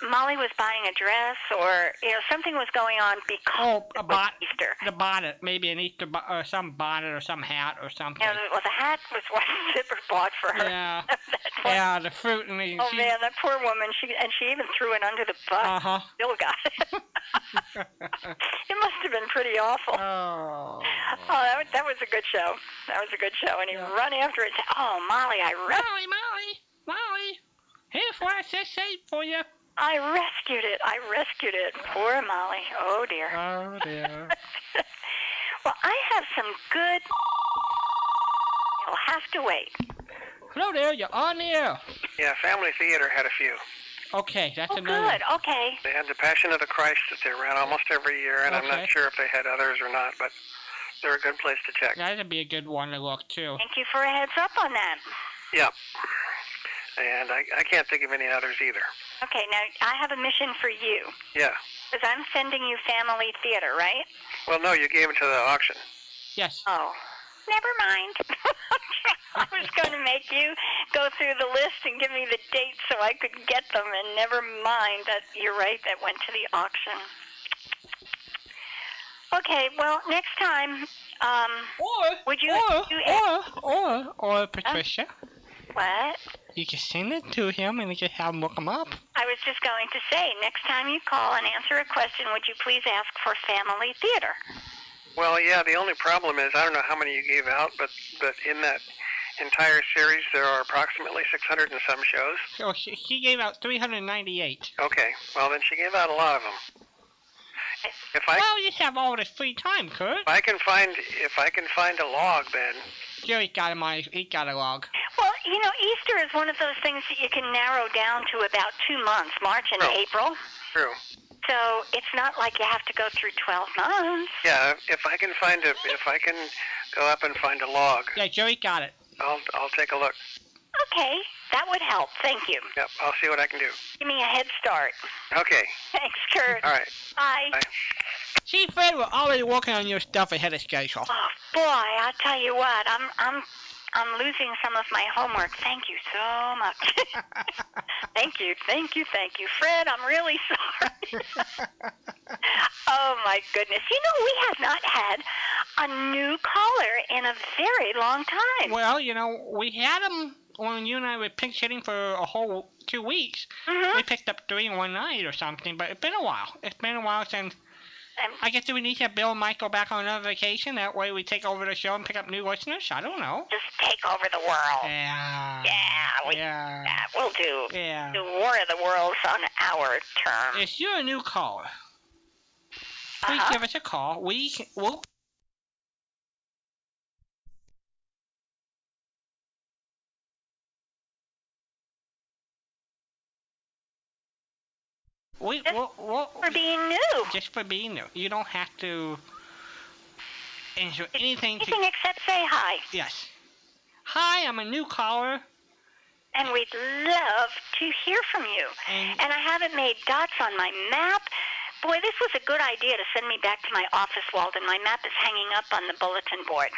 Speaker 2: Molly was buying a dress, or you know something was going on because
Speaker 1: Oh, a
Speaker 2: it was
Speaker 1: bot.
Speaker 2: Easter.
Speaker 1: The bonnet, maybe an Easter bo- or some bonnet or some hat or something.
Speaker 2: You know, well, the hat was [LAUGHS] what Fibber bought for her.
Speaker 1: Yeah.
Speaker 2: [LAUGHS] That was-
Speaker 1: Yeah, the fruit and the.
Speaker 2: Oh
Speaker 1: [LAUGHS]
Speaker 2: man, that poor woman. She and she even threw it under the bus.
Speaker 1: Uh huh.
Speaker 2: Still got it. [LAUGHS] it must have been pretty awful.
Speaker 1: [LAUGHS] oh.
Speaker 2: Oh, that was, that was a good show. That was a good show. And he
Speaker 1: Yeah.
Speaker 2: run after it. Oh, Molly, I re-
Speaker 1: Molly, Molly, Molly. Here's what I just saved for you.
Speaker 2: I rescued it. I rescued it. Poor Molly. Oh dear.
Speaker 1: Oh dear.
Speaker 2: [LAUGHS] well, I have some good. [LAUGHS] You'll have to wait.
Speaker 1: Hello there, you're on the air.
Speaker 5: Yeah, Family Theater had a few.
Speaker 1: Okay, that's
Speaker 2: Oh,
Speaker 1: another.
Speaker 2: good. Okay.
Speaker 5: They had the Passion of the Christ that they ran almost every year, and I'm
Speaker 1: Okay.
Speaker 5: not sure if they had others or not, but they're a good place to check.
Speaker 1: That'd be a good one to look too.
Speaker 2: Thank you for a heads up on that.
Speaker 5: And I, I can't think of any others either.
Speaker 2: Okay. Now I have a mission for you.
Speaker 5: Yeah.
Speaker 2: Because I'm sending you Family Theater, right?
Speaker 5: Well, no, you gave it to the auction.
Speaker 1: Yes.
Speaker 2: Oh. Never mind. [LAUGHS] I was going to make you go through the list and give me the dates so I could get them, and never mind that you're right, that went to the auction. Okay, well, next time, um,
Speaker 1: Or,
Speaker 2: Would you-
Speaker 1: or,
Speaker 2: you-
Speaker 1: or, or, or Patricia,
Speaker 2: what?
Speaker 1: you can send it to him and you can have him look him up.
Speaker 2: I was just going to say, next time you call and answer a question, would you please ask for family theater?
Speaker 5: Well, yeah, the only problem is I don't know how many you gave out, but but in that entire series there are approximately 600 and some shows.
Speaker 1: So she, she gave out 398.
Speaker 5: Okay, well then she gave out a lot of them. If I
Speaker 1: well, you have all this free time, Kurt.
Speaker 5: if I can find if I can find a log, then
Speaker 1: Jerry got him on his e catalog.
Speaker 2: Well, you know, Easter is one of those things that you can narrow down to about two months, March and
Speaker 5: Oh.
Speaker 2: April.
Speaker 5: true.
Speaker 2: So it's not like you have to go through 12 months.
Speaker 5: Yeah, if I can find a if I can go up and find a log,
Speaker 1: Yeah, Jerry got it.
Speaker 5: I'll I'll take a look.
Speaker 2: Okay, that would help. Thank you.
Speaker 5: Yep, I'll see what I can do.
Speaker 2: Give me a head start. [LAUGHS]
Speaker 5: Okay,
Speaker 2: Thanks, Kurt.
Speaker 5: all right.
Speaker 2: Bye.
Speaker 5: Bye.
Speaker 1: See, Fred, we're already working on your stuff ahead of
Speaker 2: [LAUGHS]
Speaker 1: schedule.
Speaker 2: Oh boy, I tell you what, I'm I'm I'm losing some of my homework. Thank you so much. [LAUGHS] thank you, thank you, thank you, Fred. I'm really [LAUGHS] sorry. oh my goodness, you know we have not had a new caller in a very long time.
Speaker 1: well, you know, we had him when you and I were pinch hitting for a whole two weeks.
Speaker 2: hmm
Speaker 1: We picked up three in one night or something, but it's been a while. It's been a while since.
Speaker 2: Um,
Speaker 1: I guess do we need to have Bill and Michael back on another vacation? That way we take over the show and pick up new listeners? I don't know.
Speaker 2: Just take over the world.
Speaker 1: Yeah.
Speaker 2: Oh. Yeah, we-
Speaker 1: yeah.
Speaker 2: Yeah, we'll do
Speaker 1: Yeah.
Speaker 2: the War of the Worlds on our term.
Speaker 1: If you're a new caller, please
Speaker 2: Uh-huh.
Speaker 1: give us a call. We can, we'll We,
Speaker 2: Just
Speaker 1: we'll, we'll,
Speaker 2: For being new.
Speaker 1: just for being there. You don't have to answer anything to.
Speaker 2: Anything except say hi.
Speaker 1: Yes. Hi, I'm a new caller.
Speaker 2: And we'd love to hear from you.
Speaker 1: And
Speaker 2: And I haven't made dots on my map. Boy, this was a good idea to send me back to my office, Walden. My map is hanging up on the bulletin board.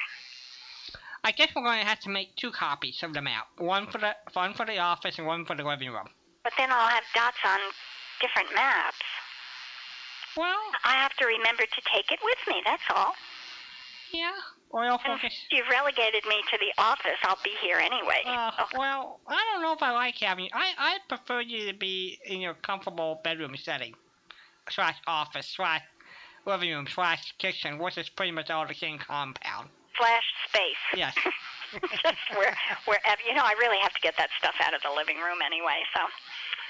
Speaker 1: I guess we're going to have to make two copies of the map. One for the one for the office and one for the living room.
Speaker 2: But then I'll have dots on different maps.
Speaker 1: Well,
Speaker 2: I have to remember to take it with me, that's all.
Speaker 1: yeah. Or else we'll
Speaker 2: And
Speaker 1: just.
Speaker 2: since you've relegated me to the office, I'll be here anyway.
Speaker 1: Uh,
Speaker 2: So-
Speaker 1: well, I don't know if I like having you. I, I prefer you to be in your comfortable bedroom setting. Slash office, slash living room, slash kitchen, which is pretty much all the same compound.
Speaker 2: Oh, Flash space.
Speaker 1: Yes.
Speaker 2: [LAUGHS] Just where, wherever. You know, I really have to get that stuff out of the living room anyway, so.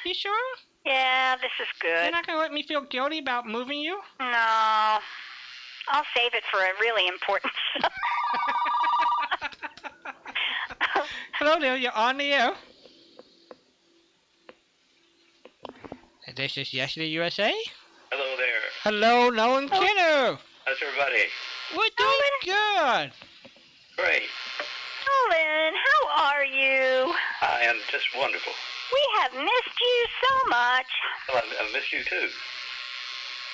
Speaker 1: You sure?
Speaker 2: Yeah, this is
Speaker 1: You're
Speaker 2: good.
Speaker 1: not going to let me feel guilty about moving you?
Speaker 2: No. I'll save it for a really important [LAUGHS]
Speaker 1: Hello there, you're on the air. This is Yesterday USA.
Speaker 4: Hello there.
Speaker 1: Hello, Nolan Kenner.
Speaker 4: How's everybody?
Speaker 1: We're doing good.
Speaker 4: Great.
Speaker 2: Nolan, how are you?
Speaker 4: I am just wonderful.
Speaker 2: We have missed you so much.
Speaker 4: Well, I, I miss you too.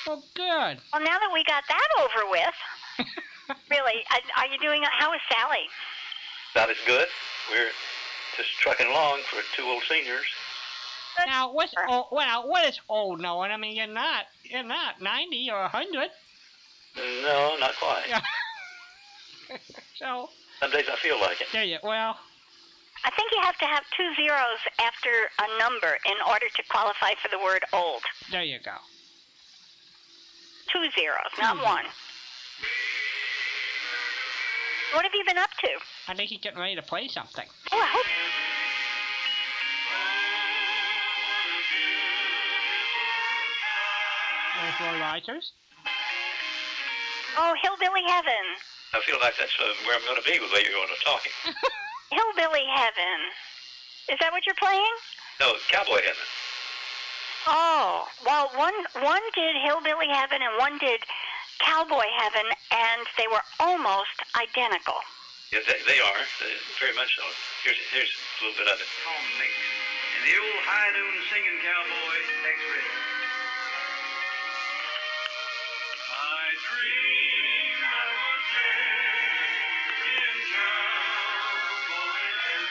Speaker 1: Well, good. [LAUGHS]
Speaker 2: Well, now that we got that over with, Really, are, are you doing? How is Sally?
Speaker 4: Not as good. We're just trucking along for two old seniors.
Speaker 1: Now what's old? Well, what is old, Nolan? I mean, you're not you're not 90 or 100.
Speaker 4: No, not quite.
Speaker 1: Yeah. [LAUGHS] so
Speaker 4: Some days I feel like it.
Speaker 1: there you. Well,
Speaker 2: I think you have to have two zeros after a number in order to qualify for the word old.
Speaker 1: there you go.
Speaker 2: Two zeros, not
Speaker 1: Hmm.
Speaker 2: one. What have you been up to?
Speaker 1: I think he's getting ready to play something.
Speaker 2: Oh, I hope.
Speaker 1: With Roy Rogers.
Speaker 2: Oh, hillbilly heaven.
Speaker 4: I feel like that's uh, where I'm going to be with you on the talking.
Speaker 2: Hillbilly heaven. Is that what you're playing?
Speaker 4: No, cowboy heaven.
Speaker 2: Oh, well, one one did hillbilly heaven and one did cowboy heaven, and they were almost identical.
Speaker 4: Yeah, they, they are uh, very much so. Here's here's a little bit of it.
Speaker 7: And the old high noon singing cowboy takes rhythm. I dream I was there in cowboy heaven.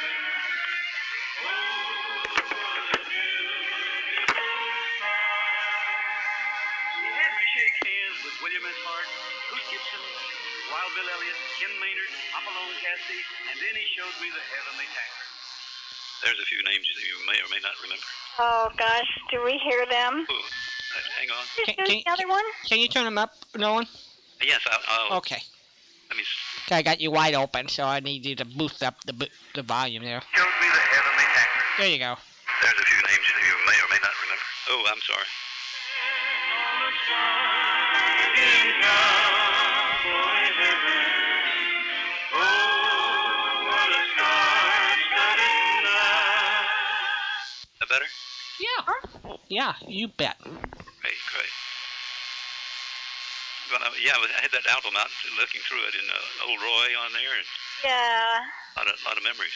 Speaker 7: Oh, what a beautiful sight. You had me shake hands with William S. Hart, Bruce Gibson, Wild Bill Elliott, Ken Maynard, Apollon Cassidy, and then he showed me the heavenly tangle.
Speaker 4: There's a few names that you may or may not remember.
Speaker 2: Oh gosh, do we hear them?
Speaker 4: Ooh, uh, hang on.
Speaker 2: Just
Speaker 1: Can-
Speaker 2: do
Speaker 1: can-
Speaker 2: the other one.
Speaker 1: [LAUGHS] Can you turn him up, Nolan?
Speaker 4: Yes, I'll. I'll
Speaker 1: Okay.
Speaker 4: Let me. s-
Speaker 1: 'Kay, I got you wide open, so I need you to boost up the bo- the volume there.
Speaker 7: Showed me the heavenly tangle.
Speaker 1: There you go.
Speaker 4: There's a few names that you may or may not remember. Oh, I'm sorry. That better?
Speaker 1: Yeah. Yeah, you bet.
Speaker 4: Great, great. Well, I, yeah, I was- I had that album out, looking through it, and uh, old Roy on there, and
Speaker 2: Yeah.
Speaker 4: a lot of, lot of memories.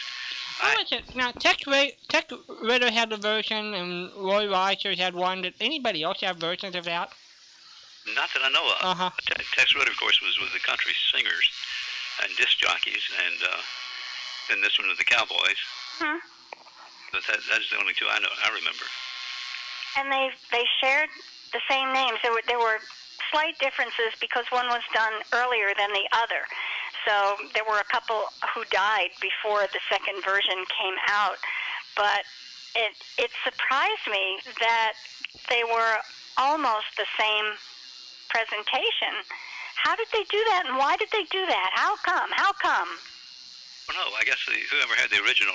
Speaker 1: How is it? Now, Tech, Ra- Tech Ritter had a version, and Roy Rogers had one. Did anybody else have versions of that?
Speaker 4: Not that I know of.
Speaker 1: Uh-huh.
Speaker 4: Te- Tex Ritter, of course, was with the country singers and disc jockeys, and uh, then this one with the Cowboys.
Speaker 2: Hmm.
Speaker 4: But that, that's the only two I know. I remember.
Speaker 2: And they they shared the same names. There were there were slight differences because one was done earlier than the other. So there were a couple who died before the second version came out, but it it surprised me that they were almost the same presentation. How did they do that and why did they do that? How come? How come?
Speaker 4: Well, Oh, no, I guess the, whoever had the original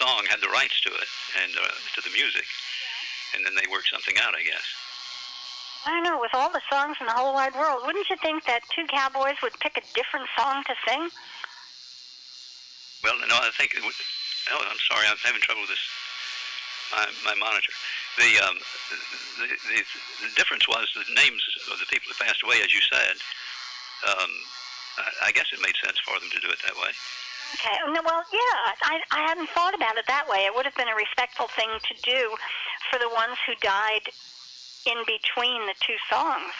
Speaker 4: song had the rights to it and uh, to the music, and then they worked something out, I guess.
Speaker 2: I don't know, with all the songs in the whole wide world, wouldn't you think that two cowboys would pick a different song to sing?
Speaker 4: Well, no, I think. It would, oh, I'm sorry. I'm having trouble with this. My, my monitor. The, um, the, the the difference was the names of the people that passed away, as you said. Um, I, I guess it made sense for them to do it that way.
Speaker 2: Okay. No, well, yeah, I, I hadn't thought about it that way. It would have been a respectful thing to do for the ones who died in between the two songs.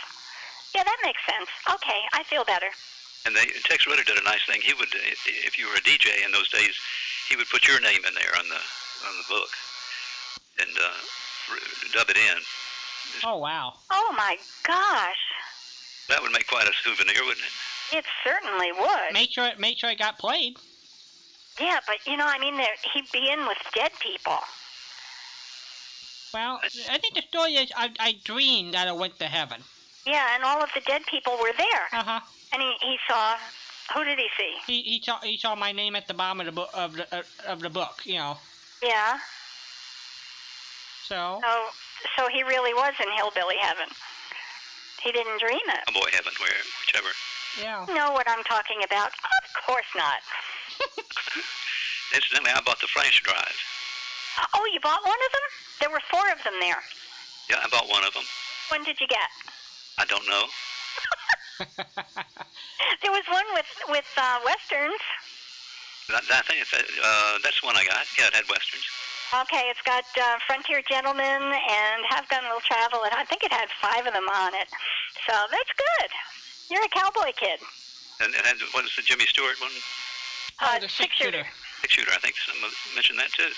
Speaker 2: Yeah, that makes sense. Okay, I feel better.
Speaker 4: And they, Tex Ritter did a nice thing. He would, if you were a DJ in those days, he would put your name in there on the on the book and uh, r- dub it in.
Speaker 1: Oh, wow.
Speaker 2: Oh my gosh,
Speaker 4: That would make quite a souvenir, wouldn't it?
Speaker 2: it certainly would.
Speaker 1: Make sure it, make sure it got played.
Speaker 2: yeah, but you know, I mean, there, he'd be in with dead people.
Speaker 1: Well, I think the story is I, I dreamed that I went to heaven.
Speaker 2: Yeah, and all of the dead people were there,
Speaker 1: Uh huh.
Speaker 2: and he, he saw. Who did he see?
Speaker 1: He, he saw he saw my name at the bottom of the book of the uh, of the book, you know.
Speaker 2: Yeah.
Speaker 1: So
Speaker 2: So, so he really was in hillbilly heaven. He didn't dream it.
Speaker 4: Cowboy heaven, where whichever. [LAUGHS]
Speaker 2: [LAUGHS]
Speaker 1: yeah. [LAUGHS]
Speaker 2: know what I'm talking about. Of course not.
Speaker 4: Incidentally, I bought the flash drive.
Speaker 2: Oh, you bought one of them? There were four of them there.
Speaker 4: Yeah, I bought one of them.
Speaker 2: When did you get? [LAUGHS]
Speaker 4: I don't know.
Speaker 2: There was one with with uh, westerns.
Speaker 4: That, that thing, uh, that's the one I got. Yeah, it had westerns.
Speaker 2: Okay, it's got uh, Frontier Gentlemen and Have Gun Will Travel, and I think it had five of them on it. So that's good. You're a cowboy kid.
Speaker 4: And, and had, what is the Jimmy Stewart one?
Speaker 1: Oh,
Speaker 2: Uh, six shooter.
Speaker 4: Six shooter. I think someone mentioned that too.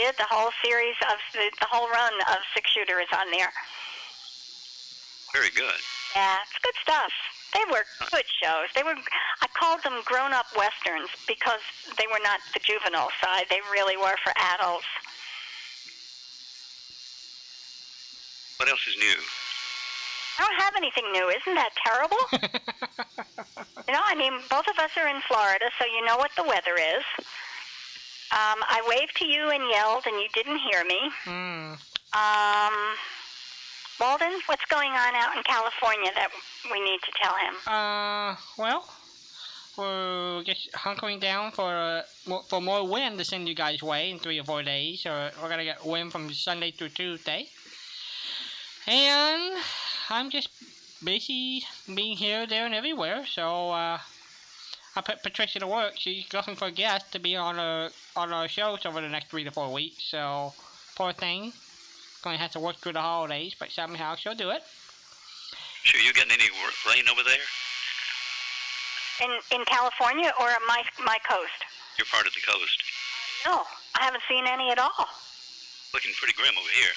Speaker 2: Did the whole series of the, the whole run of six shooter is on there.
Speaker 4: Very good.
Speaker 2: Yeah, it's good stuff. They were good shows. They were I called them grown up westerns because they were not the juvenile side. They really were for adults.
Speaker 4: What else is new?
Speaker 2: I don't have anything new. Isn't that terrible?
Speaker 1: [LAUGHS]
Speaker 2: you know, I mean, both of us are in Florida, so you know what the weather is. Um, I waved to you and yelled, and you didn't hear me.
Speaker 1: Mm.
Speaker 2: Um, Walden, what's going on out in California that we need to tell him?
Speaker 1: Uh, well, we're just hunkering down for uh, mo- for more wind to send you guys away in three or four days. So we're gonna get wind from Sunday through Tuesday. And I'm just busy being here, there, and everywhere. So uh, I put Patricia to work. She's looking for guests to be on our on our shows over the next three to four weeks. So poor thing, gonna have to work through the holidays, but somehow she'll do it.
Speaker 4: Sure, you getting any wor- rain over there?
Speaker 2: In in California or on my my coast?
Speaker 4: You're part of the coast.
Speaker 2: No, I haven't seen any at all.
Speaker 4: Looking pretty grim over here.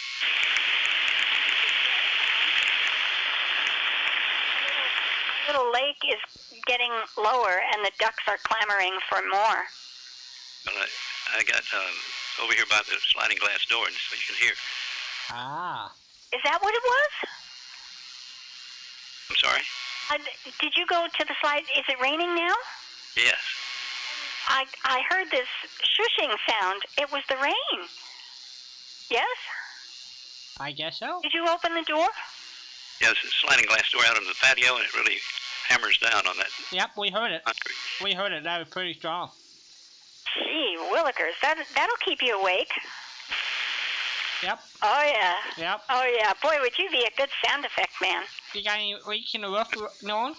Speaker 2: The little lake is getting lower, and the ducks are clamoring for more.
Speaker 4: Well, I, I got um, over here by the sliding glass door, and so you can hear.
Speaker 1: Ah.
Speaker 2: Is that what it was?
Speaker 4: I'm sorry.
Speaker 2: I, did you go to the slide? Is it raining now?
Speaker 4: Yes.
Speaker 2: I I heard this shushing sound. It was the rain. Yes.
Speaker 1: I guess so.
Speaker 2: Did you open the door?
Speaker 4: Yes, it's a sliding glass door out onto the patio, and it really hammers down on that
Speaker 1: Yep, we heard it.
Speaker 4: concrete.
Speaker 1: We heard it. That was pretty strong.
Speaker 2: Gee, Willikers, that that'll keep you awake.
Speaker 1: Yep,
Speaker 2: Oh yeah.
Speaker 1: yep.
Speaker 2: Oh yeah. Boy, would you be a good sound effect man.
Speaker 1: You got any leaks in the roof known?
Speaker 4: We-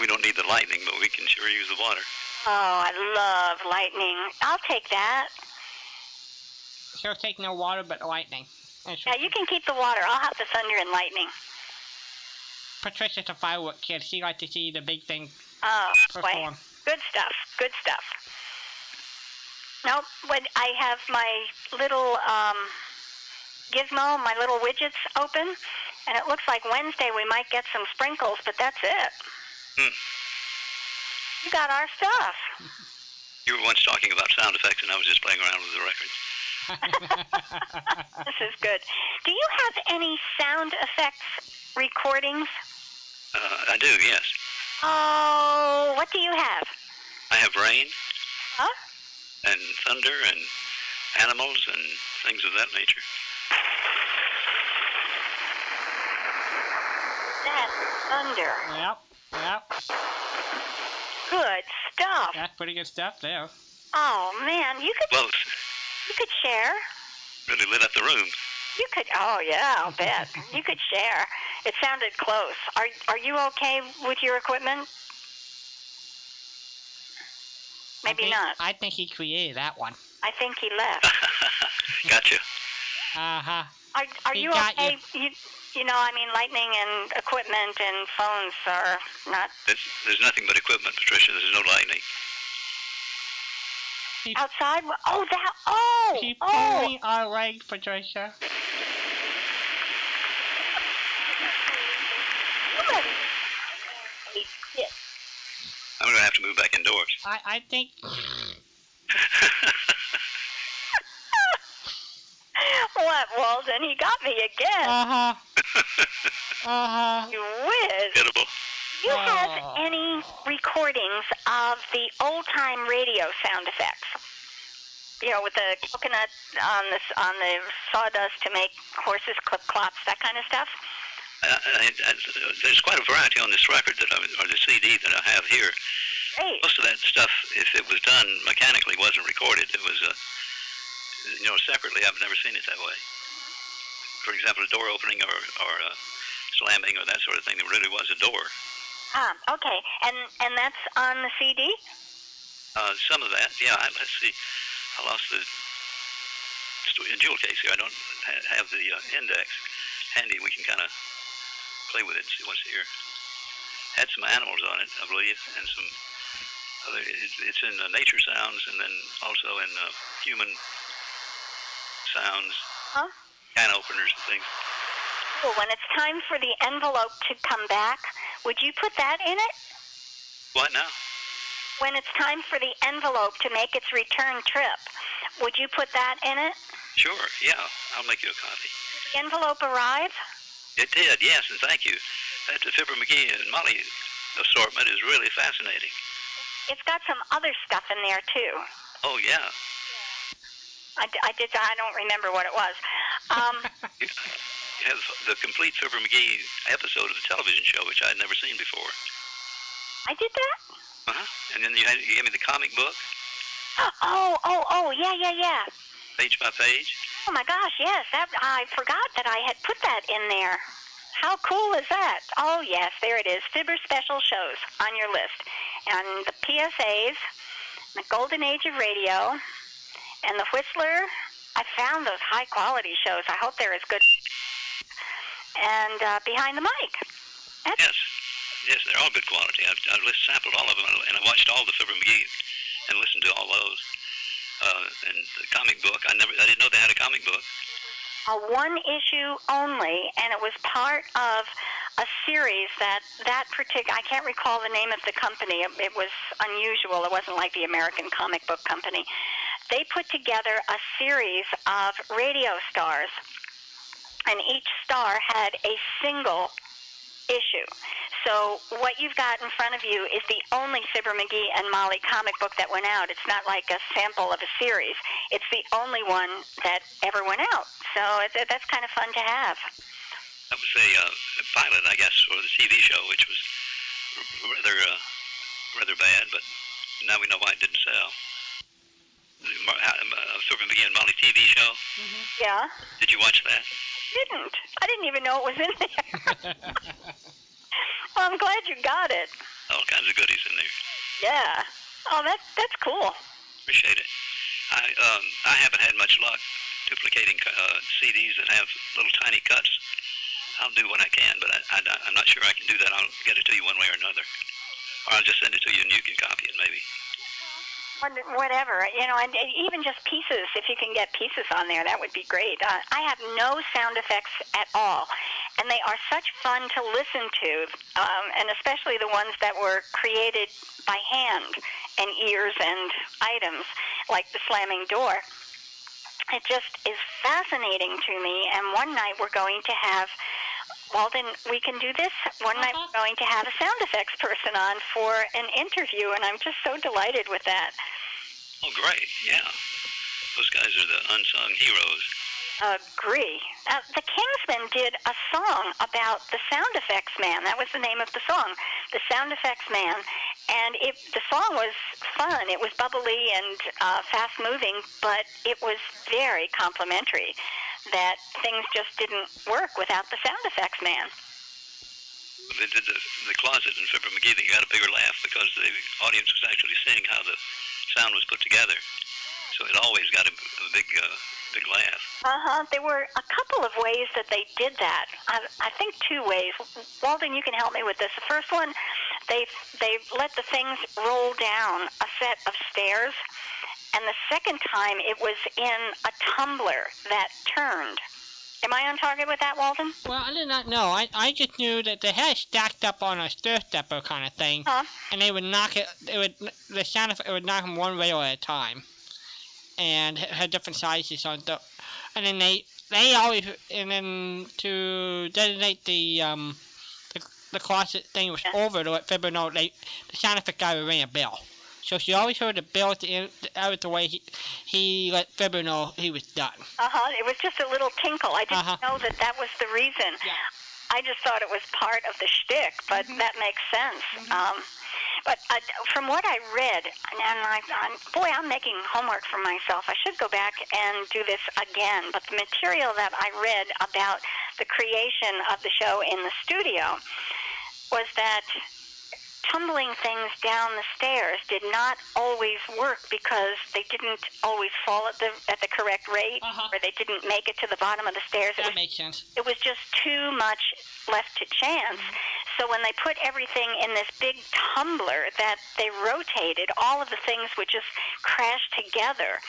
Speaker 4: We don't need the lightning, but we can sure use the water.
Speaker 2: Oh, I love lightning. I'll take that.
Speaker 1: She'll take no water but lightning. And she'll-
Speaker 2: Yeah, you can keep the water. I'll have the thunder and lightning.
Speaker 1: Patricia's a firework kid. She likes to see the big thing
Speaker 2: Oh, boy.
Speaker 1: perform. [LAUGHS]
Speaker 2: Good stuff. Good stuff. Nope. When I have my little um, gizmo, my little widgets open, and it looks like Wednesday we might get some sprinkles, but that's it.
Speaker 4: Hmm.
Speaker 2: You got our stuff.
Speaker 4: You were once talking about sound effects, and I was just playing around with the records.
Speaker 2: [LAUGHS] This is good. Do you have any sound effects recordings?
Speaker 4: Uh, I do, yes.
Speaker 2: Oh, what do you have?
Speaker 4: I have rain
Speaker 2: Huh?
Speaker 4: and thunder and animals and things of that nature.
Speaker 2: That's thunder.
Speaker 1: yep, yep.
Speaker 2: Good stuff.
Speaker 1: That's pretty good stuff there.
Speaker 2: Oh man, you could
Speaker 4: Well, it's
Speaker 2: you could share.
Speaker 4: really lit up the room. [LAUGHS]
Speaker 2: You could. Oh yeah, I'll bet you could share. It sounded close. Are are you okay with your equipment?
Speaker 1: I
Speaker 2: Maybe
Speaker 1: think-
Speaker 2: not.
Speaker 1: I think he created that one.
Speaker 2: I think he left.
Speaker 4: gotcha.
Speaker 1: Uh huh.
Speaker 2: Are are
Speaker 1: He
Speaker 2: you
Speaker 1: got
Speaker 2: okay? You you know, I mean, lightning and equipment and phones are not.
Speaker 4: There's, there's nothing but equipment, Patricia. There's no lightning.
Speaker 2: Outside? Oh, that. Oh,
Speaker 1: He pulled
Speaker 2: oh.
Speaker 1: me our leg, Patricia.
Speaker 4: I'm going to have to move back indoors. [LAUGHS]
Speaker 1: I, I think.
Speaker 2: [LAUGHS] What, Walden? He got me again.
Speaker 1: Uh huh. Uh huh.
Speaker 2: you whiz.
Speaker 4: Edible.
Speaker 2: You
Speaker 1: Wow.
Speaker 2: have any recordings of the old time radio sound effects? You know, with the coconut on the s- on the sawdust to make horses clip clops, that kind of stuff.
Speaker 4: I, Uh, I, I, there's quite a variety on this record that I, or the CD that I have here.
Speaker 2: Great.
Speaker 4: Most of that stuff, if it was done mechanically, wasn't recorded. It was, uh, you know, separately. I've never seen it that way. For example, a door opening or, or uh, slamming or that sort of thing. There really was a door.
Speaker 2: Ah, okay. And and that's on the CD.
Speaker 4: Uh, some of that, yeah. I, let's see. I lost the stu- uh, jewel case here. I don't ha- have the uh, index handy. We can kind of play with it. See what's here. had some animals on it, I believe, and some other. It's, it's in uh, nature sounds, and then also in uh, human sounds,
Speaker 2: Huh?
Speaker 4: can openers and things.
Speaker 2: Cool. When it's time for the envelope to come back, would you put that in it?
Speaker 4: What now?
Speaker 2: When it's time for the envelope to make its return trip, would you put that in it?
Speaker 4: Sure, yeah, I'll make you a copy.
Speaker 2: The envelope arrive?
Speaker 4: It did, yes, and thank you. That the Fibber McGee and Molly assortment is really fascinating.
Speaker 2: It's got some other stuff in there too.
Speaker 4: Oh yeah,
Speaker 2: I, d- I did. I don't remember what it was. Um,
Speaker 1: [LAUGHS]
Speaker 4: you have the complete Fibber McGee episode of the television show, which I had never seen before.
Speaker 2: I did that.
Speaker 4: Uh-huh. And then you, had, you gave me the comic book,
Speaker 2: Oh, oh, oh, yeah, yeah, yeah.
Speaker 4: page by page.
Speaker 2: Oh my gosh, yes. That I forgot that I had put that in there. How cool is that? Oh yes, there it is. Fibber special shows on your list, and the PSAs, the Golden Age of Radio, and the Whistler. I found those high quality shows. I hope they're as good. And uh, behind the mic.
Speaker 4: Yes, yes, they're all good quality. I've, I've list, sampled all of them, and I watched all the Fibber McGee and listened to all those. Uh, and the comic book, I never, I didn't know they had a comic book.
Speaker 2: a one issue only, and it was part of a series that that particular I can't recall the name of the company. It, it was unusual. It wasn't like the American comic book company. They put together a series of radio stars, and each star had a single issue. So what you've got in front of you is the only Fibber McGee and Molly comic book that went out. It's not like a sample of a series. It's the only one that ever went out. So it, that's kind of fun to have.
Speaker 4: That was a, uh, a pilot, I guess, for the TV show, which was r- rather uh, rather bad. But now we know why it didn't sell. The Mar- how- uh, Silver McGee and Molly TV show.
Speaker 2: Yeah.
Speaker 4: Did you watch that?
Speaker 2: Didn't. I didn't even know it was in there.
Speaker 1: [LAUGHS]
Speaker 2: Um, [LAUGHS] well, I'm glad you got it.
Speaker 4: All kinds of goodies in there.
Speaker 2: Yeah. Oh, that that's cool.
Speaker 4: Appreciate it. I um, I haven't had much luck duplicating co- uh, CDs that have little tiny cuts. I'll do what I can, but I, I, I'm not sure I can do that. I'll get it to you one way or another, or I'll just send it to you and you can copy it maybe.
Speaker 2: What- Whatever, you know, and and even just pieces, if you can get pieces on there, that would be great. Uh, I have no sound effects at all, and they are such fun to listen to, um, and especially the ones that were created by hand and ears and items, like the slamming door. It just is fascinating to me, and one night we're going to have. Well, then we can do this. One night we're going to have a sound effects person on for an interview, and I'm just so delighted with that.
Speaker 4: Oh, great. Yeah. Those guys are the unsung heroes.
Speaker 2: agree. Uh, the Kingsmen did a song about the sound effects man. That was the name of the song, the sound effects man. And it, the song was fun. It was bubbly and uh, fast moving, but it was very complimentary. That things just didn't work without the sound effects man.
Speaker 4: They did the, the closet in Fibber McGee. They got a bigger laugh because the audience was actually seeing how the sound was put together. So it always got a, a big, uh, big laugh.
Speaker 2: Uh huh. There were a couple of ways that they did that. I, I think two ways. Walden, you can help me with this. The first one, they they let the things roll down a set of stairs, and the second time it was in a tumbler that turned. Am I on target with that, Walden?
Speaker 1: Well, I did not know. I, I just knew that they had it stacked up on a stair stepper kind of thing,
Speaker 2: Huh?
Speaker 1: and they would knock it. It would the sound of it would knock them one rail at a time, and it had different sizes on the. And then they they always and then to designate the um the, the closet thing was
Speaker 2: Yeah.
Speaker 1: over to let Fibber know they the sound effect guy would ring a bell. So she always heard a bell at the end. That was the way he he let Fibber know he was done.
Speaker 2: Uh huh. It was just a little tinkle. I didn't
Speaker 1: Uh-huh.
Speaker 2: know that that was the reason.
Speaker 1: Yeah. Mm-hmm.
Speaker 2: I just thought it was part of the shtick, but that makes sense. Um, but uh, from what I read, and I, I'm, boy, I'm making homework for myself. I should go back and do this again. But the material that I read about the creation of the show in the studio was that tumbling things down the stairs did not always work because they didn't always fall at the at the correct rate,
Speaker 1: Uh-huh.
Speaker 2: or they didn't make it to the bottom of the stairs. It was
Speaker 1: That makes sense.
Speaker 2: it was just too much left to chance. So when they put everything in this big tumbler that they rotated, all of the things would just crash together.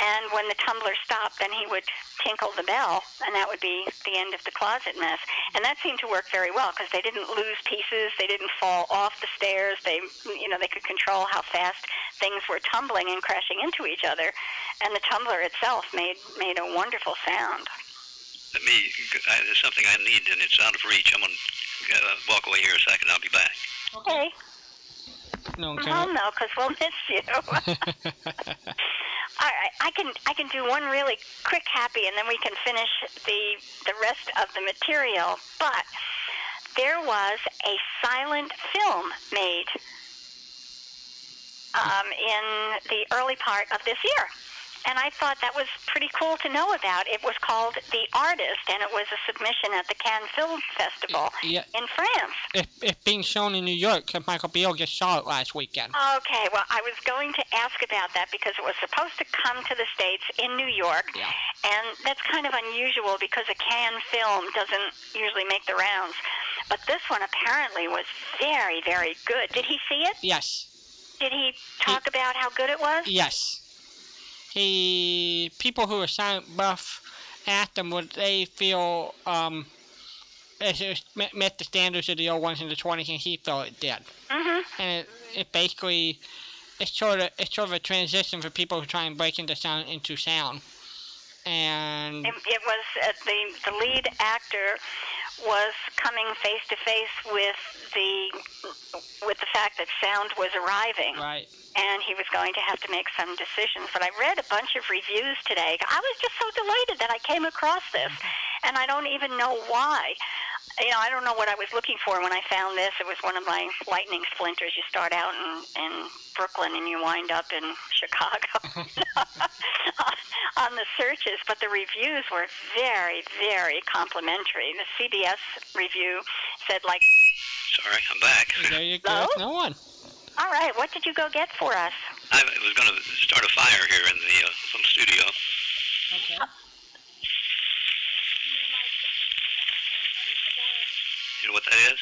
Speaker 2: And when the tumbler stopped, then he would tinkle the bell, and that would be the end of the closet mess. And that seemed to work very well because they didn't lose pieces, they didn't fall off the stairs. They, you know, they could control how fast things were tumbling and crashing into each other. And the tumbler itself made made a wonderful sound.
Speaker 4: Let me. I, there's something I need, and it's out of reach. I'm gonna uh, walk away here a second. I'll be back.
Speaker 2: Okay.
Speaker 1: No,
Speaker 2: I'm
Speaker 1: okay.
Speaker 2: home though, because Oh, we'll miss you. All right, I can I can do one really quick happy, and then we can finish the the rest of the material. But there was a silent film made um, in the early part of this year, and I thought that was pretty cool to know about. It was called The Artist, and it was a submission at the Cannes Film Festival
Speaker 1: yeah,
Speaker 2: in France.
Speaker 1: it, it's being shown in New York 'cause Michael Beale just saw it last weekend.
Speaker 2: Okay, well, I was going to ask about that because it was supposed to come to the States in New York,
Speaker 1: Yeah.
Speaker 2: and that's kind of unusual because a Cannes film doesn't usually make the rounds. But this one apparently was very, very good. Did he see it?
Speaker 1: Yes,
Speaker 2: Did he talk about how good it was?
Speaker 1: yes. He people who are silent buff asked him would they feel um if it met, met the standards of the old ones in the 20s, and he felt it did.
Speaker 2: Mm-hmm.
Speaker 1: and it, it basically it's sort of it's sort of a transition for people who try and break into sound into sound. And
Speaker 2: It, it was uh, the the lead actor was coming face to face with the with the fact that sound was arriving.
Speaker 1: right,
Speaker 2: and he was going to have to make some decisions. But I read a bunch of reviews today. I was just so delighted that I came across this, and I don't even know why. You know, I don't know what I was looking for when I found this. It was one of my lightning splinters. You start out in, in Brooklyn and you wind up in [LAUGHS] Chicago [LAUGHS] on the searches, but the reviews were very, very complimentary. The CBS review said, like,
Speaker 4: Sorry, I'm back.
Speaker 1: there you go.
Speaker 2: Hello?
Speaker 1: No one.
Speaker 2: all right, what did you go get for us?
Speaker 4: [LAUGHS] I was going to start a fire here in the uh, little studio.
Speaker 1: Okay.
Speaker 4: You know what that is?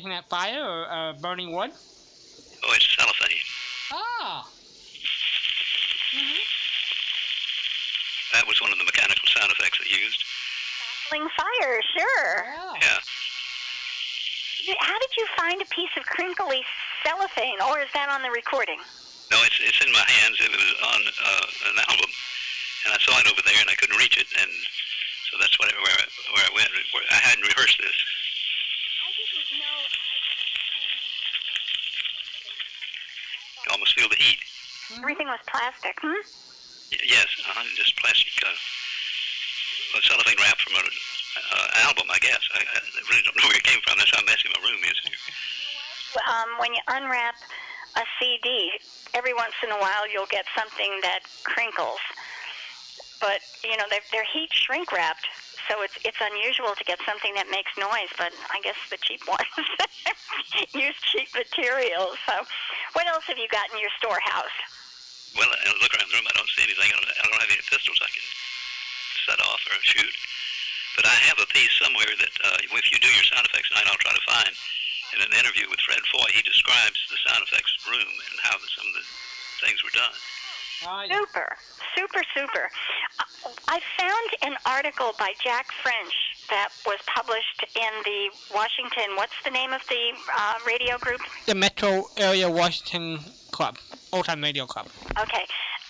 Speaker 1: Isn't that fire or uh, burning wood?
Speaker 4: Oh, it's cellophane.
Speaker 1: Ah.
Speaker 4: That was one of the mechanical sound effects they used.
Speaker 2: Fling Fire, sure.
Speaker 1: Wow.
Speaker 4: Yeah.
Speaker 2: How did you find a piece of crinkly cellophane, or is that on the recording?
Speaker 4: No, it's it's in my hands. It was on uh, an album, and I saw it over there, and I couldn't reach it, and so that's what I, where I, where I went. Where I hadn't rehearsed this. You almost feel the heat.
Speaker 2: Everything was plastic. Hmm?
Speaker 4: Y- Yes, uh, just plastic uh, uh, cellophane wrap from an uh, album, I guess. I, I really don't know where it came from. That's how messy my room is. Here.
Speaker 2: Um, when you unwrap a CD, every once in a while you'll get something that crinkles. But you know they're, they're heat shrink wrapped, so it's it's unusual to get something that makes noise. But I guess the cheap [LAUGHS] ones use cheap materials. So, what else have you got in your storehouse?
Speaker 4: Well, I I look around the room. I don't see anything. I don't, I don't have any pistols I can set off or shoot. But I have a piece somewhere that, uh, if you do your sound effects night, I'll try to find. In an interview with Fred Foy, he describes the sound effects room and how the, some of the things were done.
Speaker 1: Ah, yeah.
Speaker 2: Super, super, super. I found an article by Jack French that was published in the Washington. What's the name of the uh, radio group?
Speaker 1: The Metro Area Washington Club, Old Time Radio Club.
Speaker 2: Okay.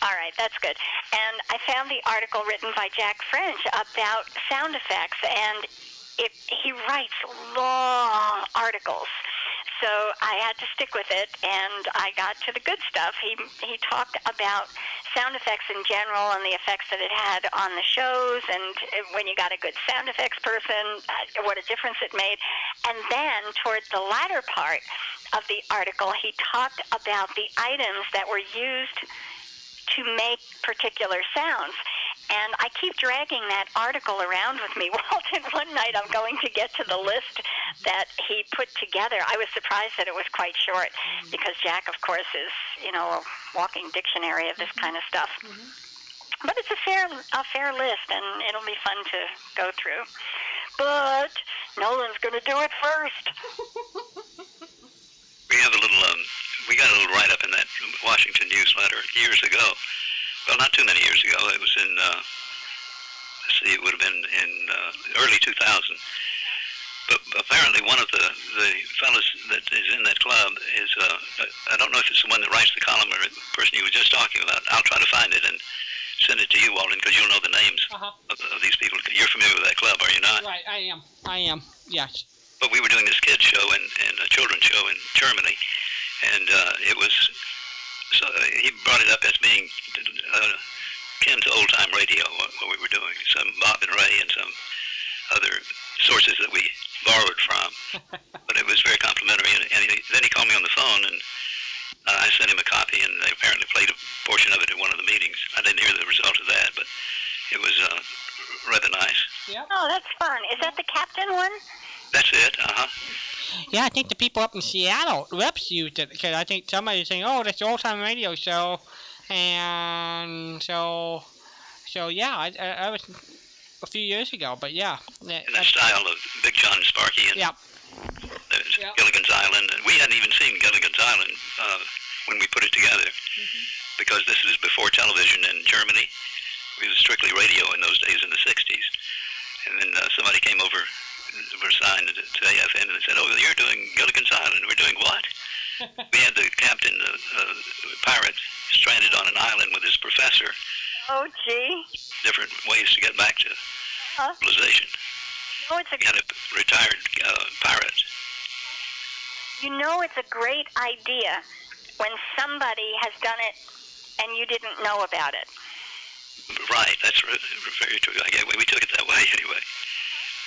Speaker 2: All right, that's good. And I found the article written by Jack French about sound effects, and it, he writes long articles. So I had to stick with it, and I got to the good stuff. He he talked about sound effects in general and the effects that it had on the shows, and uh, when you got a good sound effects person, uh, what a difference it made. And then towards the latter part of the article, he talked about the items that were used to make particular sounds. And I keep dragging that article around with me. [LAUGHS] Walton, one night I'm going to get to the list that he put together. I was surprised that it was quite short because Jack, of course, is, you know, a walking dictionary of this kind of stuff. But it's a fair, a fair list, and it'll be fun to go through. but Nolan's going to do it first.
Speaker 4: We have a little, um, we got a little write-up in that Washington newsletter years ago. Well, not too many years ago. It was in, uh, let's see, it would have been in uh, early 2000. But apparently, one of the the fellows that is in that club is, uh, I- I don't know if it's the one that writes the column or the person you were just talking about. I'll try to find it and send it to you, Walden, because you'll know the names
Speaker 1: [LAUGHS] Uh-huh.
Speaker 4: of, of these people. You're familiar with that club, are you not?
Speaker 1: Right, I am. I am. Yes. [LAUGHS]
Speaker 4: but we were doing this kids show and, and a children's show in Germany, and uh, it was so uh, he brought it up as being uh, kin to old time radio what, what we were doing. Some Bob and Ray and some other sources that we borrowed from, but it was very complimentary. And, and he, then he called me on the phone and. Uh, I sent him a copy, and they apparently played a portion of it at one of the meetings. I didn't hear the result of that, but it was uh, rather nice.
Speaker 2: Oh, that's fun. Is that the captain one?
Speaker 4: That's it. Uh huh.
Speaker 1: Yeah, I think the people up in Seattle reps used it because I think somebody's saying, "Oh, that's the old time radio show," and so, so yeah, I, I, I was a few years ago, but yeah, that-
Speaker 4: in the
Speaker 1: that's-
Speaker 4: style of Big John Sparky and
Speaker 1: Yep.
Speaker 4: uh,
Speaker 1: Yep.
Speaker 4: Gilligan's Island. And we hadn't even seen Gilligan's Island uh, when we put it together because this was before television in Germany. It was strictly radio in those days in the 60s. And then uh, somebody came over, were signed to, to AFN, and they said, Oh, you're doing Gilligan's Island. We're doing what? we had the captain, the uh, pirate, stranded on an island with his professor,
Speaker 2: Oh, gee.
Speaker 4: different ways to get back to
Speaker 2: Huh?
Speaker 4: civilization.
Speaker 2: No, it's a
Speaker 4: We had a retired uh, pirate.
Speaker 2: You know, it's a great idea when somebody has done it and you didn't know about it.
Speaker 4: Right, that's re- very true. I get, we took it that way [LAUGHS] anyway.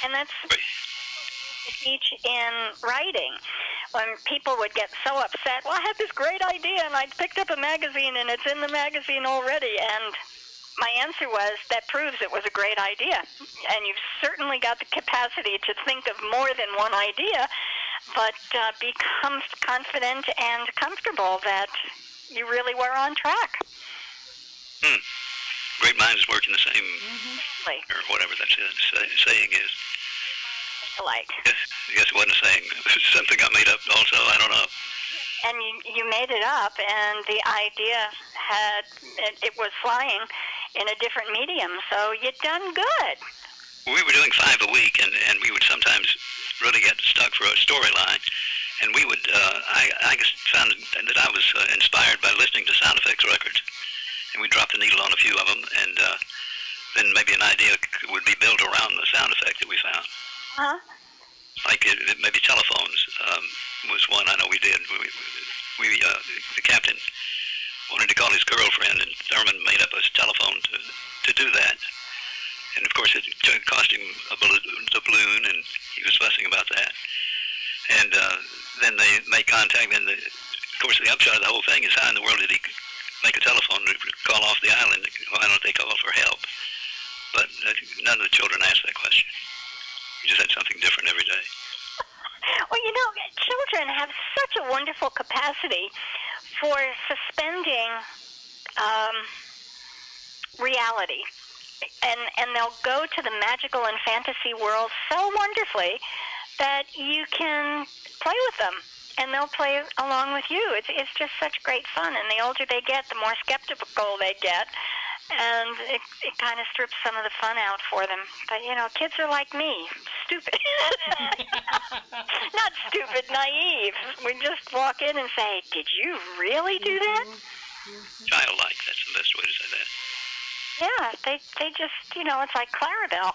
Speaker 2: And that's
Speaker 4: Right.
Speaker 2: to teach in writing. When people would get so upset, well, I had this great idea and I picked up a magazine and it's in the magazine already. And my answer was, that proves it was a great idea. And you've certainly got the capacity to think of more than one idea, but uh, be comf- confident and comfortable that you really were on track.
Speaker 4: hmm, Great minds work in the same,
Speaker 2: Like,
Speaker 4: or whatever that is, say, saying is. [LAUGHS]
Speaker 2: like.
Speaker 4: Yes, yes, it wasn't a saying. [LAUGHS] It was something I made up also. I don't know.
Speaker 2: and you, you made it up, and the idea had it, it was flying in a different medium. So you done good. [LAUGHS]
Speaker 4: We were doing five a week, and, and we would sometimes really get stuck for a storyline. And we would, uh, I, I just found that I was uh, inspired by listening to sound effects records. And we dropped the needle on a few of them, and uh, then maybe an idea c- would be built around the sound effect that we found.
Speaker 2: Huh?
Speaker 4: like it, it, maybe telephones um, was one I know we did. We, we uh, the captain wanted to call his girlfriend, and Thurman made up a telephone to to do that. And of course, it t- cost him a balloon, the balloon, and he was fussing about that. And uh, then they made contact. And the, of course, the upshot of the whole thing is how in the world did he make a telephone to call off the island? Why don't they call for help? But uh, none of the children asked that question. You just had something different every day.
Speaker 2: Well, you know, children have such a wonderful capacity for suspending um, reality, and and they'll go to the magical and fantasy world so wonderfully that you can play with them, and they'll play along with you. It's it's just such great fun, and the older they get, the more skeptical they get. And it, it kind of strips some of the fun out for them. But, you know, kids are like me, stupid. [LAUGHS] not stupid, naive. We just walk in and say, "Did you really do that?"
Speaker 4: childlike. That's the best way to say that.
Speaker 2: Yeah, they they just you know it's like Clarabelle.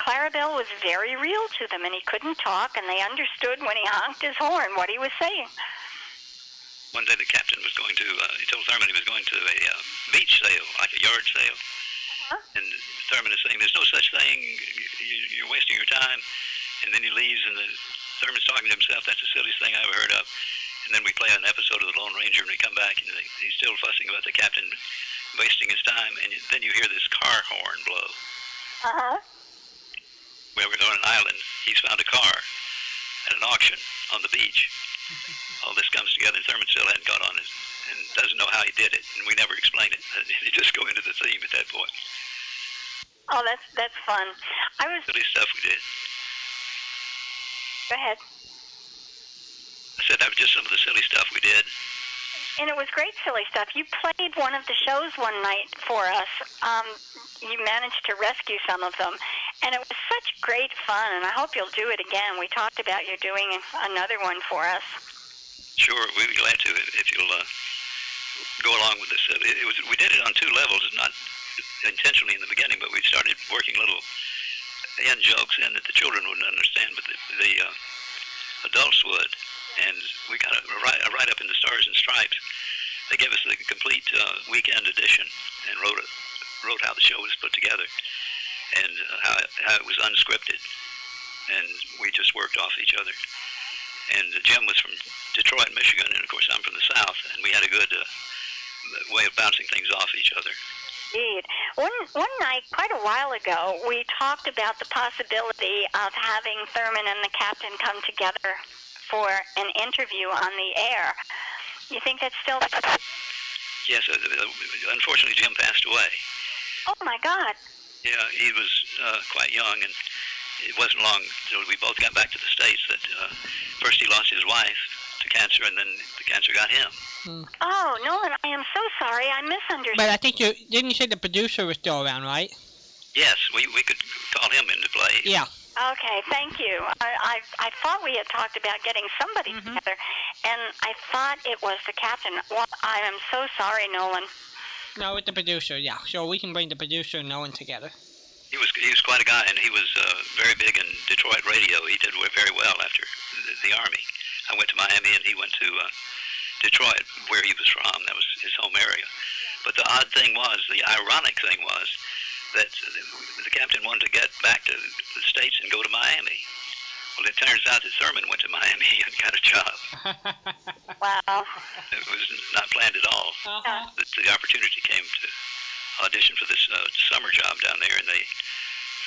Speaker 2: Clarabelle was very real to them, and he couldn't talk, and they understood when he [LAUGHS] honked his horn what he was saying.
Speaker 4: One day the captain was going to, uh, he told Thurman he was going to a uh, beach sale, like a yard sale. And Thurman is saying, there's no such thing. You, you're wasting your time. And then he leaves, and the, Thurman's talking to himself. That's the silliest thing I ever heard of. And then we play an episode of The Lone Ranger, and we come back, and they, he's still fussing about the captain wasting his time. And then you hear this car horn blow.
Speaker 2: Uh huh.
Speaker 4: where we're on an island, he's found a car at an auction on the beach. All this comes together, and Thurman still hadn't got on his, and doesn't know how he did it, and we never explain it. [LAUGHS] You just go into the theme at that point.
Speaker 2: Oh, that's that's fun. I was
Speaker 4: Silly stuff we did.
Speaker 2: Go ahead.
Speaker 4: I said that was just some of the silly stuff we did.
Speaker 2: And it was great silly stuff. You played one of the shows one night for us. Um, you managed to rescue some of them. And it was such great fun, and I hope you'll do it again. We talked about you doing another one for us.
Speaker 4: Sure, we'd be glad to if, if you'll uh, go along with this. Uh, It, it was we did it on two levels, not intentionally in the beginning, but we started working little end jokes in that the children wouldn't understand, but the, the uh, adults would. And we got a, write, a write up in the Stars and Stripes. They gave us the complete uh, weekend edition and wrote it, wrote how the show was put together and uh, how, it- how it was unscripted. And we just worked off each other. And uh, Jim was from Detroit, Michigan, and of course I'm from the South, and we had a good uh, way of bouncing things off each other.
Speaker 2: Indeed. One one night, quite a while ago, we talked about the possibility of having Thurman and the captain come together for an interview on the air. You think that's still?
Speaker 4: Yes, uh, uh, unfortunately Jim passed away.
Speaker 2: Oh my God!
Speaker 4: Yeah, he was uh, quite young, and it wasn't long till we both got back to the states that uh, first he lost his wife to cancer, and then the cancer got him.
Speaker 1: [LAUGHS]
Speaker 2: Oh Nolan, I am so sorry. I misunderstood.
Speaker 1: Mm. But I think you didn't you say the producer was still around, right?
Speaker 4: Yes, we, we could call him into play.
Speaker 1: Yeah.
Speaker 2: Okay, thank you. I, I, I thought we had talked about getting somebody
Speaker 1: Mm-hmm.
Speaker 2: together, and I thought it was the captain. Well, I am so sorry, Nolan.
Speaker 1: No, with the producer, yeah. So we can bring the producer and Nolan together.
Speaker 4: He was he was quite a guy, and he was uh, very big in Detroit radio. He did very well after the, the army. I went to Miami, and he went to uh, Detroit, where he was from. That was his home area. But the odd thing was, the ironic thing was, that the, the captain wanted to get back to the states and go to Miami. Well, it turns out that Thurman went to Miami [LAUGHS] and got a job.
Speaker 1: [LAUGHS]
Speaker 2: Wow.
Speaker 4: It was not planned at all.
Speaker 1: Uh-huh.
Speaker 4: But the opportunity came to audition for this uh, summer job down there, and they,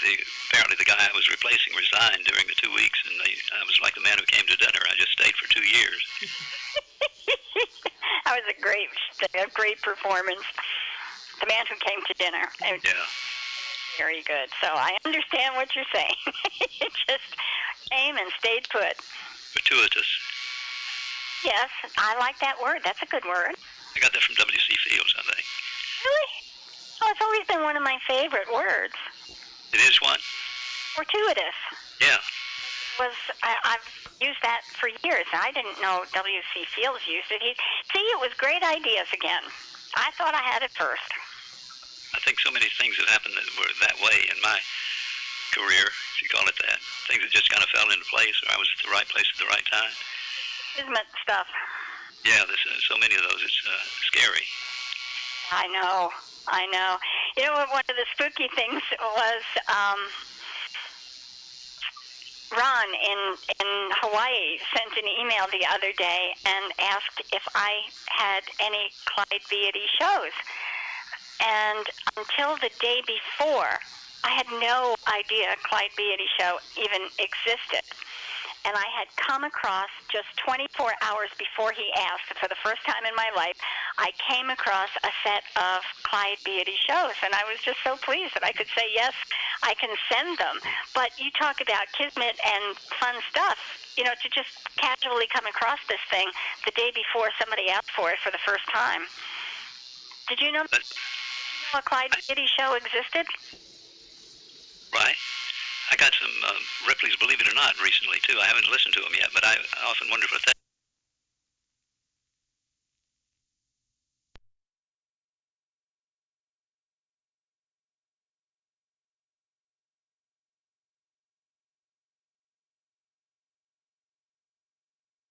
Speaker 4: they apparently the guy I was replacing resigned during the two weeks, and they, I was like the man who came to dinner. I just stayed for two years.
Speaker 2: [LAUGHS] that was a great, a great performance. The man who came to dinner. It was
Speaker 4: Yeah.
Speaker 2: very good. So I understand what you're saying. [LAUGHS] it just came and stayed put.
Speaker 4: Fortuitous.
Speaker 2: Yes, I like that word. That's a good word.
Speaker 4: I got that from W.C. Fields, I think.
Speaker 2: Really? Oh, it's always been one of my favorite words.
Speaker 4: It is one.
Speaker 2: Fortuitous.
Speaker 4: Yeah.
Speaker 2: was I, I've used that for years. I didn't know W.C. Fields used it. He see, it was great ideas again. I thought I had it first.
Speaker 4: I think so many things have happened that were that way in my career, if you call it that. Things that just kind of fell into place, or I was at the right place at the right time.
Speaker 2: Kismet stuff.
Speaker 4: Yeah, there's uh, so many of those. It's uh, scary.
Speaker 2: I know. I know. You know what? One of the spooky things was um, Ron in in Hawaii sent an email the other day and asked if I had any Clyde Beatty shows. And until the day before, I had no idea Clyde Beatty show even existed. And I had come across just 24 hours before he asked, for the first time in my life, I came across a set of Clyde Beatty shows, and I was just so pleased that I could say, yes, I can send them. But you talk about kismet and fun stuff, you know, to just casually come across this thing the day before somebody asked for it for the first time. Did you know
Speaker 4: But
Speaker 2: a Clyde Beatty show existed?
Speaker 4: Right. uh, I got some um, Ripley's Believe It or Not recently too. I haven't listened to them yet, but I I often wonder if that